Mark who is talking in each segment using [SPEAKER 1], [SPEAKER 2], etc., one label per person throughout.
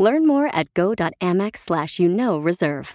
[SPEAKER 1] Learn more at go.amex slash you know reserve.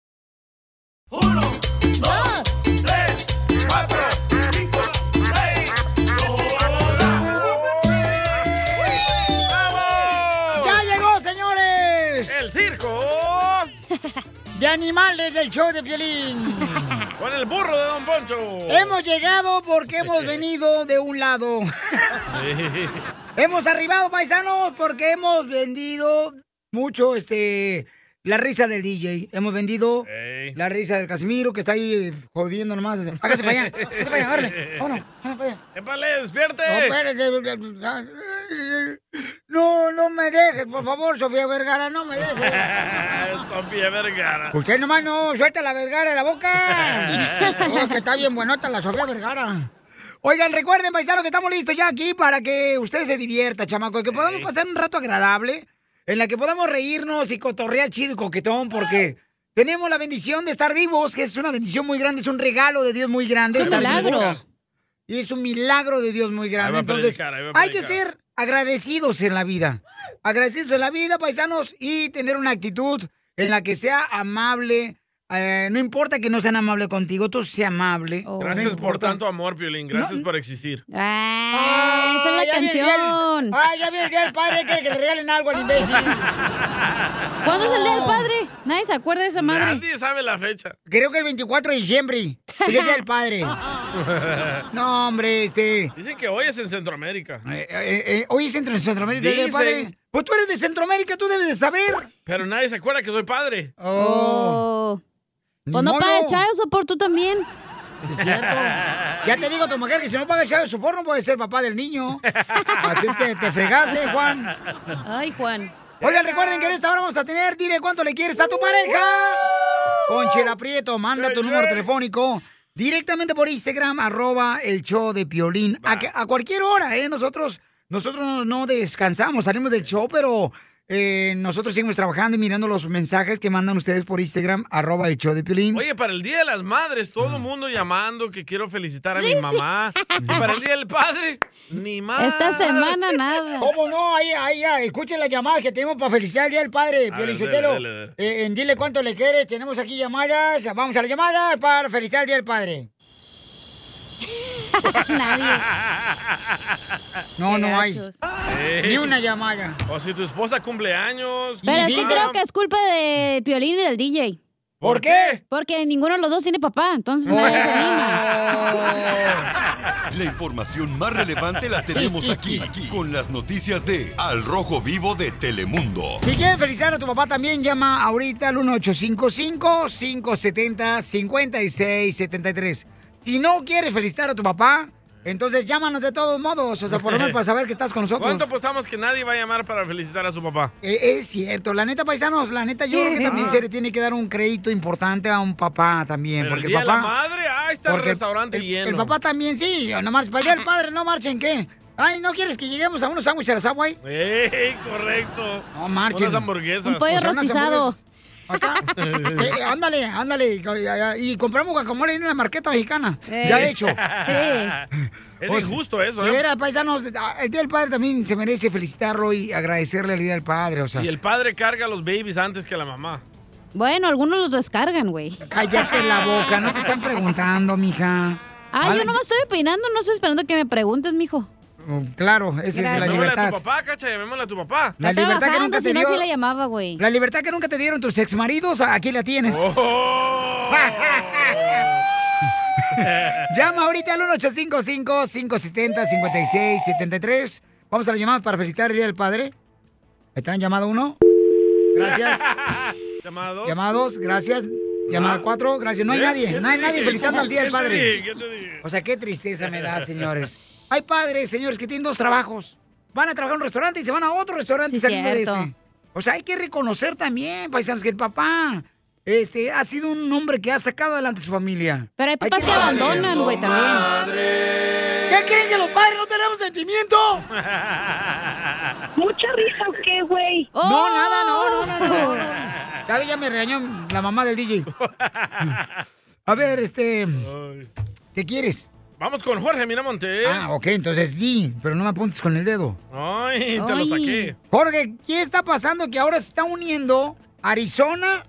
[SPEAKER 2] Uno, dos, tres, cuatro, cinco, seis, ¡Vamos!
[SPEAKER 3] ¡Ya llegó, señores!
[SPEAKER 2] ¡El circo!
[SPEAKER 3] De animales del show de violín.
[SPEAKER 2] Con el burro de Don Poncho.
[SPEAKER 3] hemos llegado porque hemos venido de un lado. hemos arribado, paisanos, porque hemos vendido mucho este la risa del DJ. Hemos vendido
[SPEAKER 2] Ey.
[SPEAKER 3] la risa del Casimiro, que está ahí jodiendo nomás. Hágase para allá, hágase para allá, órale, vámonos, vámonos para allá.
[SPEAKER 2] ¡Épale,
[SPEAKER 3] No,
[SPEAKER 2] despierte!
[SPEAKER 3] espérate. No, no me dejes, por favor, Sofía Vergara, no me dejes.
[SPEAKER 2] Sofía Vergara.
[SPEAKER 3] Usted nomás no, suelta la Vergara de la boca. Oh, que está bien buenota la Sofía Vergara. Oigan, recuerden, paisanos, que estamos listos ya aquí para que usted se divierta, chamaco, y que podamos pasar un rato agradable, en la que podamos reírnos y cotorrear chido y coquetón, porque tenemos la bendición de estar vivos, que es una bendición muy grande, es un regalo de Dios muy grande.
[SPEAKER 4] Es un
[SPEAKER 3] estar
[SPEAKER 4] milagro.
[SPEAKER 3] vivos. Y es un milagro de Dios muy
[SPEAKER 2] Ahí
[SPEAKER 3] grande.
[SPEAKER 2] va a
[SPEAKER 3] Entonces,
[SPEAKER 2] predicar, ahí va a
[SPEAKER 3] hay que
[SPEAKER 2] predicar.
[SPEAKER 3] ser agradecidos en la vida. Agradecidos en la vida, paisanos, y tener una actitud en la que sea amable. Eh, no importa que no sean amable contigo, tú sea amable.
[SPEAKER 4] Oh.
[SPEAKER 3] No
[SPEAKER 2] Gracias por
[SPEAKER 3] importa.
[SPEAKER 2] tanto amor, Piolín. Gracias por existir.
[SPEAKER 4] Ah, esa es la
[SPEAKER 3] ya viene el día del-
[SPEAKER 4] canción.
[SPEAKER 3] ¡Ay, ya viene el día del padre! quiere que le regalen algo al imbécil!
[SPEAKER 4] ¿Cuándo es el día del padre? Nadie se acuerda de esa madre.
[SPEAKER 2] Nadie sabe la fecha.
[SPEAKER 3] Creo que el 24 de diciembre es el día del padre. No, hombre, este... eh,
[SPEAKER 2] Dicen que hoy es en Centroamérica.
[SPEAKER 3] eh, eh, hoy es entre Centroamérica el día del
[SPEAKER 2] Dicen.
[SPEAKER 3] padre. Pues tú eres de Centroamérica, tú debes de saber.
[SPEAKER 2] Pero nadie se acuerda que soy padre.
[SPEAKER 4] Oh.
[SPEAKER 3] Oh, ni
[SPEAKER 4] Pues no
[SPEAKER 3] modo.
[SPEAKER 4] pagues child support tú también.
[SPEAKER 3] Es cierto. Ya te digo a tu mujer que si no paga el chavo de sopor no puede ser papá del niño. Así es que te fregaste, Juan.
[SPEAKER 4] Ay, Juan.
[SPEAKER 3] Oigan, recuerden que en esta hora vamos a tener, dile cuánto le quieres a tu pareja. Con Chela Prieto, manda tu número telefónico directamente por Instagram, arroba el show de Piolín. A, que- a cualquier hora, ¿eh? Nosotros, nosotros no, no descansamos, salimos del show, pero eh, nosotros seguimos trabajando y mirando los mensajes que mandan ustedes por Instagram, arroba el show de Piolín.
[SPEAKER 2] Oye, para el Día de las Madres, todo
[SPEAKER 3] Mm.
[SPEAKER 2] el mundo llamando que quiero felicitar a mi mamá. Y para el Día del Padre, ni más.
[SPEAKER 4] Esta semana nada.
[SPEAKER 3] ¿Cómo no? Ahí, ahí, ahí. Escuchen las llamadas que tenemos para felicitar el día del padre,
[SPEAKER 2] A
[SPEAKER 3] Piolín
[SPEAKER 2] ver,
[SPEAKER 3] Sotelo.
[SPEAKER 2] dale, dale,
[SPEAKER 3] Eh, en Dile cuánto le quieres. Tenemos aquí llamadas. Vamos a las llamadas para felicitar el día del padre.
[SPEAKER 4] Nadie.
[SPEAKER 3] No,
[SPEAKER 4] Qué
[SPEAKER 3] no hay.
[SPEAKER 4] gachos.
[SPEAKER 2] Ey.
[SPEAKER 3] Ni una llamada.
[SPEAKER 2] O si tu esposa cumple años.
[SPEAKER 4] Pero
[SPEAKER 3] Y
[SPEAKER 4] es que
[SPEAKER 3] dice-
[SPEAKER 4] creo que es culpa de Piolín y del DJ.
[SPEAKER 3] ¿Por qué?
[SPEAKER 4] Porque ninguno de los dos tiene papá, entonces nadie se anima.
[SPEAKER 5] La información más relevante la tenemos aquí, aquí, con las noticias de Al Rojo Vivo de Telemundo.
[SPEAKER 3] Si quieres felicitar a tu papá también, llama ahorita al 1855-570-5673. Si no quieres felicitar a tu papá, entonces llámanos de todos modos. O sea, por lo menos para saber que estás con nosotros.
[SPEAKER 2] ¿Cuánto apostamos que nadie va a llamar para felicitar a su papá?
[SPEAKER 3] Eh, Es cierto, la neta, paisanos, la neta, yo creo que también se le tiene que dar un crédito importante a un papá también.
[SPEAKER 2] Pero el
[SPEAKER 3] porque
[SPEAKER 2] día
[SPEAKER 3] el
[SPEAKER 2] de la
[SPEAKER 3] papá.
[SPEAKER 2] madre, ahí está el
[SPEAKER 3] porque
[SPEAKER 2] restaurante
[SPEAKER 3] el-
[SPEAKER 2] lleno.
[SPEAKER 3] El papá también, sí. No marchen, para el día del padre, no marchen, ¿qué? Ay, ¿no quieres que lleguemos a unos sándwiches a la Subway?
[SPEAKER 2] ¡Ey, correcto!
[SPEAKER 3] No marchen.
[SPEAKER 2] Unas hamburguesas.
[SPEAKER 4] Un pollo
[SPEAKER 3] O sea, unas
[SPEAKER 4] rostizado.
[SPEAKER 3] hamburguesas. Acá. Eh, ándale, ándale. Y, y compramos guacamole en la marqueta mexicana.
[SPEAKER 4] Eh.
[SPEAKER 3] Ya hecho.
[SPEAKER 4] Sí.
[SPEAKER 3] O
[SPEAKER 2] Es
[SPEAKER 3] sea,
[SPEAKER 2] injusto eso,
[SPEAKER 3] De
[SPEAKER 2] ¿eh?
[SPEAKER 3] veras, paisanos, ah, el Día del Padre también se merece felicitarlo y agradecerle al Día del Padre, o sea.
[SPEAKER 2] Y el padre carga a los babies antes que la mamá.
[SPEAKER 4] Bueno, algunos los descargan, güey.
[SPEAKER 3] Cállate la boca, no te están preguntando, mija.
[SPEAKER 4] Ah,
[SPEAKER 3] Vale.
[SPEAKER 4] yo nomás estoy opinando, no estoy esperando que me preguntes, mijo.
[SPEAKER 3] Claro, esa es la
[SPEAKER 2] Llamémosle a
[SPEAKER 3] libertad.
[SPEAKER 2] tu papá, cacha, llamémosle a tu papá.
[SPEAKER 3] La libertad que nunca te
[SPEAKER 4] si no,
[SPEAKER 3] dio.
[SPEAKER 4] sí la llamaba, güey.
[SPEAKER 3] La libertad que nunca te dieron tus exmaridos, aquí la tienes. Llama ahorita al 1-855-570-5673. Vamos a las llamadas para felicitar el Día del Padre. ¿Están llamado uno? Gracias.
[SPEAKER 2] Llamados.
[SPEAKER 3] Llamados, gracias. Llamada cuatro, gracias. No hay
[SPEAKER 2] ¿Eh?
[SPEAKER 3] nadie,
[SPEAKER 2] ¿Qué
[SPEAKER 3] no hay
[SPEAKER 2] te
[SPEAKER 3] nadie
[SPEAKER 2] dije?
[SPEAKER 3] felicitando al Día del
[SPEAKER 2] ¿Qué te
[SPEAKER 3] Padre.
[SPEAKER 2] dije? ¿Qué te dije?
[SPEAKER 3] O sea, qué tristeza me da, señores. Hay padres, señores, que tienen dos trabajos. Van a trabajar en un restaurante y se van a otro restaurante
[SPEAKER 4] Sí,
[SPEAKER 3] saliendo de
[SPEAKER 4] cierto.
[SPEAKER 3] ese. O sea, hay que reconocer también, paisanos, que el papá este, ha sido un hombre que ha sacado adelante a su familia.
[SPEAKER 4] Pero hay papás que abandonan, güey, también.
[SPEAKER 3] ¿Qué creen que los padres no tenemos sentimiento?
[SPEAKER 6] ¿Mucha risa o qué, güey?
[SPEAKER 4] Oh.
[SPEAKER 2] Oh.
[SPEAKER 3] No, nada, no, no, no, no, no. Gaby ya me regañó la mamá del DJ. A ver, este. ¿Qué quieres?
[SPEAKER 2] Vamos con Jorge Miramontes.
[SPEAKER 3] Ah, ok, entonces di, pero no me apuntes con el dedo.
[SPEAKER 2] Ay, te lo saqué.
[SPEAKER 3] Jorge, ¿qué está pasando? Que ahora se está uniendo Arizona,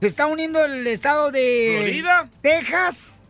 [SPEAKER 3] se está uniendo el estado de
[SPEAKER 2] ¿Florida?
[SPEAKER 3] Texas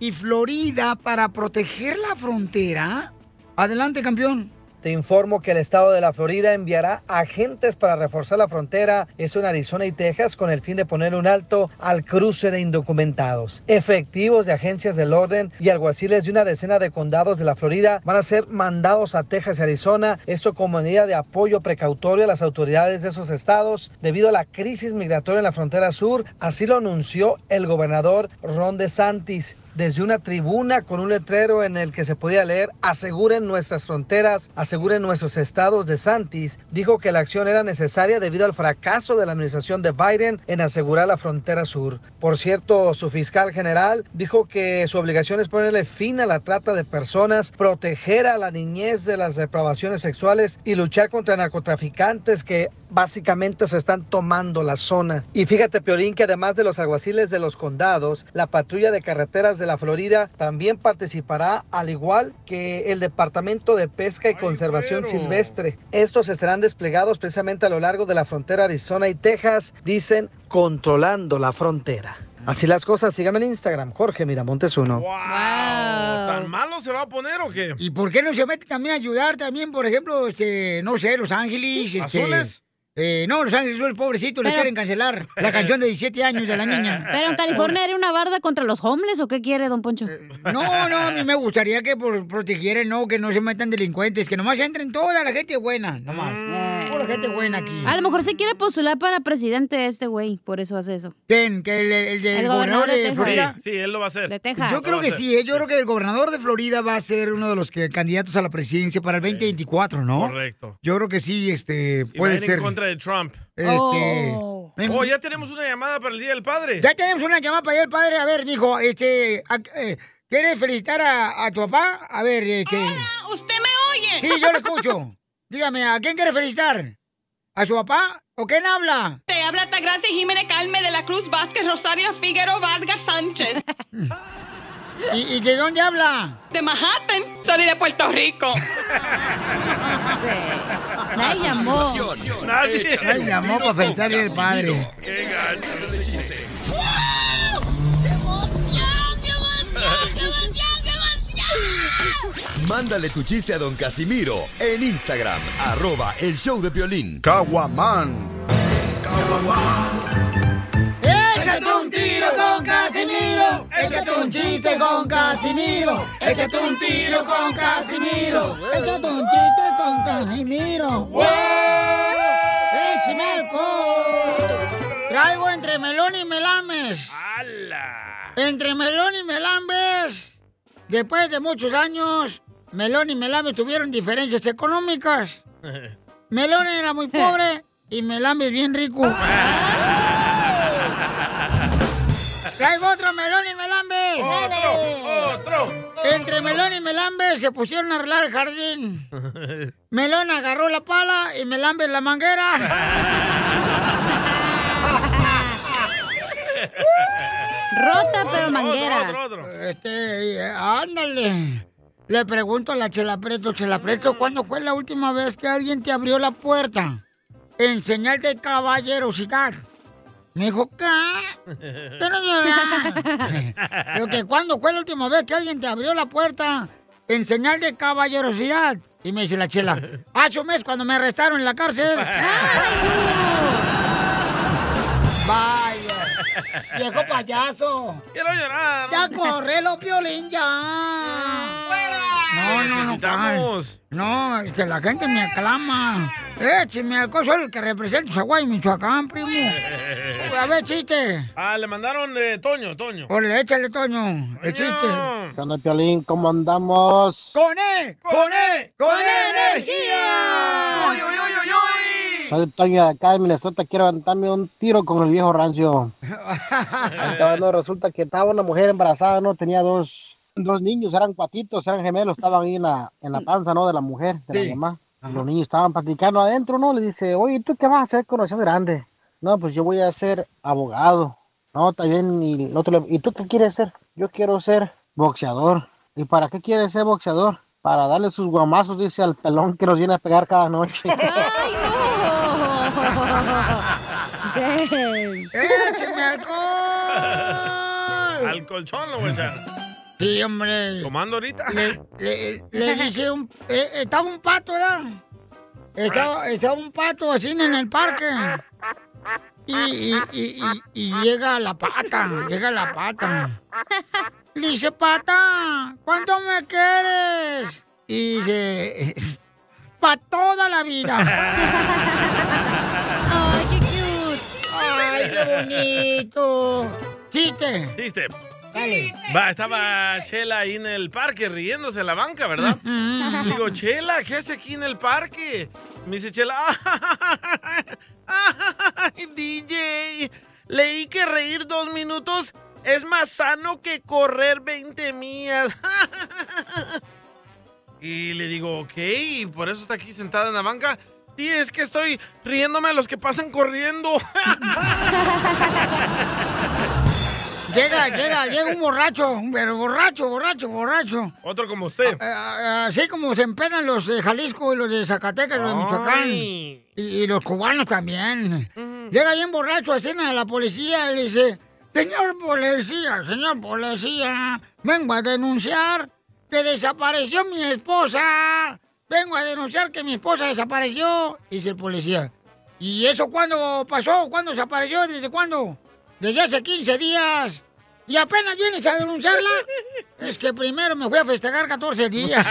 [SPEAKER 3] y Florida para proteger la frontera. Adelante, campeón.
[SPEAKER 7] Te informo que el estado de la Florida enviará agentes para reforzar la frontera, eso en Arizona y Texas, con el fin de poner un alto al cruce de indocumentados. Efectivos de agencias del orden y alguaciles de una decena de condados de la Florida van a ser mandados a Texas y Arizona, esto como medida de apoyo precautorio a las autoridades de esos estados debido a la crisis migratoria en la frontera sur, así lo anunció el gobernador Ron DeSantis desde una tribuna con un letrero en el que se podía leer aseguren nuestras fronteras, aseguren nuestros estados de Santis, dijo que la acción era necesaria debido al fracaso de la administración de Biden en asegurar la frontera sur. Por cierto, su fiscal general dijo que su obligación es ponerle fin a la trata de personas, proteger a la niñez de las depravaciones sexuales y luchar contra narcotraficantes que básicamente se están tomando la zona. Y fíjate, Piorín, que además de los alguaciles de los condados, la patrulla de carreteras de la Florida también participará, al igual que el Departamento de Pesca y Conservación
[SPEAKER 2] güero.
[SPEAKER 7] Silvestre. Estos estarán desplegados precisamente a lo largo de la frontera Arizona y Texas, dicen, controlando la frontera. Así las cosas, síganme en Instagram, Jorge Miramontes 1.
[SPEAKER 2] Wow. ¿Tan malo se va a poner o qué?
[SPEAKER 3] ¿Y por qué no se mete también a ayudar también, por ejemplo, este, no sé, Los Ángeles? este,
[SPEAKER 2] ¿Azules?
[SPEAKER 3] eh, no, Los Ángeles Azules, pobrecito, les
[SPEAKER 4] Pero-
[SPEAKER 3] quieren cancelar la canción de 17 años de la Ah, niña.
[SPEAKER 4] Pero en California era una barda contra los homeless o qué quiere, don Poncho?
[SPEAKER 3] Eh, No, no, a mí me gustaría que por protegieran, no, que no se metan delincuentes, que nomás entren toda la gente buena, nomás.
[SPEAKER 2] Mm.
[SPEAKER 3] Pura gente buena aquí.
[SPEAKER 4] A lo mejor se quiere postular para presidente este güey, por eso hace eso.
[SPEAKER 3] ¿Quién? ¿Que el, el, el
[SPEAKER 4] El
[SPEAKER 3] gobernador
[SPEAKER 4] gobernador de
[SPEAKER 3] de
[SPEAKER 4] Texas.
[SPEAKER 3] Florida?
[SPEAKER 2] Sí, sí, él lo va a hacer.
[SPEAKER 4] De Texas.
[SPEAKER 3] Yo creo que sí, ¿eh? yo creo que el gobernador de Florida va a ser uno de los que, candidatos a la presidencia para el 2024, ¿no?
[SPEAKER 2] Correcto.
[SPEAKER 3] Yo creo que sí, este,
[SPEAKER 2] Y va a
[SPEAKER 3] puede
[SPEAKER 2] ir
[SPEAKER 3] ser.
[SPEAKER 2] en contra de Trump.
[SPEAKER 3] Este,
[SPEAKER 4] Oh.
[SPEAKER 3] em,
[SPEAKER 2] Oh, ya tenemos una llamada para el Día del Padre.
[SPEAKER 3] ya tenemos una llamada para allá el padre. A ver, mijo, este, a- eh, ¿quieres felicitar a, a tu papá? A ver, este.
[SPEAKER 8] ¿Usted me oye?
[SPEAKER 3] Sí, yo lo escucho. Dígame, ¿a quién quiere felicitar? ¿A su papá? ¿O quién habla?
[SPEAKER 8] Te habla Tagracia Jiménez Calme de la Cruz Vázquez Rosario Figueroa Vargas Sánchez.
[SPEAKER 3] ¿Y, y de dónde habla?
[SPEAKER 8] De Manhattan, soy de Puerto Rico.
[SPEAKER 4] Nadie llamó.
[SPEAKER 2] Nadie.
[SPEAKER 3] Ay, mi amor, para felicitar el padre.
[SPEAKER 2] Qué gacho de chiste.
[SPEAKER 5] Mándale tu chiste a don Casimiro en Instagram, arroba el show de violín.
[SPEAKER 3] Échate un tiro con Casimiro. Échate un chiste con Casimiro. Échate un tiro con Casimiro. Échate un chiste con Casimiro. ¡Wow! ¡Échame alcohol! Traigo entre melón y melames.
[SPEAKER 2] ¡Hala!
[SPEAKER 3] Entre melón y melambes. Después de muchos años, melón y melambes tuvieron diferencias económicas. Melón era muy pobre y melambes bien rico. Traigo otro melón y melambes.
[SPEAKER 2] ¡Otro!
[SPEAKER 3] Entre Melón y Melambe se pusieron a arreglar el jardín. Melón agarró la pala y Melambe la manguera.
[SPEAKER 4] Rota pero
[SPEAKER 2] Otro,
[SPEAKER 4] manguera.
[SPEAKER 2] Otro, otro, otro.
[SPEAKER 3] Este, eh, ándale. Le pregunto a la Chela Preto, Chela Preto, ¿cuándo fue la última vez que alguien te abrió la puerta? En señal de caballerosidad. Me dijo, ¿qué? ¿Qué no llora? Digo, que ¿cuándo fue la última vez que alguien te abrió la puerta? en señal de caballerosidad. Y me dice la chela, hace un mes cuando me arrestaron en la cárcel. Vaya, viejo payaso.
[SPEAKER 2] Quiero llorar.
[SPEAKER 3] Ya correlo, Piolín, ya. No, no, no.
[SPEAKER 2] necesitamos.
[SPEAKER 3] No, es que la gente me aclama. Écheme alcohol, soy el que representa Chihuahua y Michoacán, primo. A ver, chiste.
[SPEAKER 2] Ah, le mandaron de Toño, Toño.
[SPEAKER 3] Órale, échale, Toño. El chiste.
[SPEAKER 9] ¿Qué onda, Piolín? ¿Cómo andamos?
[SPEAKER 3] ¡Con él! ¡Con él! ¡Con
[SPEAKER 9] energía! Soy Toño de acá de Minnesota, quiero aventarme un tiro con el viejo rancho. Estaba- no, resulta que estaba una mujer embarazada, ¿no? Tenía dos, dos niños, eran cuatitos, eran gemelos, estaban ahí en la, en la panza, ¿no? De la mujer, de
[SPEAKER 10] Sí.
[SPEAKER 9] la mamá. Los niños estaban platicando adentro, ¿no? Le dice, oye, ¿tú qué vas a hacer cuando seas grande? No, pues yo voy a ser abogado. No, está bien. Y, el otro le- ¿Y tú qué quieres ser? Yo quiero ser boxeador. ¿Y para qué quieres ser boxeador? Para darle sus guamazos, dice, al pelón que nos viene a pegar cada noche.
[SPEAKER 4] ¡Ay, no!
[SPEAKER 3] ¡Écheme alcohol!
[SPEAKER 2] Al colchón lo voy a echar.
[SPEAKER 3] Sí, hombre.
[SPEAKER 2] Tomando ahorita.
[SPEAKER 3] Le, le- le dice un... eh, estaba un pato, ¿verdad? Estaba, estaba un pato así en el parque. Y, y- y- y- y llega la pata, llega la pata. Le dice, pata, ¿cuánto me quieres? Y dice, pa' toda la vida.
[SPEAKER 4] ¡Ay, qué cute!
[SPEAKER 3] ¡Ay, qué bonito! ¡Chiste!
[SPEAKER 2] Chiste.
[SPEAKER 3] Dale.
[SPEAKER 2] Va, estaba Chela ahí en el parque riéndose en la banca, ¿verdad? Le Digo, Chela, ¿qué hace aquí en el parque? Me dice Chela, ¡ay, DJ! Leí que reír dos minutos es más sano que correr 20 millas. y le digo, ok, por eso está aquí sentada en la banca. Sí, es que estoy riéndome a los que pasan corriendo.
[SPEAKER 3] Llega, llega, llega un borracho, pero borracho, borracho, borracho.
[SPEAKER 2] Otro como usted.
[SPEAKER 3] Ah, Así como se empedan los de Jalisco y los de Zacatecas, los de Michoacán. Y, y los cubanos también. Llega bien borracho, así a la policía y le dice, señor policía, señor policía, vengo a denunciar que desapareció mi esposa. Vengo a denunciar que mi esposa desapareció, dice el policía. ¿Y eso cuándo pasó? ¿Cuándo desapareció? ¿Desde cuándo? Desde hace 15 días. ¿Y apenas vienes a denunciarla? Es que primero me voy a festejar 14 días.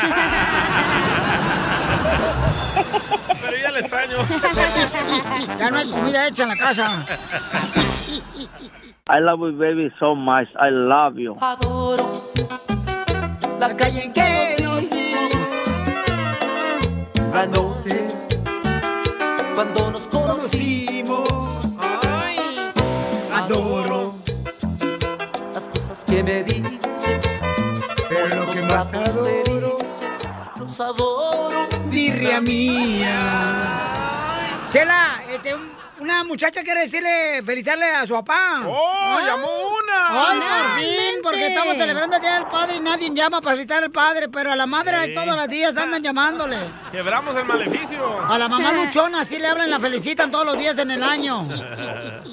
[SPEAKER 2] Pero ya le extraño.
[SPEAKER 3] ya no hay comida hecha en la casa.
[SPEAKER 11] I love you, baby, so much. I love you.
[SPEAKER 3] Adoro la calle en que nos vimos. Anoche, cuando nos conocimos.
[SPEAKER 12] Adoro las cosas que me dices, pero lo que más adoro, los adoro,
[SPEAKER 3] Birria mía. Tela, este, un- una muchacha quiere decirle, felicitarle a su papá.
[SPEAKER 2] ¡Oh, llamó una!
[SPEAKER 3] ¡Ay, por fin! Porque estamos celebrando el Día del Padre y nadie llama para felicitar al padre, pero a la madre
[SPEAKER 2] Sí.
[SPEAKER 3] todos los días andan llamándole.
[SPEAKER 2] Quebramos el maleficio.
[SPEAKER 3] A la mamá luchona sí le hablan, la felicitan todos los días en el año.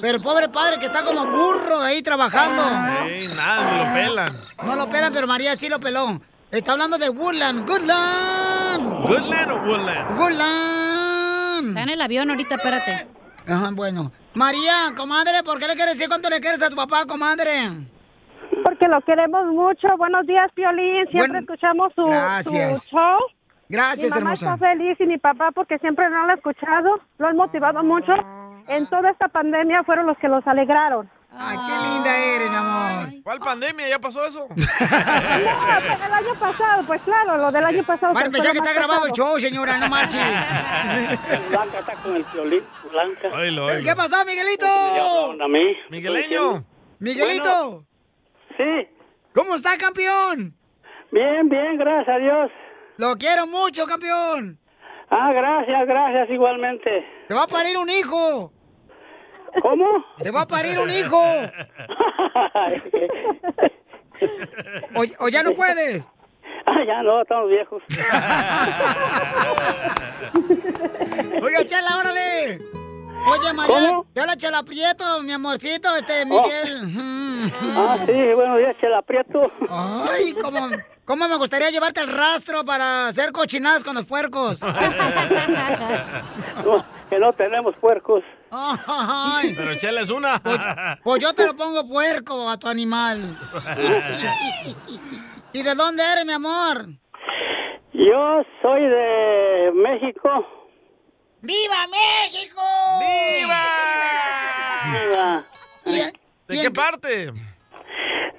[SPEAKER 3] Pero el pobre padre que está como burro ahí trabajando.
[SPEAKER 2] Ey, nada, me lo pelan.
[SPEAKER 3] No lo pelan, pero María sí lo peló. Está hablando de Woodland. Goodland.
[SPEAKER 2] ¿Goodland o Woodland?
[SPEAKER 3] Goodland. Está en el avión ahorita, espérate. Ajá, bueno. María, comadre, ¿por qué le quieres decir cuánto le quieres a tu papá, comadre?
[SPEAKER 13] Porque lo queremos mucho. Buenos días, Piolín. Siempre
[SPEAKER 3] Bueno,
[SPEAKER 13] escuchamos su,
[SPEAKER 3] gracias.
[SPEAKER 13] su show.
[SPEAKER 3] Gracias,
[SPEAKER 13] mi mamá
[SPEAKER 3] hermosa.
[SPEAKER 13] está feliz y mi papá porque siempre no lo ha escuchado. Lo han motivado mucho. En toda esta pandemia fueron los que los alegraron.
[SPEAKER 3] Ay, qué linda eres, mi amor.
[SPEAKER 2] ¿Cuál pandemia? ¿Ya pasó eso?
[SPEAKER 13] El año pasado, pues claro, lo del año pasado.
[SPEAKER 3] Para
[SPEAKER 13] fue lo
[SPEAKER 3] empezar que
[SPEAKER 13] más
[SPEAKER 3] está grabado el
[SPEAKER 13] pesado.
[SPEAKER 3] show, señora, no marche.
[SPEAKER 11] Blanca está con el violín, Blanca.
[SPEAKER 3] ¿Qué pasó, Miguelito?
[SPEAKER 11] A mí.
[SPEAKER 3] Migueleño. Miguelito. sí. ¿Cómo está, campeón?
[SPEAKER 11] Bien, bien, gracias a Dios.
[SPEAKER 3] Lo quiero mucho, campeón.
[SPEAKER 11] Ah, gracias, gracias igualmente.
[SPEAKER 3] Te va a parir un hijo.
[SPEAKER 11] ¿Cómo?
[SPEAKER 3] Te va a parir un hijo. O, o ya no puedes.
[SPEAKER 11] Ah, ya no, estamos viejos.
[SPEAKER 3] Oiga, chala, órale. Oye, María, ya la chela Prieto, mi amorcito, este,
[SPEAKER 11] Oh.
[SPEAKER 3] Miguel.
[SPEAKER 11] Ah, sí, bueno, ya chela Prieto.
[SPEAKER 3] Ay, cómo, cómo me gustaría llevarte el rastro para hacer cochinadas con los puercos.
[SPEAKER 11] No, que no tenemos puercos.
[SPEAKER 3] Ay,
[SPEAKER 2] Pero Chela es una.
[SPEAKER 3] pues yo te lo pongo puerco a tu animal. ¿Y de dónde eres, mi amor?
[SPEAKER 11] Yo soy de México.
[SPEAKER 3] ¡Viva México!
[SPEAKER 2] ¡Viva!
[SPEAKER 11] Viva.
[SPEAKER 2] ¿De qué parte?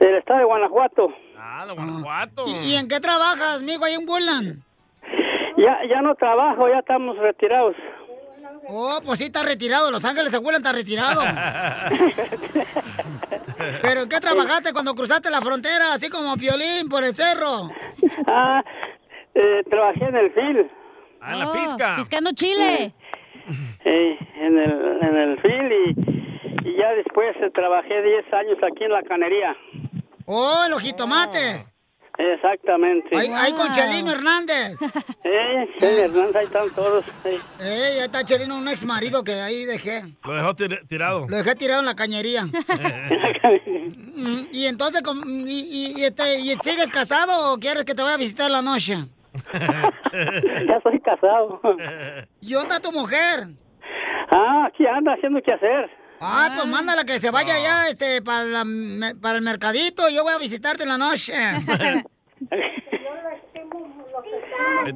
[SPEAKER 11] Del estado de Guanajuato.
[SPEAKER 2] Ah, de Guanajuato.
[SPEAKER 3] ¿Y en qué trabajas, mijo, ahí en Woodland?
[SPEAKER 11] Ya, ya no trabajo, ya estamos retirados.
[SPEAKER 3] Oh, pues sí, está retirado. Los Ángeles de Woodland está retirado. ¿Pero en qué trabajaste cuando cruzaste la frontera, así como violín por el cerro?
[SPEAKER 11] Ah, eh, trabajé en el FIL.
[SPEAKER 2] Ah,
[SPEAKER 4] Oh, Piscando chile.
[SPEAKER 11] Eh, en el, en el FIL y, y ya después eh, trabajé 10 años aquí en la canería.
[SPEAKER 3] Oh, los jitomates.
[SPEAKER 11] Exactamente.
[SPEAKER 3] Ahí, ahí con Chelino Hernández.
[SPEAKER 11] Eh, sí, Hernández, ahí están todos. eh.
[SPEAKER 3] Ey, ahí está Chelino, un ex marido que ahí dejé.
[SPEAKER 2] Lo dejó tir- tirado.
[SPEAKER 3] Lo dejé tirado en la cañería. Mm, y entonces, com- y, y- y este, ¿y ¿sigues casado o quieres que te vaya a visitar la noche?
[SPEAKER 11] Ya soy casado.
[SPEAKER 3] ¿Y dónde está tu mujer?
[SPEAKER 11] Ah, aquí anda haciendo qué hacer. Ah.
[SPEAKER 3] Ah, pues mándala que se vaya ya este, para, la me- para el mercadito. Yo voy a visitarte en la noche.
[SPEAKER 11] Eh,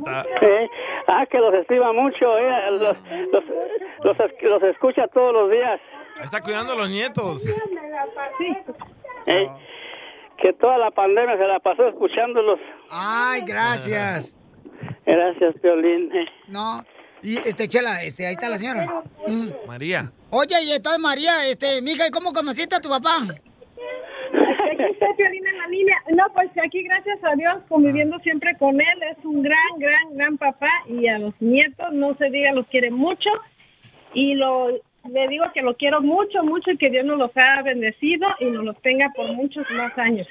[SPEAKER 11] ah, que los estima mucho, eh, los, los, los, es- los escucha todos los días.
[SPEAKER 2] Está cuidando a los nietos.
[SPEAKER 11] eh, que toda la pandemia se la pasó escuchándolos.
[SPEAKER 3] Ay, gracias.
[SPEAKER 11] Gracias, Piolín. eh.
[SPEAKER 3] No. Y este, Chela, este, ahí está la señora. Mm.
[SPEAKER 2] María.
[SPEAKER 3] Oye, y entonces María, este, mija, ¿y cómo conociste a tu papá?
[SPEAKER 6] Aquí está Piolina en la línea. No, pues aquí gracias a Dios conviviendo siempre con él. Es un gran, gran, gran papá y a los nietos, no se diga, los quiere mucho. Y lo le digo que lo quiero mucho, mucho y que Dios nos los ha bendecido y nos los tenga por muchos más años.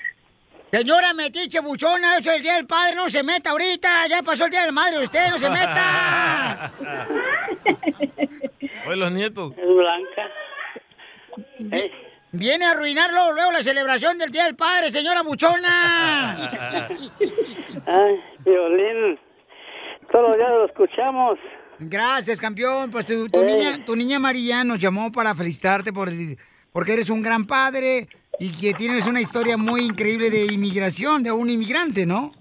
[SPEAKER 3] Señora metiche buchona, eso es el día del padre, no se meta ahorita, ya pasó el día del madre, usted no se meta.
[SPEAKER 2] Hoy los nietos.
[SPEAKER 11] Es blanca.
[SPEAKER 3] Viene a arruinarlo luego la celebración del día del padre, señora buchona.
[SPEAKER 11] Ay, Piolín, todos los días lo escuchamos.
[SPEAKER 3] Gracias, campeón. Pues tu, tu niña, tu niña María nos llamó para felicitarte por el- porque eres un gran padre y que tienes una historia muy increíble de inmigración, de un inmigrante, ¿no?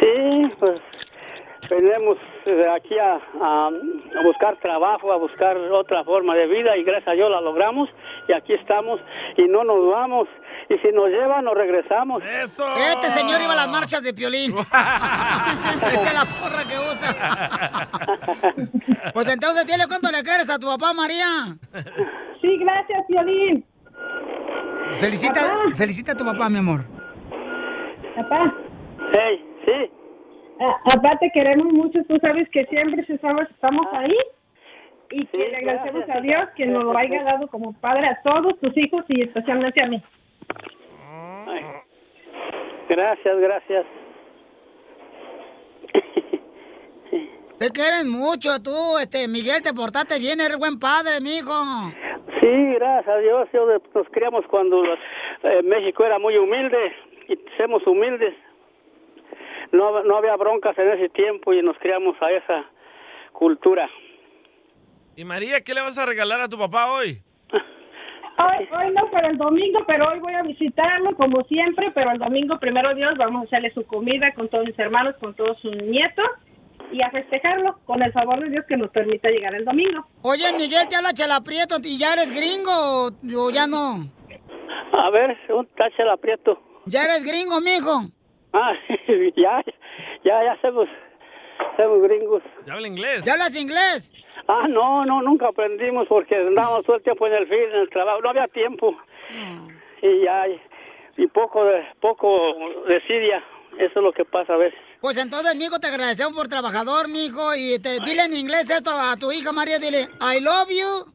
[SPEAKER 11] Sí, pues venimos eh, aquí a, a- a buscar trabajo, a buscar otra forma de vida y gracias a Dios la logramos y aquí estamos y no nos vamos y si nos llevan nos regresamos.
[SPEAKER 2] Eso.
[SPEAKER 3] Este señor iba a las marchas de Piolín. Esa es la porra que usa. Pues entonces dile cuánto le quieres a tu papá, María.
[SPEAKER 6] Sí, gracias, Piolín.
[SPEAKER 3] Felicita, felicita a tu papá, mi amor.
[SPEAKER 6] Papá.
[SPEAKER 11] Hey, sí.
[SPEAKER 6] Papá, te queremos mucho. Tú sabes que siempre si sabes, estamos ahí. Y que
[SPEAKER 11] Ah. Sí,
[SPEAKER 6] le agradecemos
[SPEAKER 11] gracias.
[SPEAKER 6] a Dios que nos lo haya dado como padre a todos tus hijos y especialmente a mí.
[SPEAKER 11] Ay, Gracias, gracias.
[SPEAKER 3] Te quieren mucho, tú, este, Miguel, te portaste bien, eres buen padre, mijo.
[SPEAKER 11] Sí, gracias a Dios, yo de- nos criamos cuando eh, México era muy humilde y somos humildes. No, no había broncas en ese tiempo y nos criamos a esa cultura.
[SPEAKER 2] ¿Y María, qué le vas a regalar a tu papá hoy?
[SPEAKER 6] Hoy, hoy no, pero el domingo, pero hoy voy a visitarlo como siempre, pero el domingo primero Dios vamos a hacerle su comida con todos mis hermanos, con todos sus nietos y a festejarlo con el favor de Dios que nos permita llegar el domingo.
[SPEAKER 3] Oye, Miguel, te habla Chela Prieto, ¿y ya eres gringo o- o ya no?
[SPEAKER 11] A ver, un tache el aprieto.
[SPEAKER 3] ¿Ya eres gringo, mijo?
[SPEAKER 11] Ah, ya, ya, ya somos, somos gringos.
[SPEAKER 2] ¿Ya habla inglés?
[SPEAKER 3] ¿Ya hablas inglés?
[SPEAKER 11] Ah, no, no, nunca aprendimos porque andábamos todo el tiempo en el fin, en el trabajo, no había tiempo. Y ya, y- y poco de, poco desidia, eso es lo que pasa a veces.
[SPEAKER 3] Pues entonces, mijo, te agradecemos por trabajador, mijo, y te, dile en inglés esto a tu hija María, dile, I love you,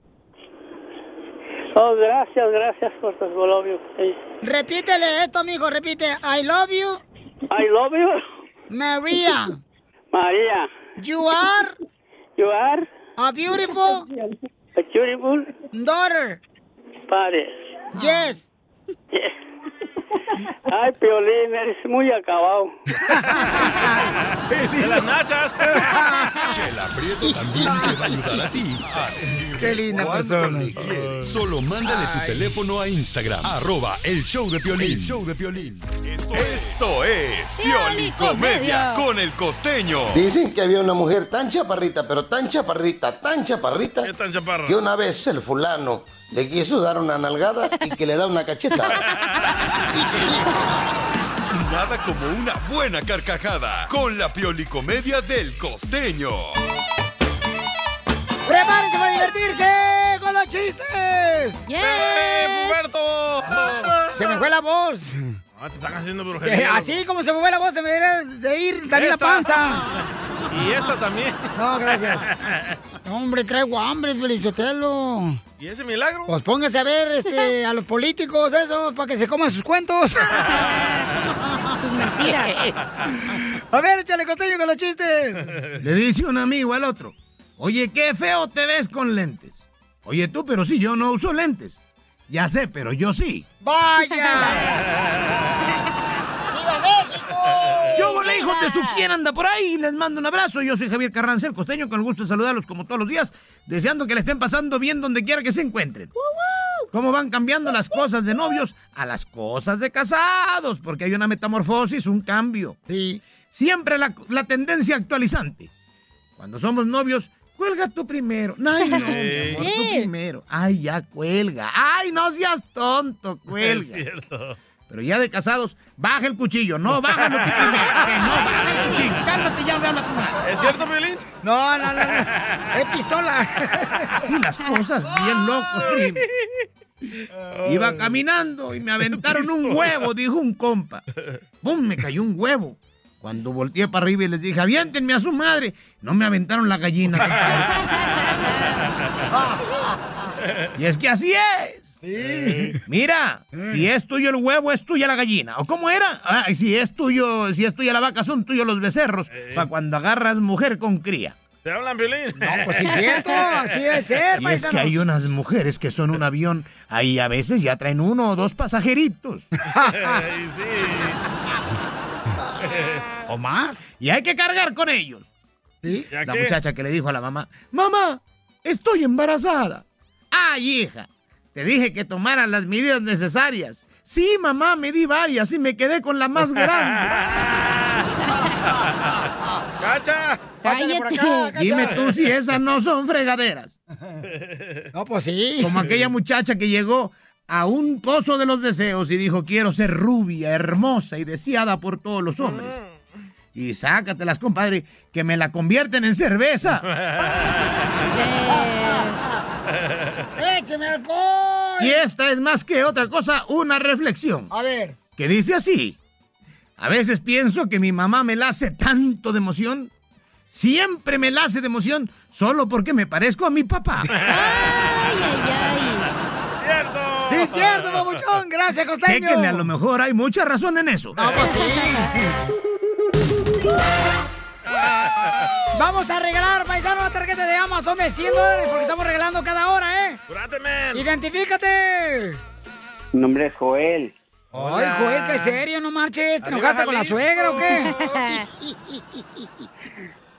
[SPEAKER 11] Oh, gracias, gracias por tus bolobios. sí.
[SPEAKER 3] repítele esto, mijo, repite, I love you,
[SPEAKER 11] I love you,
[SPEAKER 3] María,
[SPEAKER 11] María.
[SPEAKER 3] you are
[SPEAKER 11] You are
[SPEAKER 3] a beautiful
[SPEAKER 11] a Beautiful.
[SPEAKER 3] Daughter.
[SPEAKER 11] Padre.
[SPEAKER 3] Yes.
[SPEAKER 11] Ay, Piolín, eres muy acabado.
[SPEAKER 2] De las nachas.
[SPEAKER 5] Chela Prieto también te va a ayudar a ti a decirle
[SPEAKER 3] Qué linda
[SPEAKER 5] cuánto
[SPEAKER 3] persona.
[SPEAKER 5] le quieres. Solo mándale tu teléfono a Instagram, arroba el show de Piolín.
[SPEAKER 3] El
[SPEAKER 5] show de Piolín. Esto es Pioli Comedia con el costeño.
[SPEAKER 10] Dicen que había una mujer tan chaparrita, pero tan chaparrita, tan chaparrita, que una vez el fulano le quiso dar una nalgada y que le da una cacheta.
[SPEAKER 5] Nada como una buena carcajada con la Pioli Comedia del costeño.
[SPEAKER 3] ¡Prepárense para divertirse con los chistes! ¡Eh,
[SPEAKER 4] ¡Yes!
[SPEAKER 3] Se me fue la voz.
[SPEAKER 2] Ah, te están haciendo
[SPEAKER 3] Eh,
[SPEAKER 2] brujería.
[SPEAKER 3] así como se me fue la voz, se me debería de ir también la
[SPEAKER 2] Esta.
[SPEAKER 3] panza.
[SPEAKER 2] Y esta también.
[SPEAKER 3] No, gracias. No, Hombre, traigo hambre, Felicitelo.
[SPEAKER 2] ¿Y ese milagro?
[SPEAKER 3] Pues póngase a ver este, a los políticos, eso, para que se coman sus cuentos. sus
[SPEAKER 4] mentiras.
[SPEAKER 3] A ver, échale costeño con los chistes.
[SPEAKER 14] Le dice un amigo al otro, oye, qué feo te ves con lentes. Oye tú, pero si yo no uso lentes. Ya sé, pero yo sí.
[SPEAKER 3] ¡Vaya!
[SPEAKER 14] Yo volé, hijos de su quien anda por ahí. Les mando un abrazo. Yo soy Javier Carranza, el costeño, con el gusto de saludarlos como todos los días, deseando que le estén pasando bien donde quiera que se encuentren. Cómo van cambiando las cosas de novios a las cosas de casados, porque hay una metamorfosis, un cambio. Siempre la, la tendencia actualizante. Cuando somos novios, cuelga tú primero. Ay, no, mi amor, tú primero. Ay, ya cuelga. Ay, no seas tonto, cuelga.
[SPEAKER 12] Es cierto.
[SPEAKER 14] Pero ya de casados, baja el cuchillo. No, bájalo tú primero. Que no, baja el cuchillo. Cálmate ya, me habla tu madre.
[SPEAKER 2] ¿Es cierto, Violín?
[SPEAKER 3] No, no, no, no. Es pistola.
[SPEAKER 14] Sí, las cosas bien locos, primo. Iba caminando y me aventaron un huevo, dijo un compa. ¡Bum! Me cayó un huevo. Cuando volteé para arriba y les dije, aviéntenme a su madre. No me aventaron la gallina. compadre. Y es que así es. Mira,
[SPEAKER 3] Eh.
[SPEAKER 14] si es tuyo el huevo, es tuya la gallina. ¿O cómo era? Ah, y si es tuyo, si es tuya la vaca, son tuyos los becerros.
[SPEAKER 3] Eh.
[SPEAKER 14] Para cuando agarras mujer con cría.
[SPEAKER 2] ¿Te hablan, Violín? No,
[SPEAKER 3] pues sí es cierto, así debe ser,
[SPEAKER 14] Y es que hay unas mujeres que son un avión. Ahí a veces ya traen uno o dos pasajeritos.
[SPEAKER 2] Ay, sí.
[SPEAKER 14] ¿O más? Y hay que cargar con ellos.
[SPEAKER 2] ¿Ya
[SPEAKER 14] La
[SPEAKER 2] qué?
[SPEAKER 14] muchacha que le dijo a la mamá, mamá, estoy embarazada. Ay, hija, te dije que tomaras las medidas necesarias. Sí, mamá, me di varias y me quedé con la más grande.
[SPEAKER 2] ¡Cacha!
[SPEAKER 3] Pásale por acá, Cacha.
[SPEAKER 14] Dime tú si esas no son fregaderas.
[SPEAKER 3] No, pues sí.
[SPEAKER 14] Como aquella muchacha que llegó a un pozo de los deseos y dijo, quiero ser rubia, hermosa y deseada por todos los hombres.
[SPEAKER 3] Mm.
[SPEAKER 14] Y sácatelas, compadre, que me la convierten en cerveza.
[SPEAKER 3] Eh. ¡Écheme alcohol!
[SPEAKER 14] Y esta es más que otra cosa, una reflexión.
[SPEAKER 3] A ver.
[SPEAKER 14] Que dice así. A veces pienso que mi mamá me la hace tanto de emoción. Siempre me la hace de emoción solo porque me parezco a mi papá.
[SPEAKER 2] ¡Cierto!
[SPEAKER 3] Sí, es cierto, babuchón. Gracias, costeño.
[SPEAKER 14] Chéquenle, a lo mejor hay mucha razón en eso.
[SPEAKER 15] pues,
[SPEAKER 3] Vamos, sí. Vamos a regalar, paisano, una tarjeta de Amazon de 100 dólares porque estamos regalando cada hora, ¿eh? ¡Identifícate!
[SPEAKER 11] Mi nombre es Joel.
[SPEAKER 3] Ay, Joel, qué serio, no marches. ¿Te
[SPEAKER 11] Arriba,
[SPEAKER 3] enojaste con la
[SPEAKER 11] Jalisco.
[SPEAKER 3] suegra o qué?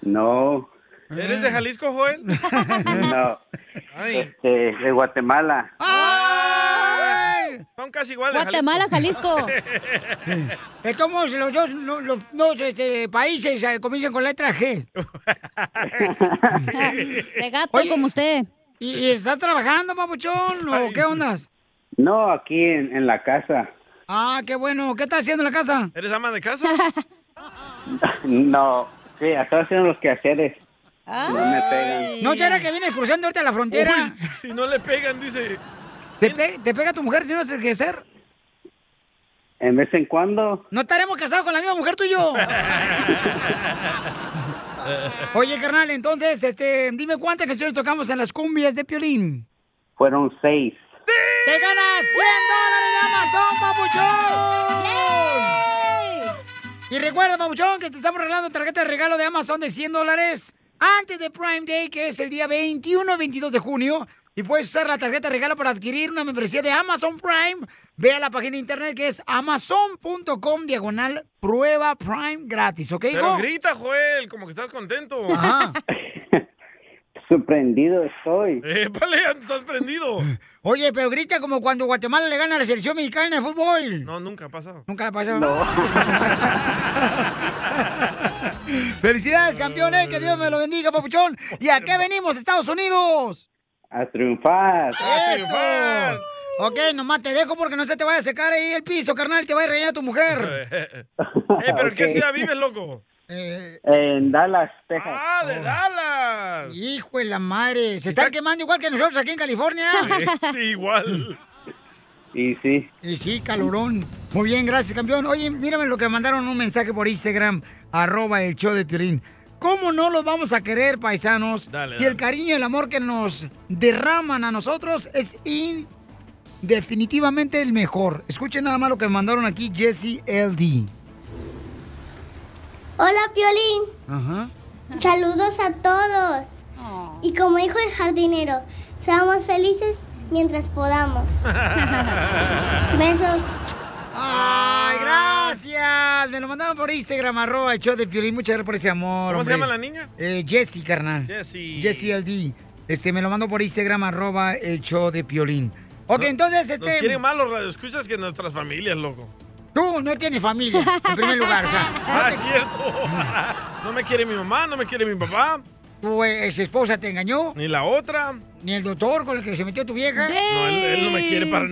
[SPEAKER 11] No,
[SPEAKER 2] ¿Eres de Jalisco, Joel?
[SPEAKER 11] no.
[SPEAKER 2] Ay.
[SPEAKER 11] Este, de Guatemala.
[SPEAKER 2] Son casi iguales.
[SPEAKER 3] Guatemala, Estamos los dos, no- los dos este, países eh, comienzan con letra G.
[SPEAKER 4] De gato
[SPEAKER 3] como usted. ¿Y, y estás trabajando, papuchón? ¿O qué ondas?
[SPEAKER 11] No, aquí en, en la casa.
[SPEAKER 3] Ah, qué bueno. ¿Qué estás haciendo en la casa?
[SPEAKER 2] ¿Eres ama de casa?
[SPEAKER 11] No, sí, acá haciendo los quehaceres. No me pegan.
[SPEAKER 3] ¿No será que vienes cruzando ahorita la frontera?
[SPEAKER 2] Y no le pegan, dice.
[SPEAKER 3] ¿Te, pe- te pega tu mujer si no haces que ser?
[SPEAKER 11] En vez en cuando.
[SPEAKER 3] ¿No estaremos casados con la misma mujer tú y yo? Oye, carnal, entonces, este, dime cuántas canciones tocamos en las cumbias de Piolín.
[SPEAKER 11] Fueron seis.
[SPEAKER 3] ¡Te ganas 100 dólares de Amazon, papuchón! Y recuerda, papuchón, que te estamos regalando tarjeta de regalo de Amazon de 100 dólares antes de Prime Day, que es el día 21-22 de junio. y puedes usar la tarjeta de regalo para adquirir una membresía de Amazon Prime. Ve a la página de internet que es amazon.com diagonal prueba Prime gratis, ¿ok?
[SPEAKER 2] Pero
[SPEAKER 3] hijo?
[SPEAKER 2] grita, Joel, como que estás contento.
[SPEAKER 3] Ajá.
[SPEAKER 16] Sorprendido estoy.
[SPEAKER 2] Épale, estás prendido.
[SPEAKER 3] Oye, pero grita como cuando Guatemala le gana a la selección mexicana de fútbol.
[SPEAKER 2] No, nunca ha pasado.
[SPEAKER 3] Nunca la pasaba. Felicidades, campeones. Que Dios me lo bendiga, papuchón. ¿Y a qué venimos, Estados Unidos?
[SPEAKER 16] A triunfar.
[SPEAKER 3] ¡Eso! Ok, nomás te dejo porque no se te vaya a secar ahí el piso, carnal. Te va a regañar tu mujer.
[SPEAKER 2] Eh, pero ¿en qué
[SPEAKER 16] Ok.
[SPEAKER 2] ciudad vives, loco?
[SPEAKER 16] En Dallas, Texas.
[SPEAKER 2] ¡Ah,
[SPEAKER 3] Oh.
[SPEAKER 2] de Dallas!
[SPEAKER 3] Hijo de la madre. Se están quemando igual que nosotros aquí en California.
[SPEAKER 2] Sí, igual.
[SPEAKER 16] Y sí.
[SPEAKER 3] Y Eh, sí, calorón. Muy bien, gracias, campeón. Oye, mírame lo que mandaron un mensaje por Instagram, arroba el show de Piolín. ¿Cómo no los vamos a querer, paisanos?
[SPEAKER 12] Dale,
[SPEAKER 3] Y
[SPEAKER 12] dale.
[SPEAKER 3] el cariño y el amor que nos derraman a nosotros es in- definitivamente el mejor. Escuchen nada más lo que mandaron aquí Jesse LD.
[SPEAKER 17] Hola, Piolín.
[SPEAKER 3] Ajá.
[SPEAKER 17] Saludos a todos.
[SPEAKER 3] Oh.
[SPEAKER 17] Y como dijo el jardinero, seamos felices mientras podamos. Besos.
[SPEAKER 3] ¡Ay, gracias! Me lo mandaron por Instagram, arroba el show de Piolín. Muchas gracias por ese amor,
[SPEAKER 2] ¿Cómo se
[SPEAKER 3] hombre.
[SPEAKER 2] llama la niña?
[SPEAKER 3] Eh, Jessy, carnal.
[SPEAKER 2] Jessy.
[SPEAKER 3] Jessy LD. Este, me lo mando por Instagram, arroba el show de Piolín. Ok, entonces,
[SPEAKER 2] Nos
[SPEAKER 3] este...
[SPEAKER 2] quieren más los radioescuchas que nuestras familias, loco.
[SPEAKER 3] Tú no tienes familia, en primer lugar. o sea, no
[SPEAKER 2] Ah,
[SPEAKER 3] te-
[SPEAKER 2] es cierto. No me quiere mi mamá, no me quiere mi papá.
[SPEAKER 3] Tu ex esposa te engañó.
[SPEAKER 2] Ni la otra.
[SPEAKER 3] Ni el doctor con el que se metió tu vieja.
[SPEAKER 2] No, él, él no me quiere para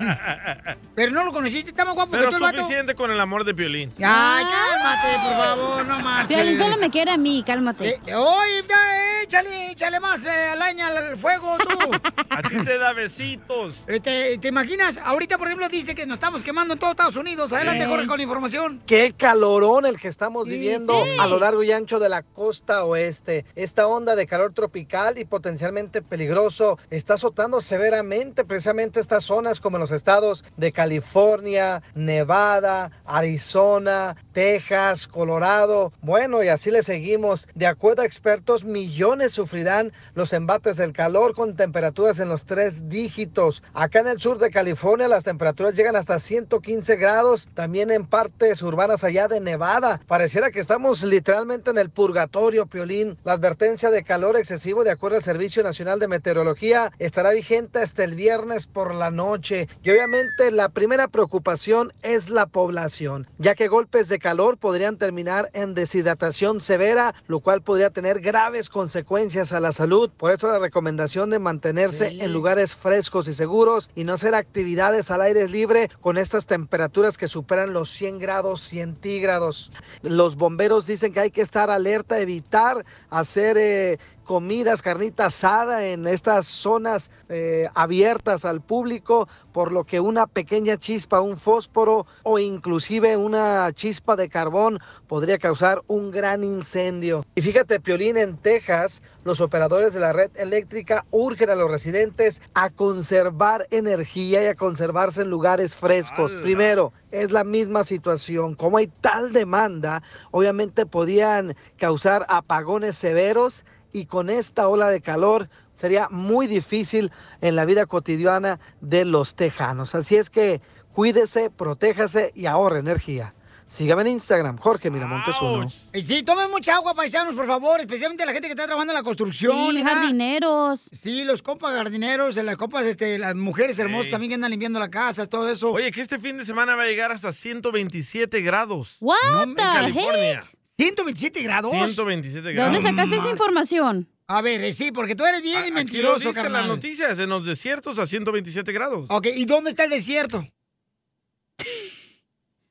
[SPEAKER 2] nada.
[SPEAKER 3] Pero no lo conociste, está más guapo
[SPEAKER 2] Pero
[SPEAKER 3] que tú el vato.
[SPEAKER 2] suficiente con el amor de Piolín.
[SPEAKER 3] Ay, cálmate, por favor, no marches.
[SPEAKER 4] Ah. Piolín solo me quiere a mí, cálmate.
[SPEAKER 3] Oye, ya, eh, échale, échale más eh, leña al fuego, tú.
[SPEAKER 2] A ti te da besitos.
[SPEAKER 3] Este, ¿Te imaginas? Ahorita, por ejemplo, dice que nos estamos quemando en todo Estados Unidos. Adelante,
[SPEAKER 7] Sí.
[SPEAKER 3] corre con la información.
[SPEAKER 7] Qué calorón el que estamos viviendo
[SPEAKER 3] sí.
[SPEAKER 7] a lo largo y ancho de la costa oeste. Esta onda de calor tropical y potencialmente peligroso está azotando severamente precisamente estas zonas como los estados de California, Nevada, Arizona, Texas, Colorado. Bueno, y así le seguimos. De acuerdo a expertos, millones sufrirán los embates del calor con temperaturas en los tres dígitos. Acá en el sur de California las temperaturas llegan hasta 115 grados, también en partes urbanas allá de Nevada. Pareciera que estamos literalmente en el purgatorio, Piolín. La advertencia de calor excesivo, de acuerdo al Servicio Nacional de Meteorología, estará vigente hasta el viernes por la noche. Y obviamente la primera preocupación es la población, ya que golpes de calor podrían terminar en deshidratación severa, lo cual podría tener graves consecuencias a la salud. Por eso la recomendación de mantenerse en lugares frescos y seguros y no hacer actividades al aire libre con estas temperaturas que superan los 100 grados centígrados. Los bomberos dicen que hay que estar alerta, evitar hacer... eh, comidas, carnita asada en estas zonas eh, abiertas al público, por lo que una pequeña chispa, un fósforo o inclusive una chispa de carbón podría causar un gran incendio. Y fíjate, Piolín, en Texas, los operadores de la red eléctrica urgen a los residentes a conservar energía y a conservarse en lugares frescos.
[SPEAKER 18] ¡Hala!
[SPEAKER 7] Primero, pero es la misma situación. Como hay tal demanda, obviamente podían causar apagones severos y con esta ola de calor sería muy difícil en la vida cotidiana de los tejanos. Así es que cuídese, protéjase y ahorre energía. Sígame en Instagram, Jorge Miramontes uno.
[SPEAKER 3] Eh, Sí, tomen mucha agua, paisanos, por favor. Especialmente la gente que está trabajando en la construcción.
[SPEAKER 4] Sí,
[SPEAKER 3] jardineros. Sí, los compas jardineros, eh, las compas, este, las mujeres hermosas también que andan limpiando la casa, todo eso.
[SPEAKER 2] Oye, que este fin de semana va a llegar hasta 127 grados.
[SPEAKER 4] What
[SPEAKER 2] en
[SPEAKER 4] the
[SPEAKER 2] California.
[SPEAKER 3] 127 grados.
[SPEAKER 2] 127
[SPEAKER 4] ¿De
[SPEAKER 2] grados.
[SPEAKER 4] dónde sacaste esa información?
[SPEAKER 3] A ver, eh, sí, porque tú eres bien
[SPEAKER 2] Mentiroso, Aquí lo dicen las noticias, en los desiertos a 127 grados.
[SPEAKER 3] Ok, ¿y dónde está el desierto?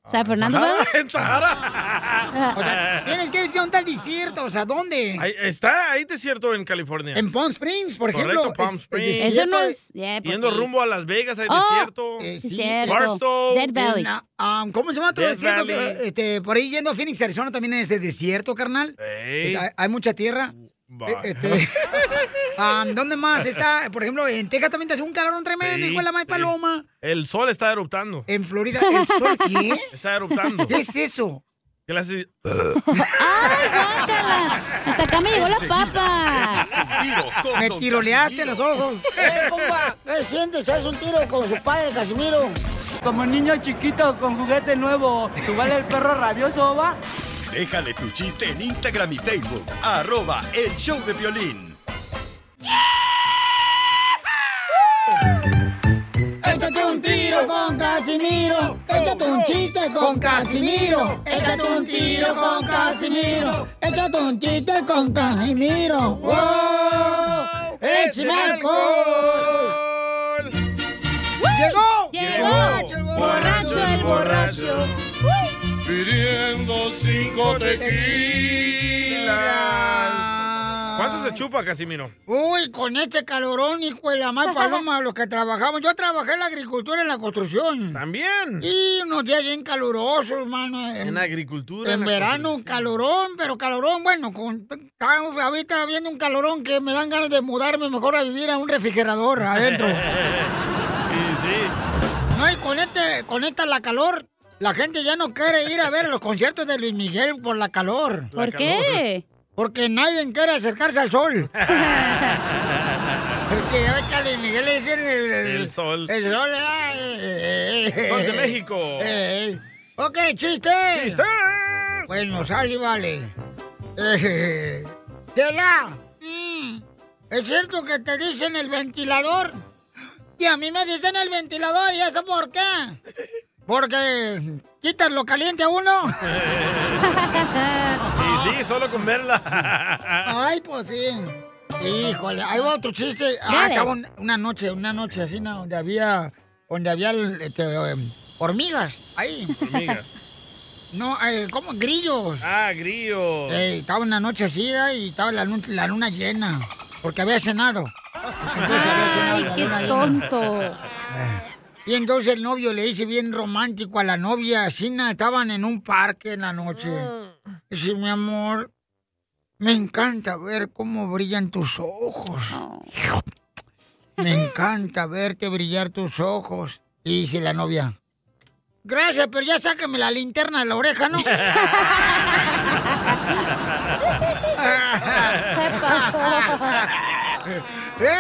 [SPEAKER 4] ¿San Fernando?
[SPEAKER 2] Sahara,
[SPEAKER 4] Valley?
[SPEAKER 2] en Sahara.
[SPEAKER 3] O sea, tienes que decir dónde está el desierto, o sea, ¿dónde?
[SPEAKER 2] Ahí- está ahí desierto en California.
[SPEAKER 3] En Palm Springs, por
[SPEAKER 2] Correcto,
[SPEAKER 3] ejemplo.
[SPEAKER 2] Palm
[SPEAKER 3] es- es
[SPEAKER 2] Springs.
[SPEAKER 3] desierto,
[SPEAKER 4] Eso no
[SPEAKER 3] eh,
[SPEAKER 4] es- eh, pues
[SPEAKER 2] Yendo
[SPEAKER 4] sí.
[SPEAKER 2] rumbo a Las Vegas hay
[SPEAKER 4] Oh,
[SPEAKER 2] desierto.
[SPEAKER 4] sí, cierto.
[SPEAKER 2] Barstow.
[SPEAKER 4] Dead Valley.
[SPEAKER 3] En, ah, ah, ¿Cómo se llama otro
[SPEAKER 2] Death
[SPEAKER 3] desierto? que,
[SPEAKER 2] Valley.
[SPEAKER 3] este, por ahí yendo a Phoenix, Arizona también es de desierto, carnal.
[SPEAKER 2] Ey.
[SPEAKER 3] Es- hay, hay mucha tierra.
[SPEAKER 2] Va.
[SPEAKER 3] Eh, este, ah, ¿Dónde más está? Por ejemplo, en Texas también te hace un calorón tremendo,
[SPEAKER 2] Sí,
[SPEAKER 3] hijo de la
[SPEAKER 2] sí.
[SPEAKER 3] May Paloma.
[SPEAKER 2] El sol está eruptando.
[SPEAKER 3] En Florida, ¿el sol qué?
[SPEAKER 2] Está eruptando.
[SPEAKER 3] ¿Qué es eso?
[SPEAKER 2] ¿Qué le haces?
[SPEAKER 4] ¡Ay, guácala! Hasta acá me llegó la papa.
[SPEAKER 3] Me tiroleaste los ojos.
[SPEAKER 12] ¡Eh, compa! ¿Qué sientes? ¿Haz un tiro con su padre, Casimiro? Como niño chiquito con juguete nuevo, ¿subale el perro rabioso, va?
[SPEAKER 5] Déjale tu chiste en Instagram y Facebook. Arroba el show de violín.
[SPEAKER 12] Échate un tiro con Casimiro. Échate un chiste con Casimiro. Échate un tiro con Casimiro. Échate un chiste con Casimiro. ¡Wow! ¡Échame alcohol!
[SPEAKER 3] ¡Llegó!
[SPEAKER 12] ¡Llegó! ¡Borracho el borracho!
[SPEAKER 2] Pidiendo cinco tequilas. ¿Cuánto se chupa, Casimiro?
[SPEAKER 3] Uy, con este calorón, hijo de la más paloma, los que trabajamos. Yo trabajé en la agricultura y en la construcción.
[SPEAKER 2] También.
[SPEAKER 3] Y unos días bien calurosos, hermano.
[SPEAKER 2] En agricultura.
[SPEAKER 3] En
[SPEAKER 2] la
[SPEAKER 3] verano, calorón, pero calorón, bueno, con, estamos ahorita viendo un calorón que me dan ganas de mudarme mejor a vivir a un refrigerador adentro.
[SPEAKER 2] sí, sí.
[SPEAKER 3] No, y con, este, con esta la calor, la gente ya no quiere ir a ver los conciertos de Luis Miguel por la calor.
[SPEAKER 4] ¿Por La qué?
[SPEAKER 3] Porque nadie quiere acercarse al sol. Porque ya ves que a Luis Miguel le dicen el,
[SPEAKER 2] El sol.
[SPEAKER 3] El sol, ah, eh, eh,
[SPEAKER 2] Sol de
[SPEAKER 3] eh,
[SPEAKER 2] México.
[SPEAKER 3] eh, eh. Ok, chiste.
[SPEAKER 2] Chiste.
[SPEAKER 3] Bueno, sale y vale. Eh, Tela, mm, ¿es cierto que te dicen el ventilador? Y a mí me dicen el ventilador, ¿y eso por qué? Porque quitas lo caliente a uno.
[SPEAKER 2] Y sí, solo con verla.
[SPEAKER 4] Ah.
[SPEAKER 3] Ay, pues sí. Híjole, ahí va otro chiste. Ah,
[SPEAKER 2] Dale.
[SPEAKER 3] estaba un- una noche, una noche así, ¿no? donde había, donde había este, em, hormigas, ahí.
[SPEAKER 2] Hormigas.
[SPEAKER 3] No, eh, ¿cómo? Grillos.
[SPEAKER 2] Ah, grillos.
[SPEAKER 3] Eh, estaba una noche así ¿eh? y estaba la, lun- la luna llena, porque había cenado.
[SPEAKER 4] Ay, qué tonto.
[SPEAKER 3] Y entonces el novio le dice bien romántico a la novia, así na, estaban en un parque en la noche.
[SPEAKER 12] Mm.
[SPEAKER 3] Dice, mi amor, me encanta ver cómo brillan tus ojos. Me encanta verte brillar tus ojos. Y dice la novia, gracias, pero ya sáqueme la linterna de la oreja, ¿no?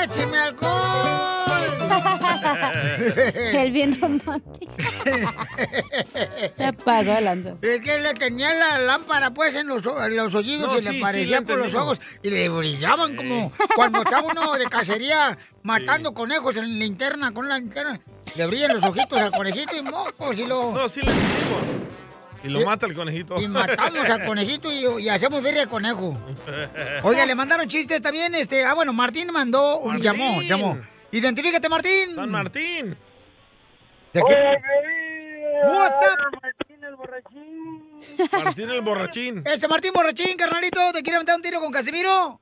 [SPEAKER 3] ¡Écheme alcohol!
[SPEAKER 4] El bien romántico. Se pasó de lanza.
[SPEAKER 3] Es que le tenía la lámpara pues en los, o- en los oídos
[SPEAKER 12] No,
[SPEAKER 3] y
[SPEAKER 12] sí,
[SPEAKER 3] le
[SPEAKER 12] sí,
[SPEAKER 3] parecía
[SPEAKER 12] lo
[SPEAKER 3] por los
[SPEAKER 12] entendimos.
[SPEAKER 3] ojos y le brillaban como cuando está uno de cacería matando conejos en linterna, con la linterna. Le brillan los ojitos pues, al conejito y mocos y lo...
[SPEAKER 2] No, sí lo entendimos. Y lo mata el conejito.
[SPEAKER 3] Y matamos al conejito y, y hacemos birria de conejo. Oiga, le mandaron chistes también, este... Ah, bueno, Martín mandó... un-
[SPEAKER 2] Martín.
[SPEAKER 3] Llamó, llamó. Identifícate, Martín. San
[SPEAKER 2] Martín.
[SPEAKER 3] ¿De qué?
[SPEAKER 2] Martín el borrachín.
[SPEAKER 3] Ese Martín Borrachín, carnalito, ¿te quiere aventar un tiro con Casimiro?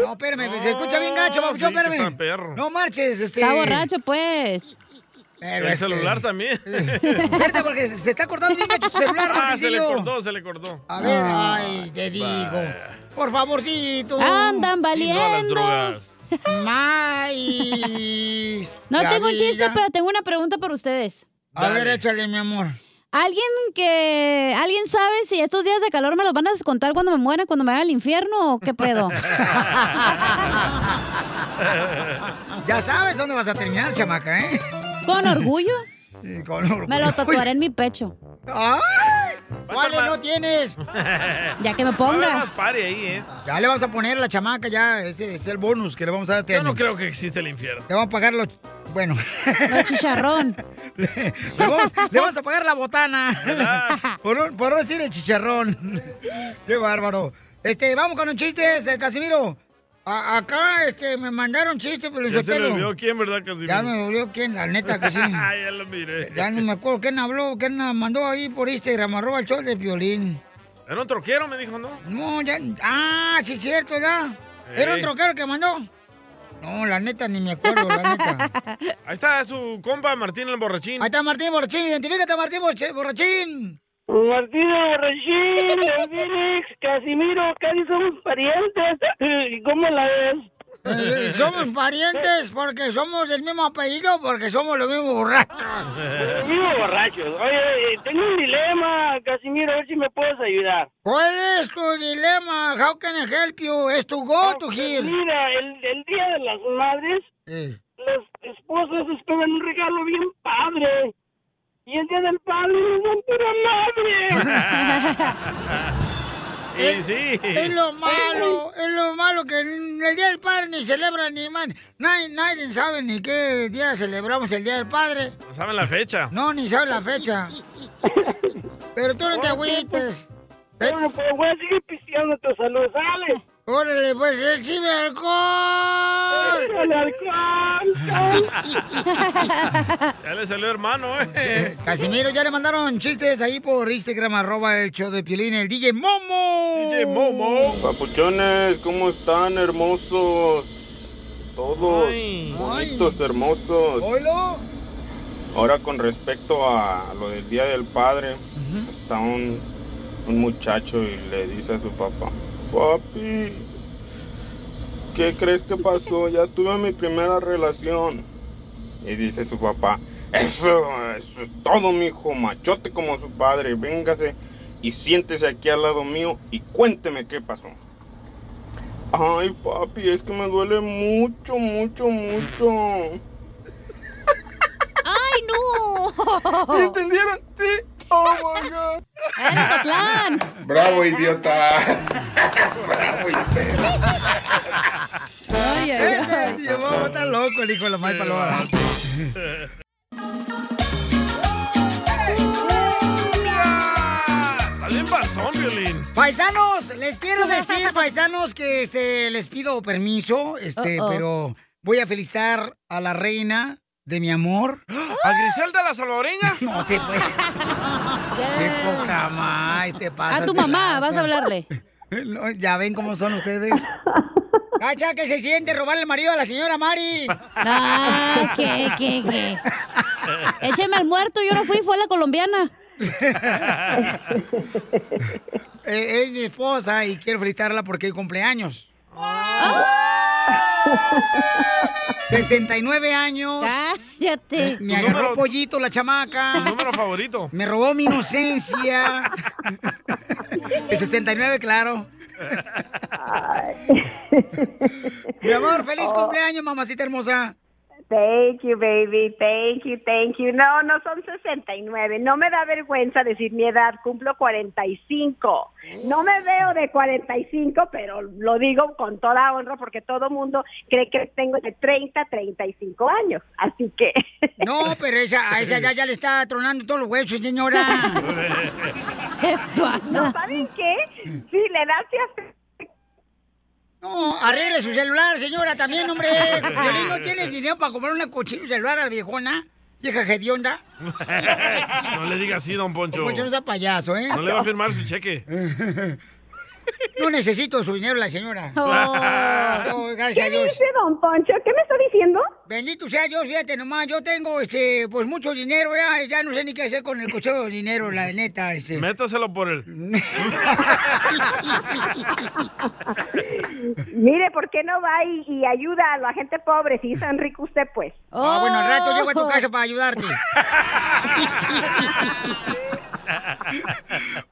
[SPEAKER 3] No, espérame, pues, se escucha bien gacho, papuchón,
[SPEAKER 2] sí, que
[SPEAKER 3] espérame.
[SPEAKER 2] está perro.
[SPEAKER 3] No marches, este.
[SPEAKER 4] Está borracho, pues.
[SPEAKER 3] Pero
[SPEAKER 2] El
[SPEAKER 3] este-
[SPEAKER 2] celular también.
[SPEAKER 3] Espérate, porque se se está cortando bien gacho tu celular,
[SPEAKER 2] Ah, se le
[SPEAKER 3] Martincillo.
[SPEAKER 2] cortó, se le cortó. Ah,
[SPEAKER 3] A ver, ay, te digo. Por favorcito.
[SPEAKER 4] Andan
[SPEAKER 2] Y todas las
[SPEAKER 4] valiendo.
[SPEAKER 2] drogas.
[SPEAKER 3] Maíz.
[SPEAKER 4] No
[SPEAKER 3] La
[SPEAKER 4] tengo un chiste,
[SPEAKER 3] vida.
[SPEAKER 4] pero tengo una pregunta para ustedes.
[SPEAKER 3] A ver, échale, mi amor.
[SPEAKER 4] ¿Alguien que alguien sabe si estos días de calor me los van a descontar cuando me muera, cuando me vaya al infierno o qué pedo?
[SPEAKER 3] Ya sabes dónde vas a terminar, chamaca, ¿eh?
[SPEAKER 4] Con orgullo.
[SPEAKER 3] Con orgullo.
[SPEAKER 4] Me lo tatuaré en mi pecho.
[SPEAKER 3] ¡Ay! ¿Cuáles no tienes?
[SPEAKER 4] Ya que me ponga.
[SPEAKER 2] Va a haber más party ahí, ¿eh?
[SPEAKER 3] Ya le vamos a poner a la chamaca, ya. Ese es el bonus que le vamos a dar. este
[SPEAKER 2] Yo no
[SPEAKER 3] año.
[SPEAKER 2] creo que existe el infierno.
[SPEAKER 3] Le vamos a pagar los. Bueno.
[SPEAKER 4] Los chicharrón.
[SPEAKER 3] Le, le vamos, le vamos a pagar la botana. Por, no- por no decir el chicharrón. Qué bárbaro. Este, vamos con un chiste, eh, Casimiro. A- acá este, me mandaron chistes, pero
[SPEAKER 2] Ya se le olvidó quién, ¿verdad, Casimiro?
[SPEAKER 3] Ya me olvidó quién, la neta que sí.
[SPEAKER 2] ya lo miré.
[SPEAKER 3] Ya no me acuerdo quién habló, quién la mandó ahí por Instagram, arroba el show de violín.
[SPEAKER 2] Era un troquero, me dijo, ¿no?
[SPEAKER 3] No, ya. Ah, sí, es cierto, ya. ¿Era
[SPEAKER 2] Ey.
[SPEAKER 3] un troquero que mandó? No, la neta, ni me acuerdo, la neta.
[SPEAKER 2] Ahí está su compa Martín el borrachín.
[SPEAKER 3] Ahí está Martín Borrachín, identifícate, Martín Borche- Borrachín.
[SPEAKER 18] Martín Borrachín, Félix, Casimiro, casi somos parientes. ¿Cómo la ves?
[SPEAKER 3] Eh, somos parientes porque somos del mismo apellido, porque somos los mismos borrachos.
[SPEAKER 18] Vivo borrachos. Oye, eh, tengo un dilema, Casimiro, a ver si me puedes ayudar.
[SPEAKER 3] ¿Cuál es tu dilema? How can I help you? ¿Es tu go to here?
[SPEAKER 18] Pues, Mira, el, el Día de las Madres, las esposas esperan un regalo bien padre. Y el Día del Padre nos dan pura madre.
[SPEAKER 2] Y sí.
[SPEAKER 3] Eh, Es lo malo, es lo malo que en el Día del Padre ni celebra ni man. Nadie, nadie sabe ni qué día celebramos el Día del Padre.
[SPEAKER 2] No saben la fecha.
[SPEAKER 3] No, ni sabe la fecha. Pero tú no te agüites. Bueno, pues voy a seguir pisteando tu salud, ¿sale? Órale, pues recibe alcohol.
[SPEAKER 18] Échale
[SPEAKER 3] alcohol.
[SPEAKER 2] Ya le salió hermano, eh.
[SPEAKER 3] Casimiro, ya le mandaron chistes ahí por Instagram, arroba el show de Piolín, el DJ Momo. DJ Momo.
[SPEAKER 19] Papuchones, ¿cómo están, hermosos? Todos bonitos, hermosos.
[SPEAKER 3] ¿Oilo?
[SPEAKER 19] Ahora con respecto a lo del Día del Padre, está un, un muchacho y le dice a su papá, papi, ¿qué crees que pasó? Ya tuve mi primera relación. Y dice su papá, eso, eso es todo, mijo, machote como su padre, véngase y siéntese aquí al lado mío y cuénteme qué pasó. Ay, papi, es que me duele mucho, mucho, mucho.
[SPEAKER 18] ¡Ay, no!
[SPEAKER 19] ¿Sí entendieron? Sí. ¡Oh, my God!
[SPEAKER 18] ¡Era plan!
[SPEAKER 10] Bravo, idiota.
[SPEAKER 3] Ay,
[SPEAKER 19] Este
[SPEAKER 3] ay, Está loco el hijo de la madre paloma.
[SPEAKER 2] Está bien balsón, Violín.
[SPEAKER 3] Paisanos, les quiero decir, paisanos, que este, les pido permiso, este,
[SPEAKER 2] Uh-oh.
[SPEAKER 3] pero voy a felicitar a la reina de mi amor.
[SPEAKER 2] ¿A Griselda la salvadoreña?
[SPEAKER 3] No te puedes. Qué poca más te pasa.
[SPEAKER 4] A tu mamá, vas a hablarle.
[SPEAKER 3] ya ven cómo son ustedes. Cacha, que se siente robarle el marido a la señora Mari.
[SPEAKER 4] Ah, qué, qué, qué. Écheme al muerto, yo no fui, fue la colombiana.
[SPEAKER 3] Eh, es mi esposa y quiero felicitarla porque hoy cumpleaños. 69 años.
[SPEAKER 4] Cállate.
[SPEAKER 3] Me
[SPEAKER 2] Tu
[SPEAKER 3] agarró
[SPEAKER 2] número-
[SPEAKER 3] pollito la chamaca.
[SPEAKER 2] Número favorito.
[SPEAKER 3] Me robó mi inocencia. El 69, claro. Mi amor, feliz
[SPEAKER 2] Oh.
[SPEAKER 3] cumpleaños, mamacita hermosa.
[SPEAKER 20] Thank you, baby. Thank you, thank you. No, no son 69. No me da vergüenza decir mi edad. Cumplo 45. No me veo de 45, pero lo digo con toda honra porque todo mundo cree que tengo de 30 a 35 años. Así que.
[SPEAKER 3] No, pero esa, a esa ya, ya le está tronando todos los huesos, señora. ¿Qué
[SPEAKER 20] No, ¿Saben qué? Sí, le edad se hace
[SPEAKER 3] No, arregle su celular, señora, también, hombre. Violín, ¿no tienes dinero para comprar una cochina celular a la viejona? Vieja hedionda.
[SPEAKER 2] No le diga así, don Poncho.
[SPEAKER 3] Pues yo no sea payaso, ¿eh?
[SPEAKER 2] No le va a firmar su cheque.
[SPEAKER 3] No necesito su dinero, la señora.
[SPEAKER 2] Oh.
[SPEAKER 3] Oh, gracias a
[SPEAKER 2] ¿Qué
[SPEAKER 3] Dios.
[SPEAKER 2] dice,
[SPEAKER 20] don Poncho? ¿Qué me está diciendo?
[SPEAKER 3] Bendito sea Dios, fíjate nomás, yo tengo, este, pues mucho dinero, ya, ya no sé ni qué hacer con el cochero de dinero, la neta, este.
[SPEAKER 2] Métaselo por él.
[SPEAKER 20] Mire, ¿por qué no va y, y ayuda a la gente pobre? Si es tan rico usted, pues.
[SPEAKER 3] Ah, bueno, al rato llego a tu casa para ayudarte.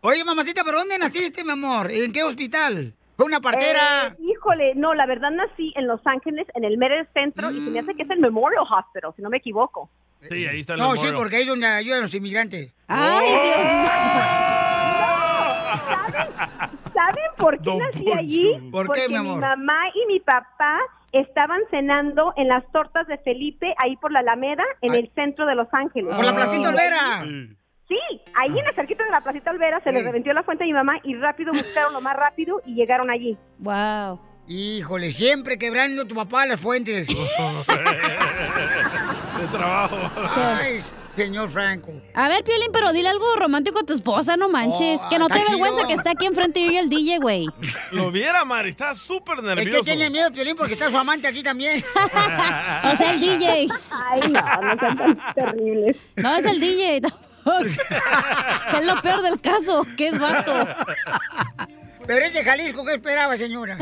[SPEAKER 3] Oye, mamacita, ¿pero dónde naciste, mi amor? ¿En qué hospital? ¿Fue una partera?
[SPEAKER 20] Eh, híjole, no, la verdad nací en Los Ángeles, en el Merel Centro, y se me hace que es el Memorial Hospital, si no me equivoco.
[SPEAKER 2] Eh, Sí, ahí está el
[SPEAKER 3] no, sí,
[SPEAKER 2] memorial.
[SPEAKER 3] porque ahí es donde ayudan a los inmigrantes. Oh.
[SPEAKER 20] ¡Ay, ¿Saben por qué
[SPEAKER 3] Don
[SPEAKER 20] nací
[SPEAKER 3] Poncho.
[SPEAKER 20] allí?
[SPEAKER 3] ¿Por qué,
[SPEAKER 20] Porque
[SPEAKER 3] mi amor?
[SPEAKER 20] mamá y mi papá estaban cenando en las tortas de Felipe, ahí por la Alameda, en el centro de Los Ángeles.
[SPEAKER 3] Por la Placita Olvera.
[SPEAKER 20] Sí, ahí en la cerquita de la Placita Olvera se les reventó la fuente a mi mamá y rápido buscaron lo más rápido y llegaron allí.
[SPEAKER 4] Wow.
[SPEAKER 3] Híjole, siempre quebrando tu papá las fuentes.
[SPEAKER 2] De trabajo.
[SPEAKER 3] Ay, señor Franco.
[SPEAKER 4] A ver, Piolín, pero dile algo romántico a tu esposa, no manches. que no
[SPEAKER 3] Oh,
[SPEAKER 4] te
[SPEAKER 3] está chido.
[SPEAKER 4] avergüenza que está aquí enfrente yo y el DJ, güey.
[SPEAKER 2] Lo viera, Mari. Está súper
[SPEAKER 3] Es que
[SPEAKER 2] nervioso.
[SPEAKER 3] tiene miedo, Piolín, porque está su amante aquí también.
[SPEAKER 4] O sea, el DJ.
[SPEAKER 20] Ay, no, no son tan terribles.
[SPEAKER 4] No, es el DJ. tampoco. es lo peor del caso, que es vato.
[SPEAKER 3] Pero es de Jalisco, ¿qué esperaba, señora?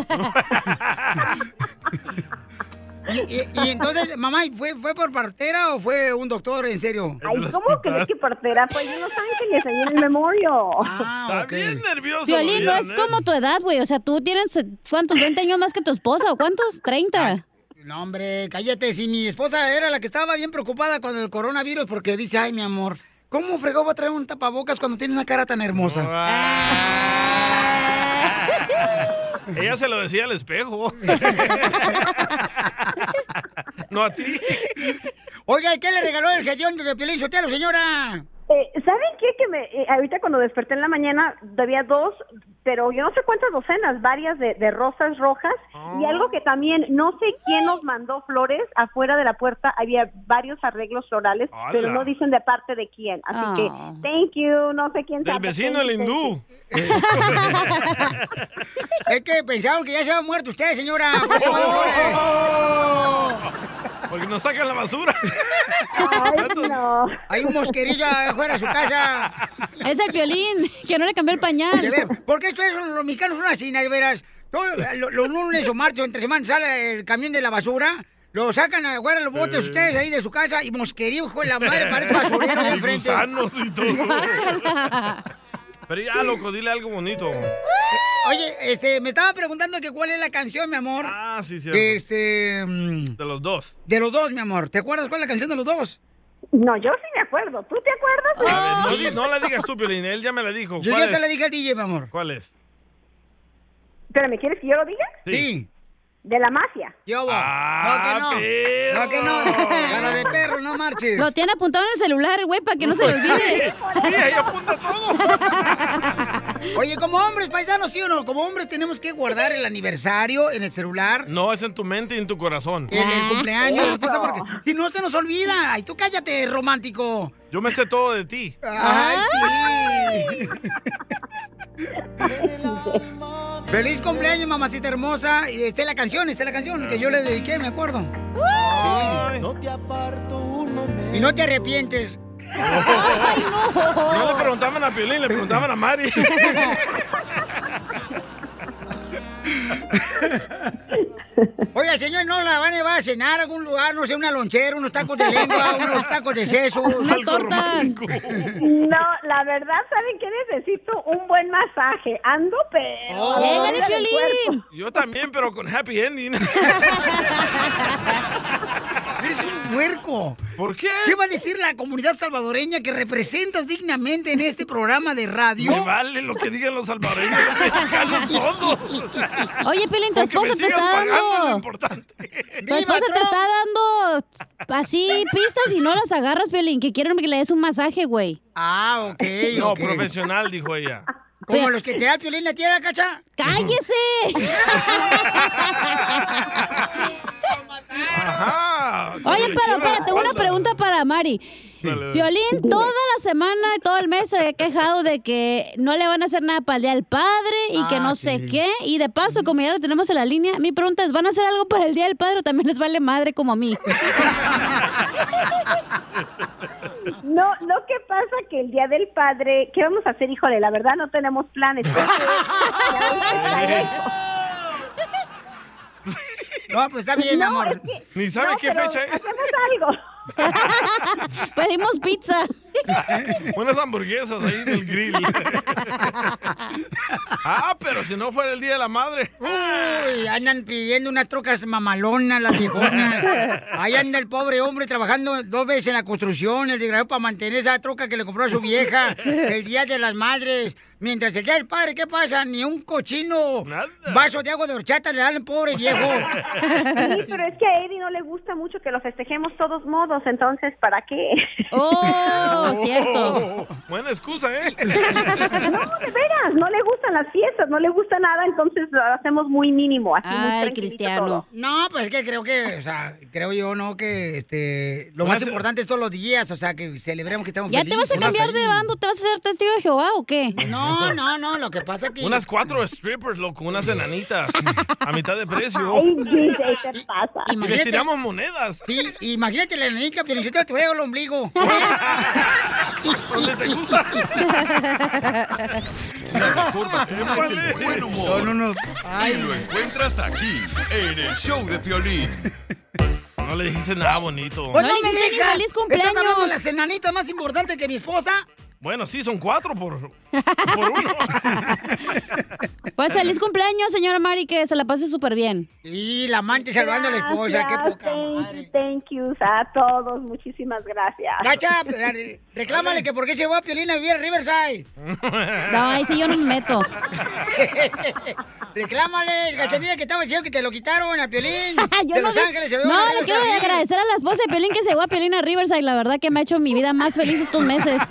[SPEAKER 3] y, y- y entonces, mamá, ¿y ¿fue, ¿fue por partera o fue un doctor, en serio?
[SPEAKER 20] Ay, ¿cómo crees que partera? Pues en Los Ángeles, ahí en el Memorial.
[SPEAKER 3] Ah, ok.
[SPEAKER 2] nervioso.
[SPEAKER 4] Violín, no
[SPEAKER 3] lo ¿eh?
[SPEAKER 4] es como tu edad, güey. O sea, tú tienes, eh, ¿cuántos? ¿20 años más que tu esposa o cuántos? ¿30?
[SPEAKER 3] No, hombre, cállate. Si mi esposa era la que estaba bien preocupada cuando el coronavirus, porque dice, ay, mi amor, ¿cómo fregó va a traer un tapabocas cuando tiene una cara tan hermosa?
[SPEAKER 2] ah, Ella se lo decía al espejo. no a ti.
[SPEAKER 3] Oiga, ¿y qué le regaló el gestión de Piolín Sotelo, señora?
[SPEAKER 20] Eh, ¿Saben qué? Que me, eh, ahorita cuando desperté en la mañana había dos, pero yo no sé cuántas docenas, varias de, de rosas rojas
[SPEAKER 2] Ah.
[SPEAKER 20] y algo que también no sé quién nos mandó flores afuera de la puerta había varios arreglos florales,
[SPEAKER 2] ¡Hala!
[SPEAKER 20] pero no dicen de parte de quién, así
[SPEAKER 2] Ah.
[SPEAKER 20] que thank you, no sé quién.
[SPEAKER 2] Del
[SPEAKER 20] sabe,
[SPEAKER 2] vecino,
[SPEAKER 20] thank
[SPEAKER 2] el
[SPEAKER 20] you,
[SPEAKER 2] hindú.
[SPEAKER 3] Es que pensaron que ya se había muerto usted, señora. Por eso mandó flores.
[SPEAKER 2] Oh. Porque nos sacan la basura.
[SPEAKER 3] Hay un mosquerillo afuera de su casa.
[SPEAKER 4] Es el violín, que no le cambió el pañal.
[SPEAKER 3] De ver, ¿por qué ustedes son- los mexicanos son así, de veras? Todo- eh, lo- los lunes o martes o entre semanas sale el camión de la basura, lo sacan afuera, los
[SPEAKER 2] Eh.
[SPEAKER 3] botes ustedes ahí de su casa y mosquerío, hijo de la madre, parece basurero de
[SPEAKER 2] Y
[SPEAKER 3] enfrente.
[SPEAKER 2] gusanos y todo. Pero ya, loco, dile algo bonito.
[SPEAKER 3] Oye, este, me estaba preguntando que cuál es la canción, mi amor.
[SPEAKER 2] Ah, sí, cierto.
[SPEAKER 3] Este, mm,
[SPEAKER 2] De los dos.
[SPEAKER 3] de los dos, mi amor. ¿Te acuerdas cuál es la canción de los dos?
[SPEAKER 20] No, yo sí me acuerdo. ¿Tú te acuerdas?
[SPEAKER 2] A ver, no, di- no la digas tú, Piolín, él ya me la dijo.
[SPEAKER 3] Yo
[SPEAKER 2] ¿Cuál
[SPEAKER 3] ya
[SPEAKER 2] es?
[SPEAKER 3] se la dije al DJ, mi amor.
[SPEAKER 2] ¿Cuál es?
[SPEAKER 20] Pero me quieres que yo lo diga?
[SPEAKER 3] Sí.
[SPEAKER 20] De la mafia.
[SPEAKER 3] Yo
[SPEAKER 2] Ah.
[SPEAKER 4] no.
[SPEAKER 3] No, que no. Cara de perro, no marches.
[SPEAKER 4] Lo tiene apuntado en el celular, güey, para que no se
[SPEAKER 2] Pues,
[SPEAKER 4] le olvide.
[SPEAKER 2] Sí, ahí apunta todo.
[SPEAKER 3] Oye, como hombres, paisanos, ¿sí o no? Como hombres tenemos que guardar el aniversario en el celular,
[SPEAKER 2] No, es en tu mente y en tu corazón. Ah.
[SPEAKER 3] en
[SPEAKER 20] Ah,
[SPEAKER 3] el cumpleaños, la cosa, porque si no se nos olvida. Ay, tú cállate, romántico.
[SPEAKER 2] Yo me sé todo de ti.
[SPEAKER 20] Ah.
[SPEAKER 3] Ay, sí. Feliz cumpleaños, mamacita hermosa. Y esté la canción, esté la canción que yo le dediqué, me acuerdo. No te aparto un momento. Y no te arrepientes.
[SPEAKER 2] no. le preguntaban a Piolín, le preguntaban a Mari.
[SPEAKER 3] Oiga, señor, ¿no la van a llevar a cenar a algún lugar? No sé, una lonchera, unos tacos de lengua, unos tacos de sesos.
[SPEAKER 20] Unas tortas. No, la verdad, ¿saben qué necesito? Un buen masaje. Ando, pero...
[SPEAKER 2] Oh.
[SPEAKER 20] Llévale,
[SPEAKER 2] Llévale,
[SPEAKER 20] del
[SPEAKER 2] Piolín. Yo también, pero con happy ending.
[SPEAKER 3] Eres un puerco.
[SPEAKER 2] ¿Por qué?
[SPEAKER 3] ¿Qué va a decir la comunidad salvadoreña que representas dignamente en este programa de radio?
[SPEAKER 2] Me vale lo que digan los salvadoreños, los mexicanos, todos.
[SPEAKER 4] Oye, Pelín, tu
[SPEAKER 2] Con que me
[SPEAKER 4] esposa te
[SPEAKER 2] sigas
[SPEAKER 4] está
[SPEAKER 2] pagando es lo
[SPEAKER 4] dando.
[SPEAKER 2] importante.
[SPEAKER 4] Tu esposa te está dando así pistas y no las agarras, Pelín, que quieren que le des un masaje, güey.
[SPEAKER 3] Ah, ok.
[SPEAKER 2] No,
[SPEAKER 3] ok.
[SPEAKER 2] profesional, dijo ella.
[SPEAKER 3] Como los que te da el piolín la tía de la cacha.
[SPEAKER 4] ¡Cállese!
[SPEAKER 2] Ajá.
[SPEAKER 4] Oye, pero espérate, una pregunta para Mari.
[SPEAKER 2] Dale, dale.
[SPEAKER 4] Violín, toda la semana, todo el mes se ha quejado de que no le van a hacer nada para el Día del Padre y que
[SPEAKER 3] Ah,
[SPEAKER 4] no sé qué. Y de paso, como ya lo tenemos en la línea, mi pregunta es, ¿van a hacer algo para el Día del Padre o también les vale madre como a mí?
[SPEAKER 20] No, lo que pasa que el Día del Padre, ¿qué vamos a hacer, híjole? La verdad no tenemos planes.
[SPEAKER 3] No, pues está bien, mi amor.
[SPEAKER 2] Ni sabe
[SPEAKER 20] No,
[SPEAKER 2] qué
[SPEAKER 20] pero
[SPEAKER 2] fecha es.
[SPEAKER 20] Hacemos algo.
[SPEAKER 4] Pedimos pizza.
[SPEAKER 2] Unas hamburguesas ahí en el grill. ah, pero si no fuera el Día de la Madre.
[SPEAKER 3] Uy, andan pidiendo unas trocas mamalonas, las viejonas. Ahí anda el pobre hombre trabajando dos veces en la construcción, el desgraciado para mantener esa troca que le compró a su vieja el día de las madres. Mientras el día del padre, ¿qué pasa? Ni un cochino vaso de agua de horchata le dan al pobre viejo.
[SPEAKER 20] Sí, pero es que a Eddie no le gusta mucho que lo festejemos todos modos, entonces, ¿para qué?
[SPEAKER 4] Oh,
[SPEAKER 2] Buena excusa, ¿eh?
[SPEAKER 20] No, de veras, no le gustan las fiestas, no le gusta nada, entonces lo hacemos muy mínimo. Así muy
[SPEAKER 4] Ay,
[SPEAKER 20] tranquilito
[SPEAKER 4] Cristiano.
[SPEAKER 20] todo.
[SPEAKER 3] No, pues es que creo que, o sea, creo yo, ¿no? Que este, lo
[SPEAKER 4] No
[SPEAKER 3] más
[SPEAKER 4] hace-
[SPEAKER 3] importante es todos los días, o sea, que celebremos que estamos
[SPEAKER 4] ¿Ya te
[SPEAKER 3] felices.
[SPEAKER 4] vas a cambiar de bando? ¿Te vas a hacer testigo de Jehová o qué?
[SPEAKER 3] No, no, no, lo que pasa que...
[SPEAKER 2] Unas cuatro strippers, loco, unas enanitas. A mitad de precio.
[SPEAKER 20] ¿qué pasa?
[SPEAKER 2] Y les tiramos monedas.
[SPEAKER 3] Sí, imagínate la nenita, pero yo te voy a llegar el ombligo.
[SPEAKER 2] ¿Dónde te gusta?
[SPEAKER 5] La mejor vacuna es el buen humor. Y lo encuentras aquí, en el show de Piolín.
[SPEAKER 2] No le dijiste nada bonito.
[SPEAKER 3] Pues no, me dejas. Estás hablando de las enanitas más importantes que mi esposa.
[SPEAKER 2] Bueno, sí, son cuatro por...
[SPEAKER 4] Pues feliz cumpleaños, señora Mari, que se la pase súper bien.
[SPEAKER 3] Y la amante salvando a la esposa, qué
[SPEAKER 20] Gracias,
[SPEAKER 3] poca madre.
[SPEAKER 20] Thank you a todos, muchísimas gracias.
[SPEAKER 3] Cacha, reclámale que por qué llegó a Piolina a vivir a Riverside.
[SPEAKER 4] No, ahí sí yo no me meto.
[SPEAKER 3] reclámale, el cachanilla que estaba diciendo que te lo quitaron a Piolín.
[SPEAKER 4] Yo
[SPEAKER 3] de
[SPEAKER 4] no,
[SPEAKER 3] Los
[SPEAKER 4] vi-
[SPEAKER 3] Ángeles, se lo
[SPEAKER 4] no,
[SPEAKER 3] llevó a
[SPEAKER 4] le quiero
[SPEAKER 3] Riverside.
[SPEAKER 4] agradecer a la esposa de Pelín que se fue a Pelín a Riverside. La verdad que me ha hecho mi vida más feliz estos meses.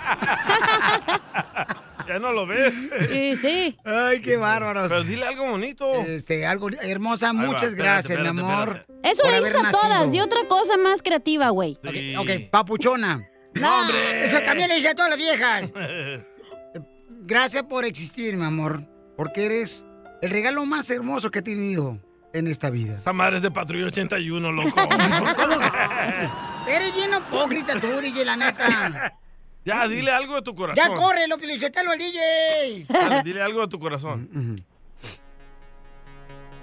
[SPEAKER 2] Ya no lo ves.
[SPEAKER 4] Sí, sí.
[SPEAKER 3] Ay, qué bárbaros.
[SPEAKER 2] Pero dile algo bonito.
[SPEAKER 3] Este, algo hermosa,
[SPEAKER 2] Ahí va,
[SPEAKER 3] muchas
[SPEAKER 2] espérate,
[SPEAKER 3] gracias,
[SPEAKER 2] espérate,
[SPEAKER 3] mi amor.
[SPEAKER 2] espérate.
[SPEAKER 4] Eso
[SPEAKER 3] por
[SPEAKER 4] le
[SPEAKER 3] haber
[SPEAKER 4] dices a
[SPEAKER 3] nacido.
[SPEAKER 4] todas. Y otra cosa más creativa, güey.
[SPEAKER 3] Ok, papuchona.
[SPEAKER 4] No,
[SPEAKER 3] Eso también le dice a todas las viejas. Gracias por existir, mi amor. Porque eres el regalo más hermoso que he tenido en esta vida.
[SPEAKER 2] Esta madre es de Patrulla 81, loco.
[SPEAKER 3] Eres bien hipócrita tú, DJ, la neta.
[SPEAKER 2] Ya, dile algo de tu corazón.
[SPEAKER 3] Ya corre, lo al DJ.
[SPEAKER 2] Dale, dile algo de tu
[SPEAKER 3] Mm,
[SPEAKER 2] corazón.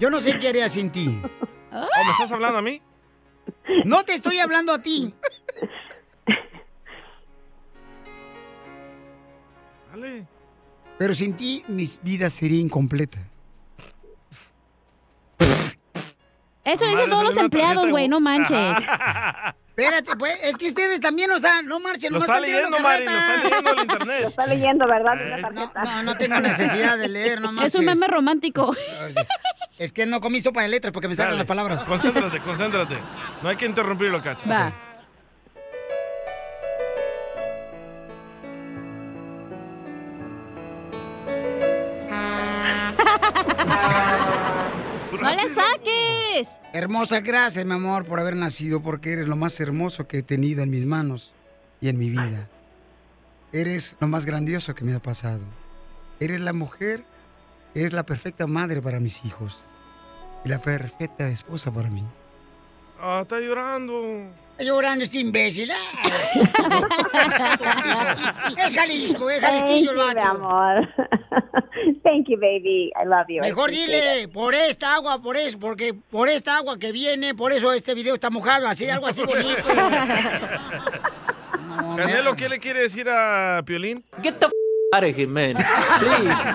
[SPEAKER 3] Yo no sé qué haría sin ti.
[SPEAKER 2] ¿O me estás hablando a mí?
[SPEAKER 3] No te estoy hablando a ti.
[SPEAKER 2] Dale.
[SPEAKER 3] Pero sin ti, mi vida sería incompleta.
[SPEAKER 4] Eso le dice a todos los empleados, güey. No manches.
[SPEAKER 3] Espérate, pues, es que ustedes también, o sea, no marchen,
[SPEAKER 2] Lo
[SPEAKER 3] no
[SPEAKER 2] está
[SPEAKER 3] están tirando
[SPEAKER 2] leyendo, Mari,
[SPEAKER 3] carreta.
[SPEAKER 2] lo está leyendo el internet.
[SPEAKER 20] Está leyendo, ¿verdad?
[SPEAKER 3] Eh, No, no tengo necesidad de leer, no
[SPEAKER 4] Es un
[SPEAKER 3] marches.
[SPEAKER 4] meme romántico.
[SPEAKER 3] Es que no comí sopa de letras porque me
[SPEAKER 2] Dale.
[SPEAKER 3] salen las palabras.
[SPEAKER 2] Concéntrate, concéntrate. No hay que interrumpirlo, cacha.
[SPEAKER 3] Va.
[SPEAKER 4] ¡No le saques!
[SPEAKER 3] Hermosa, gracias, mi amor, por haber nacido, porque eres lo más hermoso que he tenido en mis manos y en mi vida. Eres lo más grandioso que me ha pasado. Eres la mujer que es la perfecta madre para mis hijos y la perfecta esposa para mí.
[SPEAKER 2] Ah, está llorando.
[SPEAKER 3] Está llorando este imbécil. Es Jalisco, es Pues, Jalisquillo el
[SPEAKER 20] Thank you, mi
[SPEAKER 3] vato.
[SPEAKER 20] amor. Thank you, baby. I love you. I
[SPEAKER 3] Mejor
[SPEAKER 20] appreciate it.
[SPEAKER 3] dile, por esta agua, por eso, porque por esta agua que viene, por eso este video está mojado, así, algo así bonito.
[SPEAKER 2] Canelo, ¿qué le quiere decir a Piolín?
[SPEAKER 21] Get the f out of here, man. Please.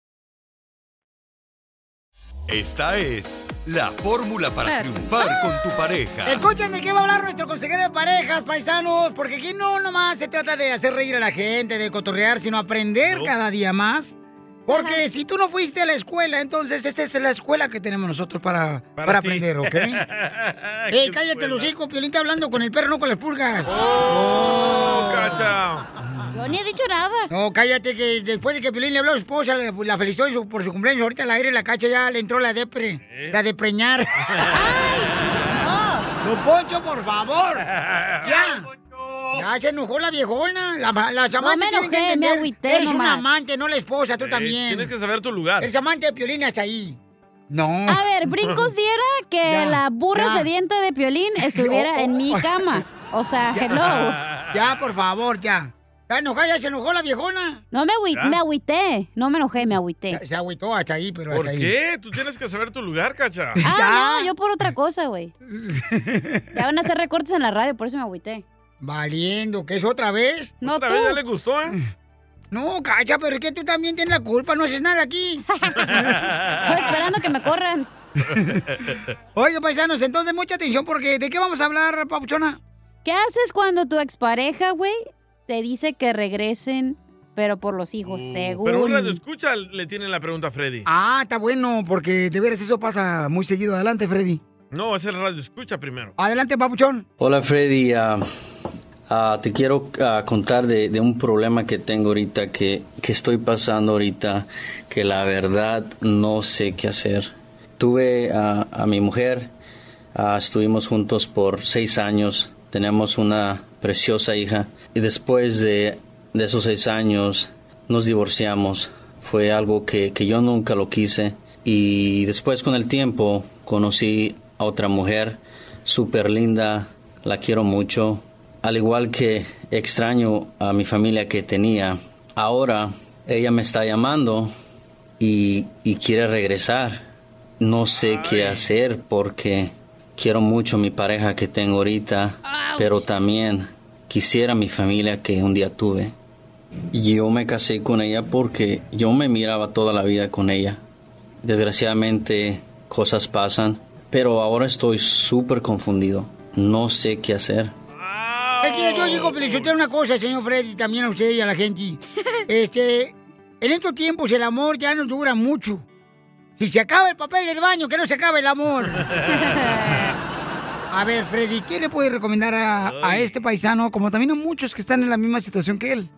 [SPEAKER 5] Esta es la fórmula para triunfar con tu pareja.
[SPEAKER 3] Escuchen de qué va a hablar nuestro consejero de parejas, paisanos, porque aquí no nomás se trata de hacer reír a la gente, de cotorrear, sino aprender cada día más. Porque si tú no fuiste a la escuela, entonces esta es la escuela que tenemos nosotros para, para,
[SPEAKER 2] ti.
[SPEAKER 3] aprender, ¿ok? ¡Ey,
[SPEAKER 2] Qué
[SPEAKER 3] Eh, cállate,
[SPEAKER 2] escuela.
[SPEAKER 3] Lucico! Piolín está hablando con el perro, no con las pulgas.
[SPEAKER 2] ¡Oh, cacha!
[SPEAKER 3] Yo ni he dicho nada. No, cállate, que después de que Piolín le habló a su esposa, la, la felicitó en su- por su cumpleaños, ahorita al aire la cacha ya le entró la depre,
[SPEAKER 2] ¿Eh?
[SPEAKER 3] la de preñar. ¡Ay! ¡No, Poncho, por favor! ¡Ya! Ya se enojó la viejona. La, las amantes
[SPEAKER 4] me
[SPEAKER 3] tienen
[SPEAKER 4] enojé,
[SPEAKER 3] que
[SPEAKER 4] me
[SPEAKER 3] entender,
[SPEAKER 4] agüité
[SPEAKER 3] Eres
[SPEAKER 4] nomás.
[SPEAKER 3] una amante, no la esposa, tú
[SPEAKER 2] Eh,
[SPEAKER 3] también.
[SPEAKER 2] Tienes que saber tu lugar.
[SPEAKER 3] Eres amante de Piolín hasta ahí. No.
[SPEAKER 4] A ver, brincos diera que
[SPEAKER 3] Ya,
[SPEAKER 4] la burra
[SPEAKER 3] ya. Oh.
[SPEAKER 4] sedienta de Piolín estuviera en mi cama. O sea,
[SPEAKER 3] Ya.
[SPEAKER 4] hello.
[SPEAKER 3] Ya, por favor, ya. Está enojada, ya se enojó la viejona.
[SPEAKER 4] No me, agüi-
[SPEAKER 2] ¿Ya?
[SPEAKER 4] me agüité, no me enojé, me agüité.
[SPEAKER 3] Se agüitó hasta ahí, pero
[SPEAKER 2] ¿Por qué? Tú tienes que saber tu lugar, cacha.
[SPEAKER 4] Ah, no, yo por otra cosa, güey. Ya van a hacer recortes en la radio, por eso me agüité.
[SPEAKER 3] Valiendo, ¿qué es otra vez?
[SPEAKER 4] No,
[SPEAKER 3] Otra
[SPEAKER 4] tú.
[SPEAKER 3] vez ya
[SPEAKER 2] le gustó, ¿eh?
[SPEAKER 3] No, cacha, pero es que tú también tienes la culpa, no haces nada aquí. Estoy
[SPEAKER 12] Pues
[SPEAKER 3] esperando que me corran. Oiga, paisanos, entonces mucha atención porque ¿de qué vamos a hablar, Papuchona?
[SPEAKER 4] ¿Qué haces cuando tu expareja, güey, te dice que regresen, pero por los hijos,
[SPEAKER 3] Uh,
[SPEAKER 4] según?
[SPEAKER 2] Pero un radio escucha le tienen la pregunta a Freddy.
[SPEAKER 3] Ah, está bueno, porque de veras eso pasa muy seguido. Adelante, Freddy.
[SPEAKER 2] No, es el radio escucha primero.
[SPEAKER 3] Adelante, Papuchón.
[SPEAKER 1] Hola Freddy, Ah, ah, te quiero ah, contar de, de un problema que tengo ahorita, que, que estoy pasando ahorita, que la verdad no sé qué hacer. Tuve ah, a mi mujer, ah, estuvimos juntos por seis años, tenemos una preciosa hija y después de, de esos seis años nos divorciamos. Fue algo que, que yo nunca lo quise y después con el tiempo conocí a otra mujer súper linda, la quiero mucho. Al igual que extraño a mi familia que tenía, ahora ella me está llamando y, y quiere regresar. No sé qué hacer porque quiero mucho mi pareja que tengo ahorita, pero también quisiera mi familia que un día tuve. Y Yo me casé con ella porque yo me miraba toda la vida con ella. Desgraciadamente cosas pasan, pero ahora estoy súper confundido. No sé qué hacer.
[SPEAKER 3] Es que yo digo, felicitar una cosa, señor Freddy, también a usted y a la gente. Este, en estos tiempos el amor ya no dura mucho. Si se acaba el papel del baño, que no se acabe el amor. A ver, Freddy, ¿qué le puede recomendar a, a este paisano, como también a muchos que están en la misma situación que él?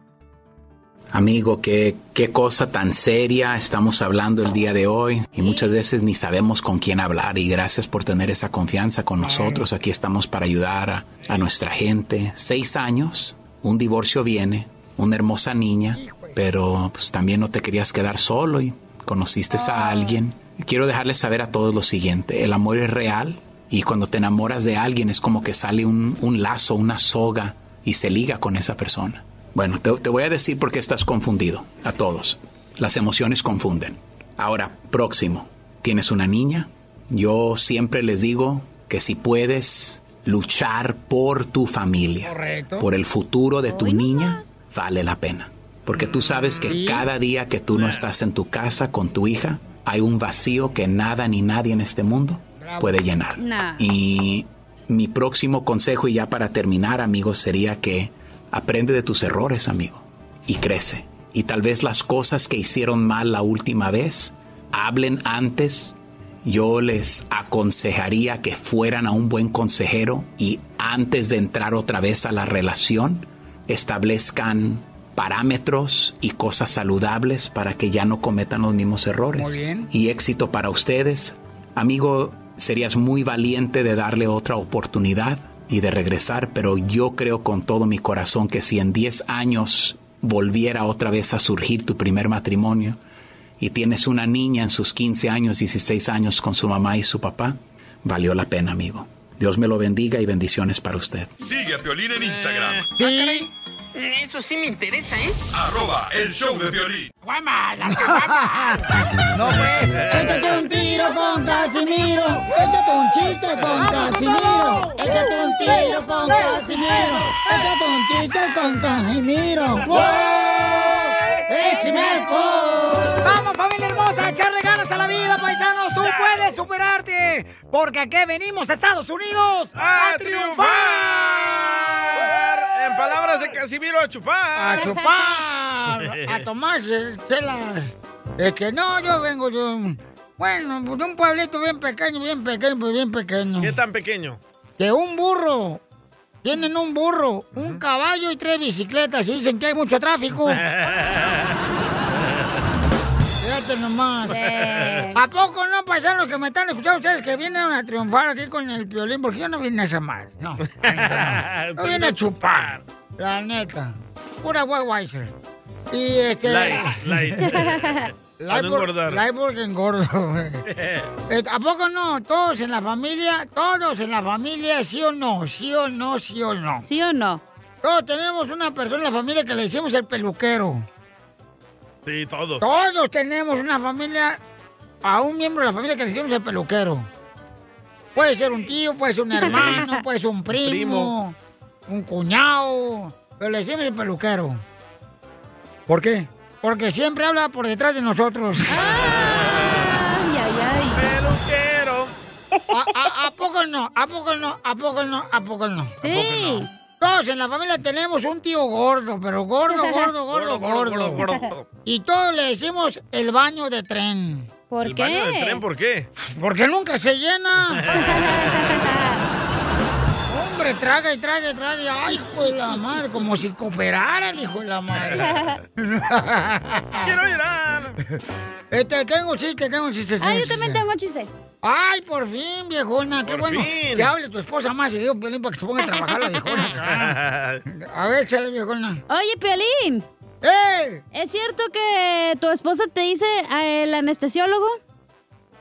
[SPEAKER 8] Amigo, qué, qué cosa tan seria estamos hablando el día de hoy y muchas veces ni sabemos con quién hablar y gracias por tener esa confianza con nosotros. Aquí estamos para ayudar a, a nuestra gente. Seis años, un divorcio viene, una hermosa niña, pero pues, también no te querías quedar solo y conociste a alguien. Quiero dejarles saber a todos lo siguiente, el amor es real y cuando te enamoras de alguien es como que sale un, un lazo, una soga y se liga con esa persona. Bueno, te, te voy a decir por qué estás confundido, a todos. Las emociones confunden. Ahora, próximo, tienes una niña. Yo siempre les digo que si puedes luchar por tu familia,
[SPEAKER 3] Correcto.
[SPEAKER 8] por el futuro de tu niña, vale la pena. Porque tú sabes que cada día que tú no estás en tu casa con tu hija, hay un vacío que nada ni nadie en este mundo
[SPEAKER 15] Bravo.
[SPEAKER 8] puede llenar.
[SPEAKER 15] Nah.
[SPEAKER 8] Y mi próximo consejo, y ya para terminar, amigos, sería que aprende de tus errores, amigo, y crece. Y tal vez las cosas que hicieron mal la última vez, hablen antes. Yo les aconsejaría que fueran a un buen consejero y antes de entrar otra vez a la relación, establezcan parámetros y cosas saludables para que ya no cometan los mismos errores
[SPEAKER 3] Muy bien.
[SPEAKER 8] y éxito para ustedes. Amigo, serías muy valiente de darle otra oportunidad y de regresar, pero yo creo con todo mi corazón que si en 10 años volviera otra vez a surgir tu primer matrimonio y tienes una niña en sus 15 años, 16 años con su mamá y su papá, valió la pena, amigo. Dios me lo bendiga y bendiciones para usted.
[SPEAKER 5] Sigue a Piolín en Instagram.
[SPEAKER 15] ah, Mm, Eso sí me interesa, ¿eh?
[SPEAKER 5] Arroba el show de Piolín.
[SPEAKER 15] ¡Guama! ¡Las caguamas!
[SPEAKER 3] No,
[SPEAKER 12] Échate un tiro con Casimiro. Échate un chiste con Casimiro. Échate un tiro con Casimiro. Échate un chiste con Casimiro. ¡Wow! ¡Échame alcohol!
[SPEAKER 3] ¡Vamos, familia hermosa! a ¡Echarle ganas a la vida, paisanos! ¡Tú puedes superarte! Porque aquí venimos a Estados Unidos a, triunfar.
[SPEAKER 2] En palabras de Casimiro, a chupar.
[SPEAKER 3] A chupar, Ah, a tomar tela. Es que no, yo vengo de un, bueno, pues, de un pueblito bien pequeño, bien pequeño, pues bien pequeño.
[SPEAKER 2] ¿Qué tan pequeño?
[SPEAKER 3] De un burro. Tienen un burro, un caballo y tres bicicletas y dicen que hay mucho tráfico. Fíjate nomás.
[SPEAKER 15] Sí.
[SPEAKER 3] ¿A poco no pasaron los que me están escuchando ustedes que vienen a triunfar aquí con el violín? Porque yo no vine a esa madre. No, yo vine a chupar. La neta. Pura Weiser. Y este.
[SPEAKER 15] Light, light. Para no
[SPEAKER 3] por-
[SPEAKER 15] engordar.
[SPEAKER 3] light porque engordo, güey. Eh, ¿A poco no? Todos en la familia, todos en la familia, sí o no, sí o no, sí o no. Sí o no. Todos tenemos una persona en la familia que le decimos el peluquero.
[SPEAKER 2] Sí, todo.
[SPEAKER 3] Todos tenemos una familia, a un miembro de la familia que le decimos el peluquero. Puede ser un tío, puede ser un hermano, puede ser un primo, un cuñado, pero le decimos el peluquero. ¿Por qué? Porque siempre habla por detrás de nosotros.
[SPEAKER 4] Ay, ay, ay.
[SPEAKER 2] Peluquero.
[SPEAKER 3] ¿A, a, a poco no? ¿A poco no? ¿A poco no? ¿A poco no? Sí. Todos en la familia tenemos un tío gordo, pero gordo, gordo, gordo,
[SPEAKER 2] Gordo, gordo,
[SPEAKER 3] gordo.
[SPEAKER 2] gordo, gordo.
[SPEAKER 3] Y todos le decimos el baño de tren. ¿Por
[SPEAKER 2] ¿El baño del tren por qué?
[SPEAKER 3] Porque nunca se llena. Hombre, traga y traga y traga. y, Ay, hijo de la madre, como si cooperara el hijo de la madre.
[SPEAKER 2] Quiero llorar.
[SPEAKER 3] Este, tengo un chiste, tengo un chiste.
[SPEAKER 4] Ah, yo también tengo un chiste.
[SPEAKER 3] Ay, por fin, viejona, qué
[SPEAKER 4] Por
[SPEAKER 3] bueno.
[SPEAKER 4] fin.
[SPEAKER 3] Que hable tu esposa más y digo, Piolín, para que se ponga a trabajar la viejona. A ver, chale, viejona.
[SPEAKER 4] Oye, Piolín.
[SPEAKER 3] ¡Eh!
[SPEAKER 4] ¿Es cierto que tu esposa te dice eh, el anestesiólogo?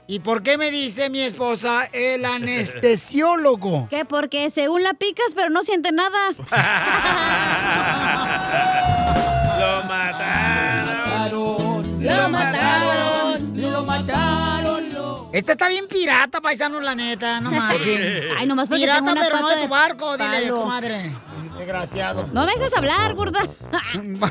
[SPEAKER 3] ¿Y por qué me dice mi esposa el anestesiólogo?
[SPEAKER 4] Que porque según la picas, pero no siente nada.
[SPEAKER 2] Lo mataron.
[SPEAKER 12] Lo
[SPEAKER 4] mataron,
[SPEAKER 3] lo mataron, lo... Esta está bien pirata, paisano, la neta, no marchen.
[SPEAKER 4] Ay, nomás porque
[SPEAKER 3] Pirata,
[SPEAKER 4] tengo una
[SPEAKER 3] pero no
[SPEAKER 4] pata
[SPEAKER 3] de tu
[SPEAKER 4] de
[SPEAKER 3] barco, dile,
[SPEAKER 4] palo.
[SPEAKER 3] comadre. Desgraciado.
[SPEAKER 4] No me dejas hablar, gorda.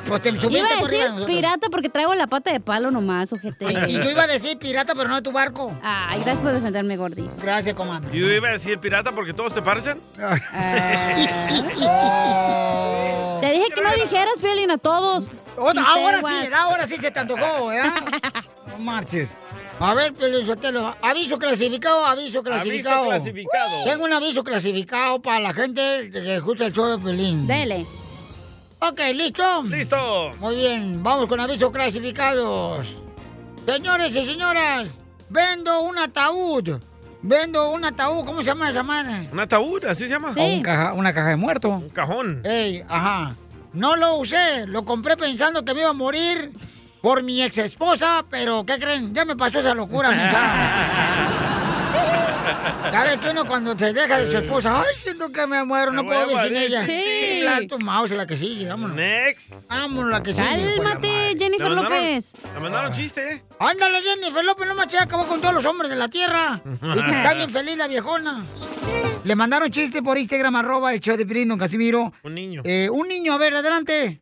[SPEAKER 3] Pues te subiste
[SPEAKER 4] Iba a
[SPEAKER 3] por arriba de
[SPEAKER 4] decir
[SPEAKER 3] nosotros.
[SPEAKER 4] pirata porque traigo la pata de palo nomás, ojete.
[SPEAKER 3] Y yo iba a decir pirata, pero no de tu barco.
[SPEAKER 4] Ay, gracias por defenderme, gordis.
[SPEAKER 3] Gracias, comadre.
[SPEAKER 2] Yo iba a decir pirata porque todos te parchan.
[SPEAKER 4] Te dije que no dijeras, Piolín, a todos.
[SPEAKER 3] Otra- ahora
[SPEAKER 4] Pinteguas.
[SPEAKER 3] sí, ahora sí se te antojó, ¿verdad? No marches. A ver, Pelín Sotelo, aviso clasificado, aviso clasificado.
[SPEAKER 2] clasificado.
[SPEAKER 3] Tengo un aviso clasificado para la gente que escucha el show de Pelín.
[SPEAKER 4] Dele.
[SPEAKER 3] Ok, ¿listo?
[SPEAKER 2] Listo.
[SPEAKER 3] Muy bien, vamos con avisos clasificados. Señores y señoras, vendo un ataúd. Vendo un ataúd, ¿cómo se llama esa madre?
[SPEAKER 2] ¿Un ataúd? ¿Así se llama?
[SPEAKER 3] O un caja- una caja de muerto. Un
[SPEAKER 2] cajón.
[SPEAKER 3] Ey, ajá. No lo usé, lo compré pensando que me iba a morir por mi ex esposa, pero ¿qué creen? Ya me pasó esa locura, mensaje. Ya ves que uno cuando se deja de su esposa, ay, siento que me muero, no
[SPEAKER 12] Me voy
[SPEAKER 3] puedo vivir
[SPEAKER 12] a
[SPEAKER 3] sin
[SPEAKER 12] morir".
[SPEAKER 3] ella.
[SPEAKER 12] Sí.
[SPEAKER 3] Claro, tu mouse, la que sigue, vámonos.
[SPEAKER 2] Next.
[SPEAKER 3] Vámonos, la que sigue.
[SPEAKER 4] Cálmate, Jennifer
[SPEAKER 3] Te mandaron-
[SPEAKER 4] López.
[SPEAKER 2] Me mandaron chiste, ¿eh?
[SPEAKER 3] Ándale, Jennifer López, no más se acabó con todos los hombres de la tierra. Y que está bien feliz la viejona. Le mandaron chiste por Instagram, arroba el show de Pirín, don Casimiro.
[SPEAKER 2] Un niño.
[SPEAKER 3] Eh, un niño, a ver, adelante.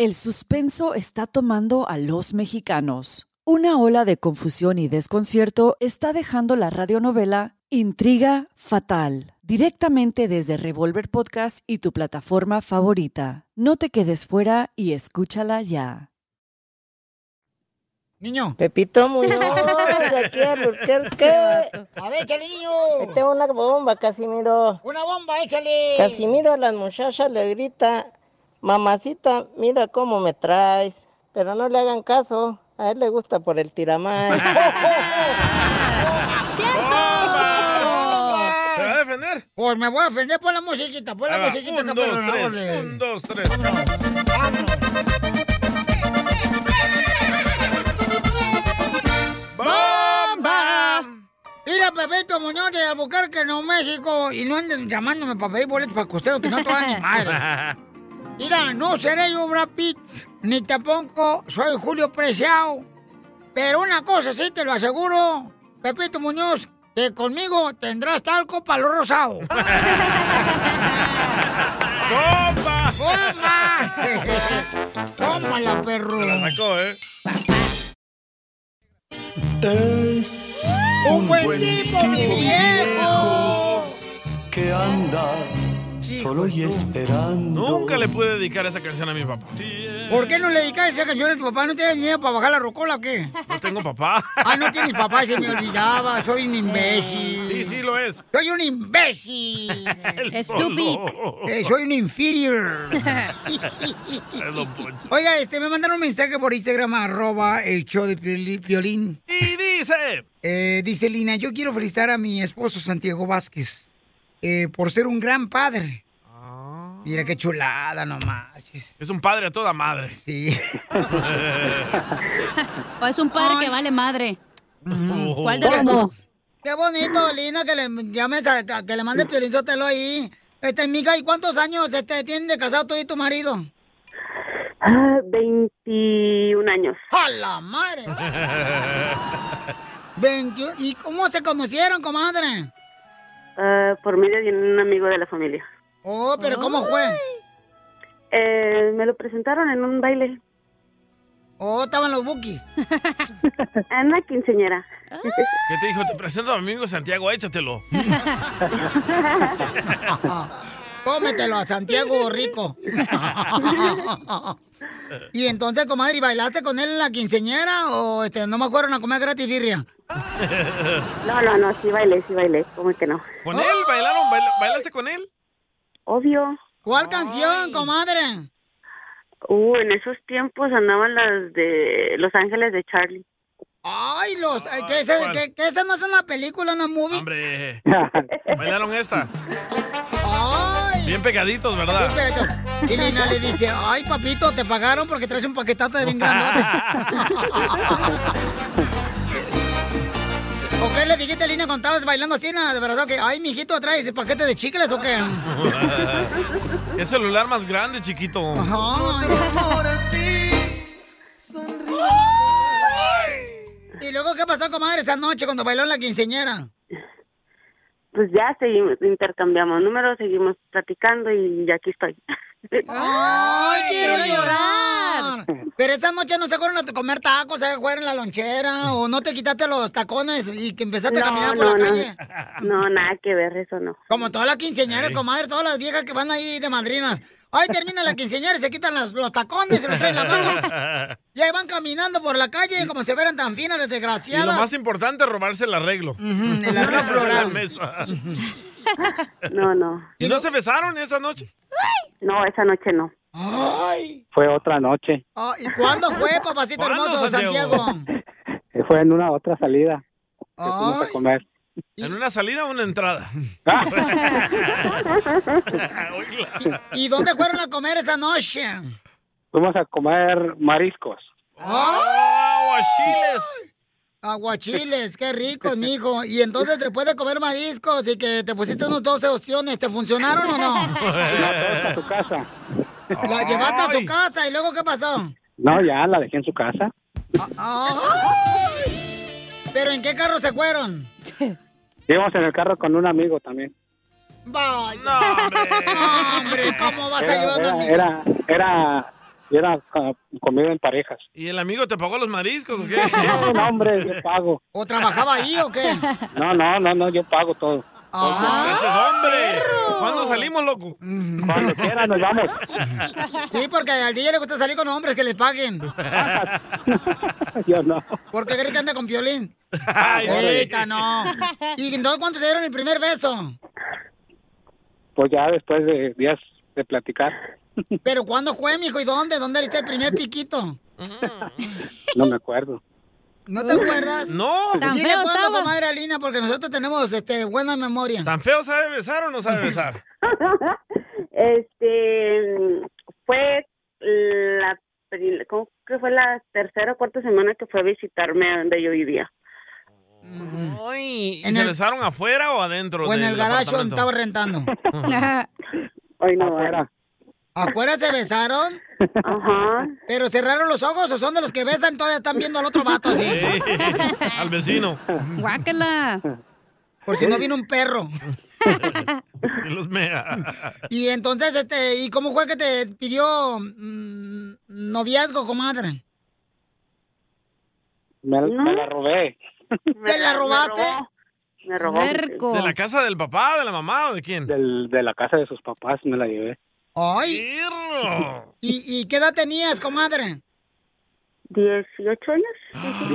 [SPEAKER 6] El suspenso está tomando a los mexicanos. Una ola de confusión y desconcierto está dejando la radionovela Intriga Fatal, directamente desde Revolver Podcast y tu plataforma favorita. No te quedes fuera y escúchala ya.
[SPEAKER 3] Niño.
[SPEAKER 9] Pepito Muñoz, de aquí a Burquerque. Te
[SPEAKER 3] A ver, échale, niño.
[SPEAKER 9] tengo una bomba, Casimiro.
[SPEAKER 3] Una bomba, échale.
[SPEAKER 9] Casimiro a las muchachas le grita, mamacita, mira cómo me traes. Pero no le hagan caso, a él le gusta por el tiramán.
[SPEAKER 2] ¿Se va a defender?
[SPEAKER 3] Pues me voy a defender por la musiquita, por
[SPEAKER 2] Ahí
[SPEAKER 3] la
[SPEAKER 2] va.
[SPEAKER 3] musiquita,
[SPEAKER 2] Un,
[SPEAKER 3] campeón.
[SPEAKER 2] dos, tres.
[SPEAKER 3] órale.
[SPEAKER 2] Un, dos, tres.
[SPEAKER 3] ¡Bomba! Mira, Pepito Muñoz de Albuquerque, Nuevo México, y no anden llamándome para pedir boletos para costeros, que no te van ni madre. Mira, no seré yo Brad Pitt, ni tampoco soy Julio Preciado, pero una cosa sí te lo aseguro, Pepito Muñoz, que conmigo tendrás talco para lo rosado.
[SPEAKER 2] ¡Bomba!
[SPEAKER 3] ¡Bomba! ¡Tómala, perro!
[SPEAKER 2] La sacó, ¿eh?
[SPEAKER 13] Es un buen, tipo, mi viejo, que anda solo y esperando.
[SPEAKER 2] Nunca le pude dedicar esa canción a mi papá.
[SPEAKER 3] ¿Por qué no le dedicas esa canción a tu papá? ¿No tienes dinero para bajar la rocola o qué?
[SPEAKER 2] No tengo papá.
[SPEAKER 3] Ah, no tienes papá, se me olvidaba. Soy un imbécil.
[SPEAKER 2] Sí, sí lo es.
[SPEAKER 3] Soy un imbécil.
[SPEAKER 2] solo.
[SPEAKER 3] Eh, soy un inferior.
[SPEAKER 2] Es Don Poncho.
[SPEAKER 3] Oiga, este, me mandaron un mensaje por Instagram, arroba el show de Pioli- Piolín.
[SPEAKER 2] Y dice...
[SPEAKER 3] dice Lina, yo quiero eh, felicitar a mi esposo Santiago Vázquez eh, por ser un gran padre. Mira qué chulada nomás.
[SPEAKER 2] Es un padre a toda madre.
[SPEAKER 3] Sí.
[SPEAKER 4] O es un padre que vale madre.
[SPEAKER 3] Oh.
[SPEAKER 4] ¿Cuál de los
[SPEAKER 3] Vamos.
[SPEAKER 4] dos?
[SPEAKER 3] Qué bonito, Lina, que le llames a, a- que le mande Piolín Sotelo ahí. Este, mija, ¿y cuántos años este, tienen de casado tú y tu marido?
[SPEAKER 15] 21 Ah, años.
[SPEAKER 3] ¡A la madre! 21. ¿Y cómo se conocieron, comadre?
[SPEAKER 15] Ah, por medio de un amigo de la familia.
[SPEAKER 3] Oh, pero ¿cómo fue?
[SPEAKER 15] Eh, me lo presentaron en un baile.
[SPEAKER 3] Oh, estaban los bookies.
[SPEAKER 15] En una quinceñera.
[SPEAKER 2] ¿Qué te dijo? Te presento a mi amigo Santiago, échatelo.
[SPEAKER 3] Cómetelo a Santiago Rico. y entonces, comadre, ¿y bailaste con él en la quinceñera o este, no me fueron a comer gratis birria?
[SPEAKER 15] No, no, no, sí bailé, sí bailé. ¿Cómo que no?
[SPEAKER 2] ¿Con él? ¿Bailaron? Baila- ¿Bailaste con él?
[SPEAKER 15] Obvio.
[SPEAKER 3] ¿Cuál canción, comadre?
[SPEAKER 15] Uh, en esos tiempos andaban las de Los Ángeles de Charlie.
[SPEAKER 3] Ay, los. eh, que, ese,
[SPEAKER 15] ¿cuál?
[SPEAKER 3] que- que esa no es una película, una movie.
[SPEAKER 2] Hombre. ¿Bailaron esta? Bien pegaditos, ¿verdad?
[SPEAKER 3] Sí, pero- Y Lina le dice, ay, papito, te pagaron porque traes un paquetazo de bien grandote. ¿O qué le dijiste, Lina, cuando estabas bailando así, na, de verdad, que, ay, mijito, traes el paquete de chicles o qué?
[SPEAKER 2] ¿Qué celular más grande, chiquito?
[SPEAKER 3] ¿Y luego qué pasó, comadre, esa noche cuando bailó en la quinceñera?
[SPEAKER 15] Pues ya seguimos, intercambiamos números, seguimos platicando y ya aquí estoy.
[SPEAKER 3] ¡Ay, quiero llorar! Pero esa noche no se fueron a comer tacos, se fueron en la lonchera, o no te quitaste los tacones y que empezaste a caminar por la calle.
[SPEAKER 15] No, no, nada que ver, eso no.
[SPEAKER 3] Como todas las quinceañeras, comadre, todas las viejas que van ahí de madrinas. Ay, termina la quinceañera y se quitan las- los tacones, se los traen en la mano. Y ahí van caminando por la calle como se veran tan finas las
[SPEAKER 2] Y lo más
[SPEAKER 3] desgraciadas.
[SPEAKER 2] importante, robarse el arreglo.
[SPEAKER 3] el arreglo floral.
[SPEAKER 2] La mesa.
[SPEAKER 15] No, no.
[SPEAKER 2] ¿Y no se besaron esa noche?
[SPEAKER 15] No, esa noche no.
[SPEAKER 3] Ay.
[SPEAKER 11] Fue otra noche.
[SPEAKER 3] Ah, ¿Y cuándo fue, papacito
[SPEAKER 15] ¿Cuándo,
[SPEAKER 3] hermoso, Santiago?
[SPEAKER 11] eh, Fue en una otra salida. que fuimos
[SPEAKER 3] Ay.
[SPEAKER 11] a comer.
[SPEAKER 2] ¿En una salida o una entrada?
[SPEAKER 11] Ah.
[SPEAKER 3] ¿Y dónde fueron a comer esa noche?
[SPEAKER 11] Fuimos a comer mariscos.
[SPEAKER 3] ¡Aguachiles! Ah, Aguachiles, qué ricos, mijo. Y entonces, después de comer mariscos y que te pusiste unos 12 ostiones, ¿te funcionaron o no?
[SPEAKER 11] a su casa.
[SPEAKER 3] La llevaste a su casa y luego, ¿qué pasó?
[SPEAKER 11] No, ya la dejé en su casa.
[SPEAKER 3] Ah, ¡Ay! ¿Pero en qué carro se fueron?
[SPEAKER 11] Íbamos en el carro con un amigo también.
[SPEAKER 3] Vaya. No, hombre. ¿cómo vas a
[SPEAKER 11] Era,
[SPEAKER 3] llevar a un
[SPEAKER 11] era,
[SPEAKER 3] amigo?
[SPEAKER 11] era, era, era, ah, comida en parejas.
[SPEAKER 2] ¿Y el amigo te pagó los mariscos o qué?
[SPEAKER 11] No, no, hombre, yo pago.
[SPEAKER 3] ¿O trabajaba ahí o qué?
[SPEAKER 11] No, no, no, no, yo pago todo.
[SPEAKER 2] Gracias, hombre. ¿Cuándo salimos, loco?
[SPEAKER 11] Cuando quiera nos vamos.
[SPEAKER 3] Sí, porque al día le gusta salir con hombres que les paguen.
[SPEAKER 11] Yo no.
[SPEAKER 3] Porque cree que anda con piolín.
[SPEAKER 11] Ay,
[SPEAKER 3] Ahorita no. ¿Y entonces cuánto se dieron el primer beso?
[SPEAKER 11] Pues ya después de días de platicar,
[SPEAKER 3] ¿Pero cuándo fue, mijo? ¿Y dónde? ¿Dónde le diste el primer piquito?
[SPEAKER 11] no me acuerdo.
[SPEAKER 3] ¿No te acuerdas?
[SPEAKER 2] No. Tan
[SPEAKER 3] Dile
[SPEAKER 2] feo
[SPEAKER 3] cuándo,
[SPEAKER 2] estaba.
[SPEAKER 3] comadre Alina, porque nosotros tenemos este, buena memoria.
[SPEAKER 2] ¿Tan feo sabe besar o no sabe besar?
[SPEAKER 15] Este fue la pri- ¿cómo que fue la tercera o cuarta semana que fue a visitarme a donde yo vivía.
[SPEAKER 2] ¿Y se besaron afuera o adentro?
[SPEAKER 3] O en
[SPEAKER 2] del
[SPEAKER 3] el garaje donde
[SPEAKER 2] apartamento?
[SPEAKER 3] estaba rentando.
[SPEAKER 15] Hoy no.
[SPEAKER 11] Afuera.
[SPEAKER 3] ¿Afuera se besaron?
[SPEAKER 15] Ajá.
[SPEAKER 3] ¿Pero cerraron los ojos o son de los que besan todavía están viendo al otro vato así?
[SPEAKER 2] Sí, al vecino.
[SPEAKER 3] Guácala. Por si no vino un perro.
[SPEAKER 2] Y los mea.
[SPEAKER 3] Y entonces, este, ¿y cómo fue que te pidió mm, noviazgo, comadre?
[SPEAKER 11] Me, me la robé.
[SPEAKER 3] ¿Te la robaste?
[SPEAKER 15] Me
[SPEAKER 11] robó. Puerco.
[SPEAKER 2] ¿De la casa del papá, de la mamá o de quién?
[SPEAKER 11] Del, de la casa de sus papás me la llevé.
[SPEAKER 3] ¡Ay! ¿Y, y qué edad tenías, comadre?
[SPEAKER 15] 18 años.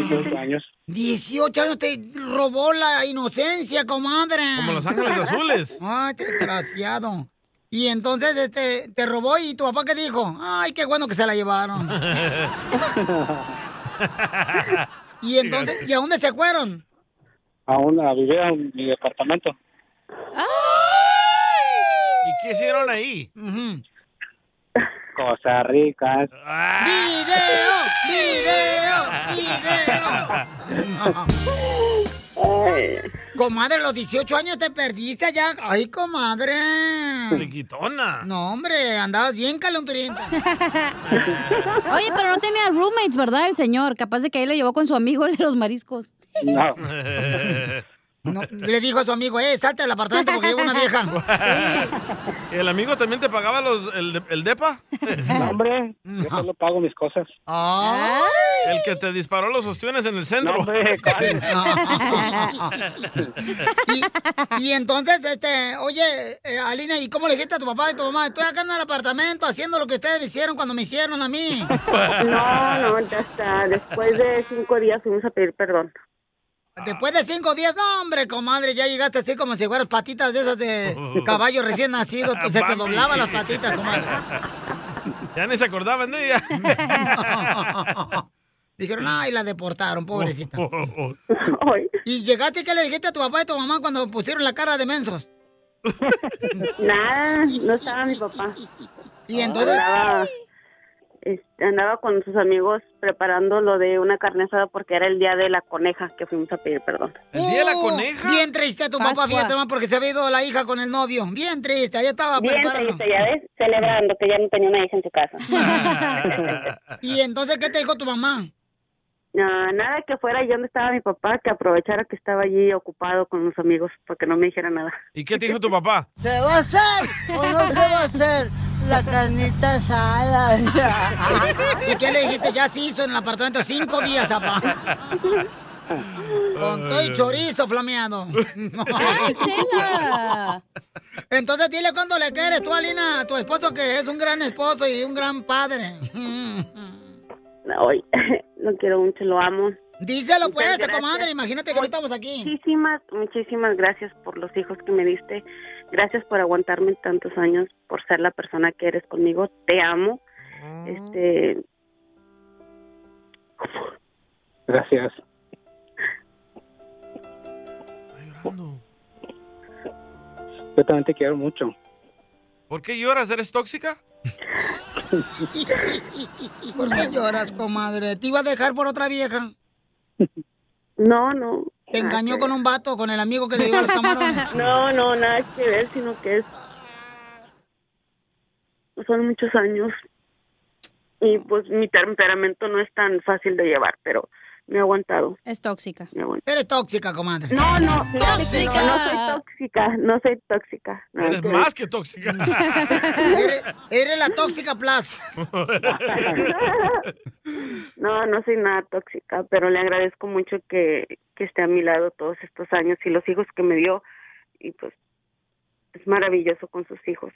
[SPEAKER 11] 18 años.
[SPEAKER 3] 18 años te robó la inocencia, comadre.
[SPEAKER 2] Como los ángeles azules.
[SPEAKER 3] Ay, qué desgraciado. Y entonces, este, te robó y tu papá qué dijo? Ay, qué bueno que se la llevaron. Y entonces, ¿y a dónde se fueron?
[SPEAKER 11] Aún la vivía en mi departamento.
[SPEAKER 2] ¿Y ¿Qué hicieron ahí?
[SPEAKER 11] Cosas ricas.
[SPEAKER 12] Ah. ¡Video! ¡Video! ¡Video!
[SPEAKER 3] Comadre, los 18 años te perdiste allá. ¡Ay, comadre!
[SPEAKER 2] ¡Friquitona!
[SPEAKER 3] No, hombre, andabas bien calenturienta.
[SPEAKER 4] Oye, pero no tenía roommates, ¿verdad? El señor. Capaz de que ahí lo llevó con su amigo, el de los mariscos.
[SPEAKER 11] No.
[SPEAKER 3] No, le dijo a su amigo, eh, salte del apartamento porque llevo una vieja.
[SPEAKER 2] ¿El amigo también te pagaba los, el, de- el depa?
[SPEAKER 11] No, hombre, yo solo pago mis cosas.
[SPEAKER 2] El que te disparó los ostiones en el centro.
[SPEAKER 11] No, hombre, ¿cuál?
[SPEAKER 3] Y, y entonces, este, oye, eh, Alina, ¿y cómo le dijiste a tu papá y tu mamá? Estoy acá en el apartamento haciendo lo que ustedes me hicieron cuando me hicieron a mí.
[SPEAKER 15] No, no, ya está. Después de cinco días fuimos a pedir perdón.
[SPEAKER 3] Después de cinco días, no, hombre, comadre, ya llegaste así como si fueras patitas de esas de caballo recién nacido. Se te
[SPEAKER 2] Papi.
[SPEAKER 3] doblaban las patitas, comadre.
[SPEAKER 2] Ya ni se acordaban de ella.
[SPEAKER 3] Dijeron, ay, la deportaron, pobrecita. ¿Y llegaste y qué le dijiste a tu papá y tu mamá cuando pusieron la cara de mensos?
[SPEAKER 15] Nada, no estaba mi papá.
[SPEAKER 3] ¿Y entonces?
[SPEAKER 15] Andaba, este, andaba con sus amigos preparando lo de una carne asada porque era el día de la coneja que fuimos a pedir perdón.
[SPEAKER 3] ¿El día de la coneja? Uh, Bien triste tu
[SPEAKER 15] Pascua.
[SPEAKER 3] papá, fíjate más, porque se había ido la hija con el novio. Bien triste, ahí estaba
[SPEAKER 15] Bien
[SPEAKER 3] preparando.
[SPEAKER 15] triste, ya ves, celebrando que ya no tenía una hija en su casa.
[SPEAKER 3] ¿Y entonces qué te dijo tu mamá?
[SPEAKER 15] No, nada que fuera yo donde estaba mi papá, que aprovechara que estaba allí ocupado con los amigos porque no me dijera nada.
[SPEAKER 2] ¿Y qué te dijo tu papá?
[SPEAKER 12] ¿Se va a hacer o no se va a hacer la carnita asada?
[SPEAKER 3] ¿Y qué le dijiste? Ya se hizo en el apartamento cinco días, papá. Con todo y chorizo flameado.
[SPEAKER 12] Ay, chela.
[SPEAKER 3] Entonces dile cuánto le quieres tú, Alina, a tu esposo que es un gran esposo y un gran padre.
[SPEAKER 15] Hoy lo quiero mucho, lo amo.
[SPEAKER 3] Díselo pues,
[SPEAKER 15] Muchas gracias.
[SPEAKER 3] comadre, imagínate que no estamos aquí.
[SPEAKER 15] Muchísimas, muchísimas gracias por los hijos que me diste. Gracias por aguantarme tantos años, por ser la persona que eres conmigo. Te amo.
[SPEAKER 3] Ah.
[SPEAKER 15] Este,
[SPEAKER 11] Gracias. Yo también te quiero mucho.
[SPEAKER 2] ¿Por qué lloras? ¿Eres tóxica?
[SPEAKER 3] ¿Por qué lloras, comadre? ¿Te iba a dejar por otra vieja?
[SPEAKER 15] no, no.
[SPEAKER 3] ¿Te
[SPEAKER 15] nada
[SPEAKER 3] engañó
[SPEAKER 15] que
[SPEAKER 3] con
[SPEAKER 15] ver.
[SPEAKER 3] un vato, con el amigo que le llevó los camarones?
[SPEAKER 15] No, no, nada que ver, sino que es. Son muchos años. Y pues mi temperamento no es tan fácil de llevar, pero me he aguantado.
[SPEAKER 4] Es tóxica.
[SPEAKER 15] Me he aguantado.
[SPEAKER 3] Eres tóxica, comadre.
[SPEAKER 15] No, no, no,
[SPEAKER 4] Tóxica.
[SPEAKER 15] no, no soy tóxica, no soy tóxica. nada
[SPEAKER 2] Eres
[SPEAKER 15] que ver.
[SPEAKER 2] más que tóxica.
[SPEAKER 3] eres, eres la tóxica plus.
[SPEAKER 15] No, no soy nada tóxica, pero le agradezco mucho que, que esté a mi lado todos estos años y los hijos que me dio. Y pues es maravilloso con sus hijos.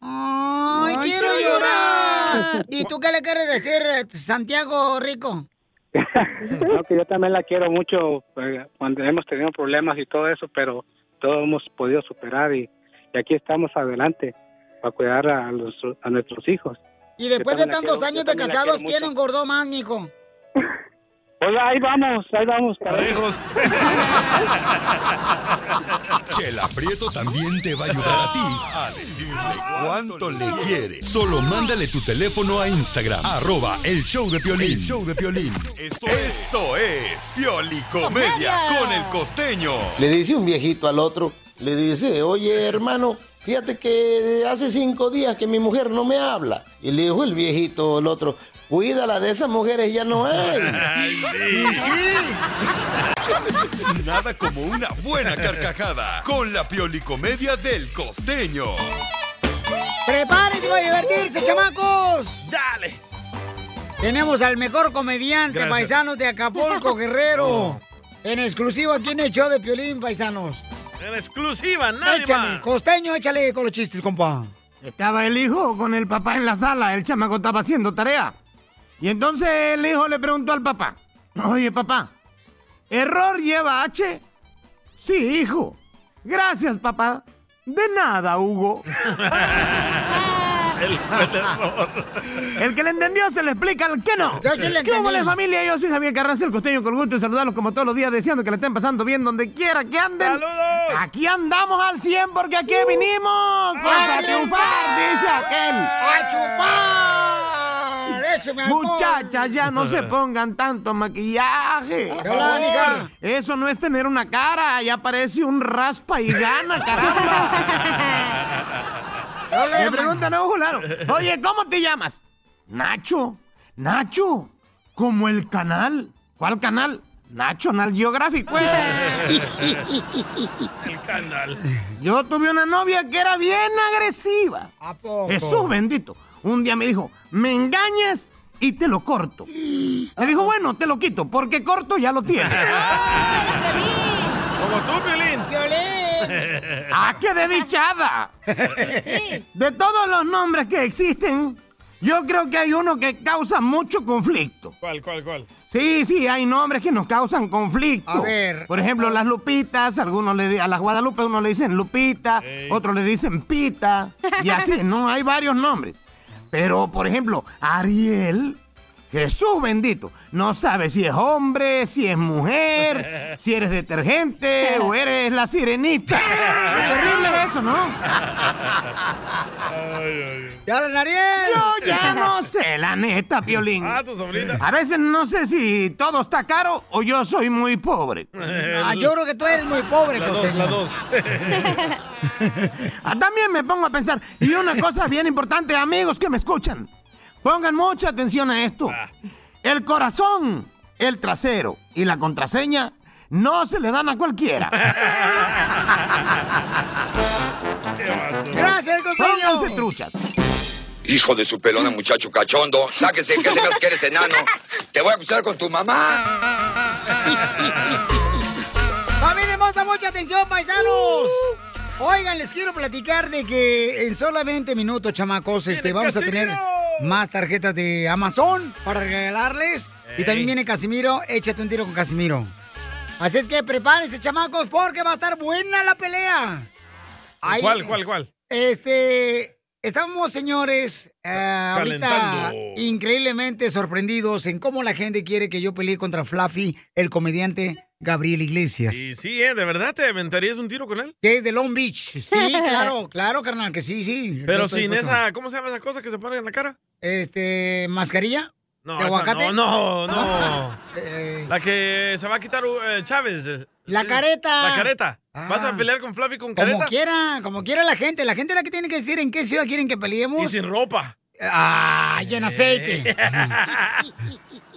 [SPEAKER 3] ¡Ay, quiero llorar! ¿Y tú qué le quieres decir, eh, Santiago Rico?
[SPEAKER 11] No, que yo también la quiero mucho eh, cuando hemos tenido problemas y todo eso, pero todo hemos podido superar y, y aquí estamos adelante para cuidar a, los, a nuestros hijos.
[SPEAKER 3] Y después
[SPEAKER 11] Yo
[SPEAKER 3] de
[SPEAKER 11] también la
[SPEAKER 3] tantos
[SPEAKER 11] quiero,
[SPEAKER 3] años
[SPEAKER 11] yo
[SPEAKER 3] de
[SPEAKER 11] también la
[SPEAKER 3] casados,
[SPEAKER 11] quiero
[SPEAKER 3] ¿quién engordó más, mijo?
[SPEAKER 11] Pues ahí vamos, ahí vamos.
[SPEAKER 2] Parejos.
[SPEAKER 5] Chela Prieto también te va a ayudar a ti a decirle cuánto le quieres. Solo mándale tu teléfono a Instagram, arroba el show de Piolín.
[SPEAKER 22] El
[SPEAKER 5] show de Piolín. Esto, esto es Piolicomedia con el costeño.
[SPEAKER 10] Le dice un viejito al otro, le dice, oye hermano, fíjate que hace cinco días que mi mujer no me habla. Y le dijo el viejito al otro, cuídala, de esas mujeres ya no hay.
[SPEAKER 5] Y Nada como una buena carcajada con la Piolicomedia del costeño.
[SPEAKER 3] ¡Prepárense para divertirse, chamacos! ¡Dale! Tenemos al mejor comediante,
[SPEAKER 12] Gracias.
[SPEAKER 3] paisanos de Acapulco, Guerrero.
[SPEAKER 2] Oh.
[SPEAKER 3] En exclusiva aquí en el show de Piolín, paisanos.
[SPEAKER 2] En exclusiva, nadie
[SPEAKER 3] échale,
[SPEAKER 2] más.
[SPEAKER 3] costeño, échale con los chistes, compa.
[SPEAKER 14] Estaba el hijo con el papá en la sala, el chamaco estaba haciendo tarea. Y entonces el hijo le preguntó al papá, oye papá, ¿error lleva H? Sí, hijo. Gracias, papá. De nada, Hugo.
[SPEAKER 12] El
[SPEAKER 14] El que le entendió se le explica al que no.
[SPEAKER 12] Yo sí le
[SPEAKER 14] ¿Qué hubo,
[SPEAKER 12] entendí.
[SPEAKER 14] la familia? Yo soy Javier Carranza, el costeño, con gusto de saludarlos como todos los días, deseando que le estén pasando bien donde quiera que anden. Aquí andamos al 100 porque aquí vinimos. Vamos a triunfar, dice aquel.
[SPEAKER 3] ¡A chupar! ¡Écheme alcohol!
[SPEAKER 14] Muchachas, ya no se pongan tanto maquillaje.
[SPEAKER 3] Hola, Nica.
[SPEAKER 14] Eso no es tener una cara, ya parece un raspa y gana, caramba. Me preguntan a un fulano, oye, ¿cómo te llamas? Nacho, Nacho, como el canal. ¿Cuál canal? National Geographic. pues.
[SPEAKER 2] El canal.
[SPEAKER 14] Yo tuve una novia que era bien agresiva.
[SPEAKER 3] ¿A poco?
[SPEAKER 14] Jesús bendito. Un día me dijo, me engañas y te lo corto. Le dijo, bueno, te lo quito, porque corto ya lo tienes.
[SPEAKER 2] Como tú, Piolín.
[SPEAKER 14] ¡Ah, qué desdichada! De todos los nombres que existen, yo creo que hay uno que causa mucho conflicto.
[SPEAKER 2] ¿Cuál, cuál, cuál?
[SPEAKER 14] Sí, sí, hay nombres que nos causan conflicto.
[SPEAKER 2] A ver. ah.
[SPEAKER 14] Por ejemplo, las Lupitas, algunos le, di- a las Guadalupe uno le dicen Lupita, otros le dicen Pita, y así, ¿no? Hay varios nombres. Pero, por ejemplo, Ariel, Jesús bendito, no sabe si es hombre, si es mujer, si eres detergente o eres la sirenita. Es terrible eso, ¿no?
[SPEAKER 3] ¡Ya Ariel!
[SPEAKER 14] Yo ya no sé, Eh, la neta, Piolín.
[SPEAKER 2] Ah, tu sobrina.
[SPEAKER 14] A veces no sé si todo está caro o yo soy muy pobre.
[SPEAKER 2] Ah, yo creo
[SPEAKER 3] que tú eres muy pobre,
[SPEAKER 2] La dos, la dos.
[SPEAKER 14] Ah, También me pongo a pensar. Y una cosa bien importante, amigos que me escuchan. Pongan mucha atención a esto.
[SPEAKER 2] Ah.
[SPEAKER 14] El corazón, el trasero y la contraseña no se le dan a cualquiera.
[SPEAKER 3] Gracias,
[SPEAKER 14] Pónganse truchas.
[SPEAKER 7] Hijo de su pelona, muchacho cachondo. Sáquese que sepas que eres enano. Te voy a acusar con tu mamá.
[SPEAKER 3] Familia hermosa, mucha atención, paisanos.
[SPEAKER 2] Uh.
[SPEAKER 3] Oigan, les quiero platicar de que en solamente minutos, chamacos, este, vamos a tener más tarjetas de Amazon para regalarles. Y también viene Casimiro, échate un tiro con Casimiro. Así es que prepárense, chamacos, porque va a estar buena la pelea. Ahí-
[SPEAKER 2] ¿Cuál, cuál, cuál?
[SPEAKER 3] Este, estamos, señores, eh, ahorita
[SPEAKER 2] Calentando.
[SPEAKER 3] increíblemente sorprendidos en cómo la gente quiere que yo pelee contra Fluffy, el comediante Gabriel Iglesias.
[SPEAKER 2] Y sí, ¿eh? ¿De verdad te aventarías un tiro con él?
[SPEAKER 3] Que es de Long Beach. Sí, claro, claro, carnal, que sí, sí. Yo
[SPEAKER 2] Pero
[SPEAKER 3] estoy pues
[SPEAKER 2] sin
[SPEAKER 3] puesto.
[SPEAKER 2] esa, ¿cómo se llama esa cosa que se pone en la cara?
[SPEAKER 3] Este, mascarilla.
[SPEAKER 2] No,
[SPEAKER 3] ¿De
[SPEAKER 2] esa
[SPEAKER 3] aguacate?
[SPEAKER 2] No, no, no.
[SPEAKER 3] Eh,
[SPEAKER 2] La que se va a quitar eh, Chávez. eh.
[SPEAKER 3] La careta.
[SPEAKER 2] La careta.
[SPEAKER 3] Ah.
[SPEAKER 2] ¿Vas a pelear con Fluffy
[SPEAKER 3] como
[SPEAKER 2] con careta?
[SPEAKER 3] quiera, como quiera la gente. La gente es la que tiene que decir en qué ciudad quieren que peleemos.
[SPEAKER 2] Y sin ropa. Eh.
[SPEAKER 3] Ah, y en aceite.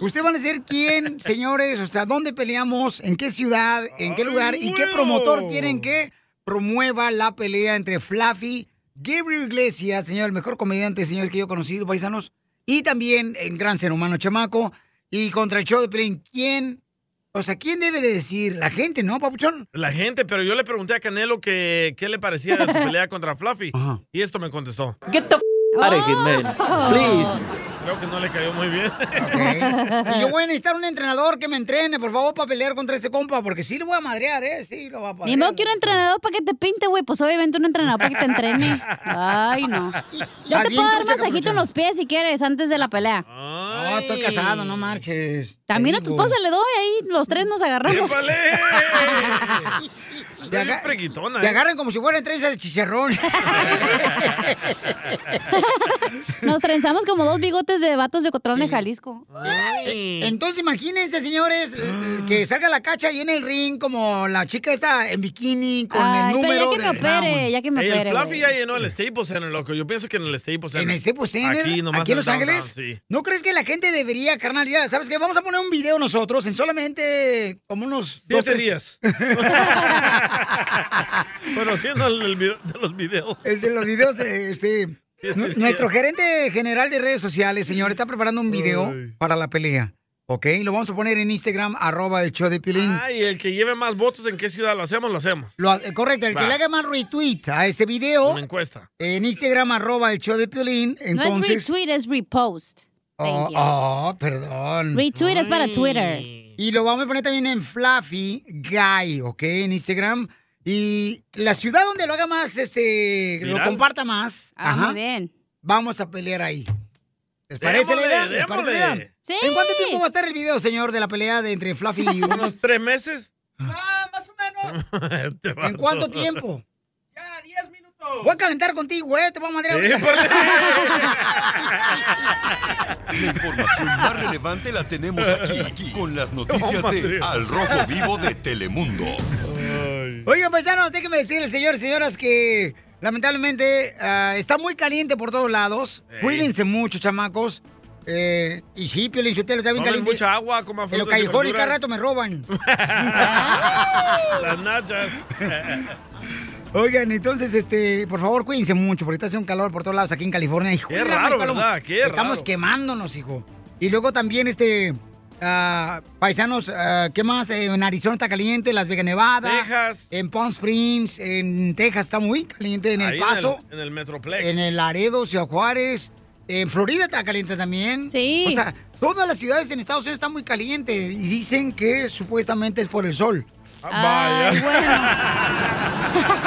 [SPEAKER 3] Ustedes van a decir quién, señores, o sea, dónde peleamos, en qué ciudad, en qué lugar y qué promotor quieren que promueva la pelea entre Fluffy, Gabriel Iglesias, señor, el mejor comediante, señor, que yo he conocido, paisanos, y también el gran ser humano chamaco, y contra el show de Pelín, ¿quién? O sea, ¿quién debe de decir? La gente, ¿no, papuchón?
[SPEAKER 2] La gente, pero yo le pregunté a Canelo que qué le parecía tu pelea contra Fluffy. Y esto me contestó.
[SPEAKER 21] Get the f out of here, man. Please.
[SPEAKER 2] Creo que no le cayó muy bien.
[SPEAKER 3] Y yo voy a necesitar un entrenador que me entrene, por favor, para pelear contra ese compa, porque sí lo voy a madrear, ¿eh? Sí lo voy a
[SPEAKER 4] Ni
[SPEAKER 3] madrear.
[SPEAKER 4] modo que un entrenador para que te pinte, güey. Pues obviamente un entrenador para que te entrene. Ay, no. Yo
[SPEAKER 3] Más
[SPEAKER 4] te
[SPEAKER 3] bien
[SPEAKER 4] puedo dar
[SPEAKER 3] trucha,
[SPEAKER 4] masajito en los pies si quieres, antes de la pelea.
[SPEAKER 3] No, estoy casado, no marches.
[SPEAKER 4] También
[SPEAKER 3] Te
[SPEAKER 4] a tu
[SPEAKER 3] digo.
[SPEAKER 4] esposa le doy, ahí los tres nos agarramos.
[SPEAKER 3] Te, aga-
[SPEAKER 2] freguitona,
[SPEAKER 3] te
[SPEAKER 2] ¿eh?
[SPEAKER 3] agarran como si fueran tres de chicharrón.
[SPEAKER 4] Nos trenzamos como dos bigotes de vatos de Cotrón de Jalisco.
[SPEAKER 3] Entonces imagínense, señores, l- que salga la cacha ahí en el ring como la chica esta en bikini con
[SPEAKER 4] Ay,
[SPEAKER 3] el
[SPEAKER 4] pero ya
[SPEAKER 3] número
[SPEAKER 4] que me
[SPEAKER 3] de
[SPEAKER 4] opere,
[SPEAKER 3] round.
[SPEAKER 4] ya que me
[SPEAKER 2] Ey, el Fluffy
[SPEAKER 3] güey.
[SPEAKER 2] ya llenó el Staples Center, loco. Yo pienso que en el Staples Center.
[SPEAKER 3] ¿En el Staples Center?
[SPEAKER 2] Aquí, nomás
[SPEAKER 3] ¿Aquí en Los
[SPEAKER 2] el downtown,
[SPEAKER 3] Ángeles?
[SPEAKER 2] sí.
[SPEAKER 3] ¿No crees que la gente debería, carnal? Ya, ¿sabes qué? Vamos a poner un video nosotros en solamente como unos... dos,
[SPEAKER 2] Siete
[SPEAKER 3] tres-
[SPEAKER 2] días. Conociendo el, el video- de los videos.
[SPEAKER 3] El de los videos, eh, este... nu- Nuestro gerente general de redes sociales, señor, está preparando un video para la pelea. ¿Ok? Lo vamos a poner en Instagram, arroba el show de Pilín.
[SPEAKER 2] Ay, el que lleve más votos en qué ciudad lo hacemos, lo hacemos.
[SPEAKER 3] Lo ha- eh, correcto, el que
[SPEAKER 2] Va.
[SPEAKER 3] le haga más retweet a ese video
[SPEAKER 2] Una encuesta.
[SPEAKER 3] en Instagram, arroba el show de Piolín,
[SPEAKER 4] No es
[SPEAKER 3] entonces...
[SPEAKER 4] retweet, es repost.
[SPEAKER 3] oh,
[SPEAKER 4] Thank you.
[SPEAKER 3] oh, perdón.
[SPEAKER 4] Retweet es para Twitter.
[SPEAKER 3] Y lo vamos a poner también en Fluffy Guy, ¿ok? En Instagram. Y la ciudad donde lo haga más, este, lo
[SPEAKER 4] Viral.
[SPEAKER 3] comparta más.
[SPEAKER 4] Ah, muy bien.
[SPEAKER 3] Vamos a pelear ahí. ¿Les parece la idea?
[SPEAKER 2] Démosle,
[SPEAKER 3] ¿Les parece la idea?
[SPEAKER 2] démosle.
[SPEAKER 4] Sí.
[SPEAKER 3] ¿En cuánto tiempo va a estar el video, señor, de la pelea de entre Fluffy y...
[SPEAKER 2] ¿Unos tres meses?
[SPEAKER 3] Ah, más o menos.
[SPEAKER 2] Este
[SPEAKER 3] ¿En
[SPEAKER 2] vato.
[SPEAKER 3] cuánto tiempo? Ya, 10 minutos. Voy a calentar contigo, eh. Te voy a mandar
[SPEAKER 5] La información más relevante la tenemos aquí, aquí, con las noticias de Al Rojo Vivo de Telemundo.
[SPEAKER 3] Oigan, paisanos, déjenme decirles, señores y señoras, que lamentablemente ah, está muy caliente por todos lados.
[SPEAKER 2] Ey.
[SPEAKER 3] Cuídense mucho, chamacos. Eh, y sí, Piolín Sotelo, está bien
[SPEAKER 2] Tomen
[SPEAKER 3] caliente.
[SPEAKER 2] mucha agua, coman
[SPEAKER 3] En los
[SPEAKER 2] frutas y
[SPEAKER 3] callejones
[SPEAKER 2] verduras.
[SPEAKER 3] cada rato me roban.
[SPEAKER 2] Las nachas.
[SPEAKER 3] Oigan, entonces, este, por favor, cuídense mucho, porque está haciendo un calor por todos lados aquí en California. Hijo,
[SPEAKER 2] Qué
[SPEAKER 3] mira,
[SPEAKER 2] raro,
[SPEAKER 3] Paloma,
[SPEAKER 2] ¿verdad? Qué
[SPEAKER 3] Estamos
[SPEAKER 2] raro.
[SPEAKER 3] quemándonos, hijo. Y luego también, este, ah, paisanos, ah, ¿qué más? Eh, en Arizona está caliente, en Las Vegas, Nevada.
[SPEAKER 2] Texas.
[SPEAKER 3] En Palm Springs, en Texas está muy caliente, en
[SPEAKER 2] Ahí
[SPEAKER 3] El Paso,
[SPEAKER 2] En el, Metroplex.
[SPEAKER 3] en el Laredo, Ciudad Juárez. En Florida está caliente también. Sí. O sea, todas las ciudades en Estados Unidos están muy calientes y dicen que supuestamente es por el sol.
[SPEAKER 2] Ah, vaya. Ay,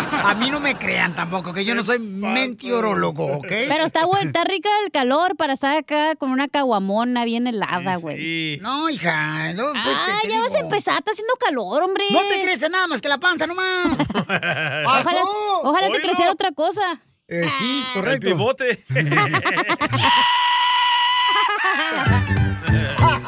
[SPEAKER 3] A mí no me crean tampoco, que yo no soy mentirólogo, ¿ok?
[SPEAKER 4] Pero está, bueno, está rica el calor para estar acá con una caguamona bien helada, güey.
[SPEAKER 3] No, hija. No,
[SPEAKER 4] pues ah, ya vas a empezar, está haciendo calor, hombre.
[SPEAKER 3] No te crece nada más que la panza nomás.
[SPEAKER 4] Ojalá,
[SPEAKER 3] Ojo.
[SPEAKER 4] ojalá te
[SPEAKER 3] Oílo.
[SPEAKER 4] creciera otra cosa.
[SPEAKER 3] Eh, sí, correcto.
[SPEAKER 2] El pivote.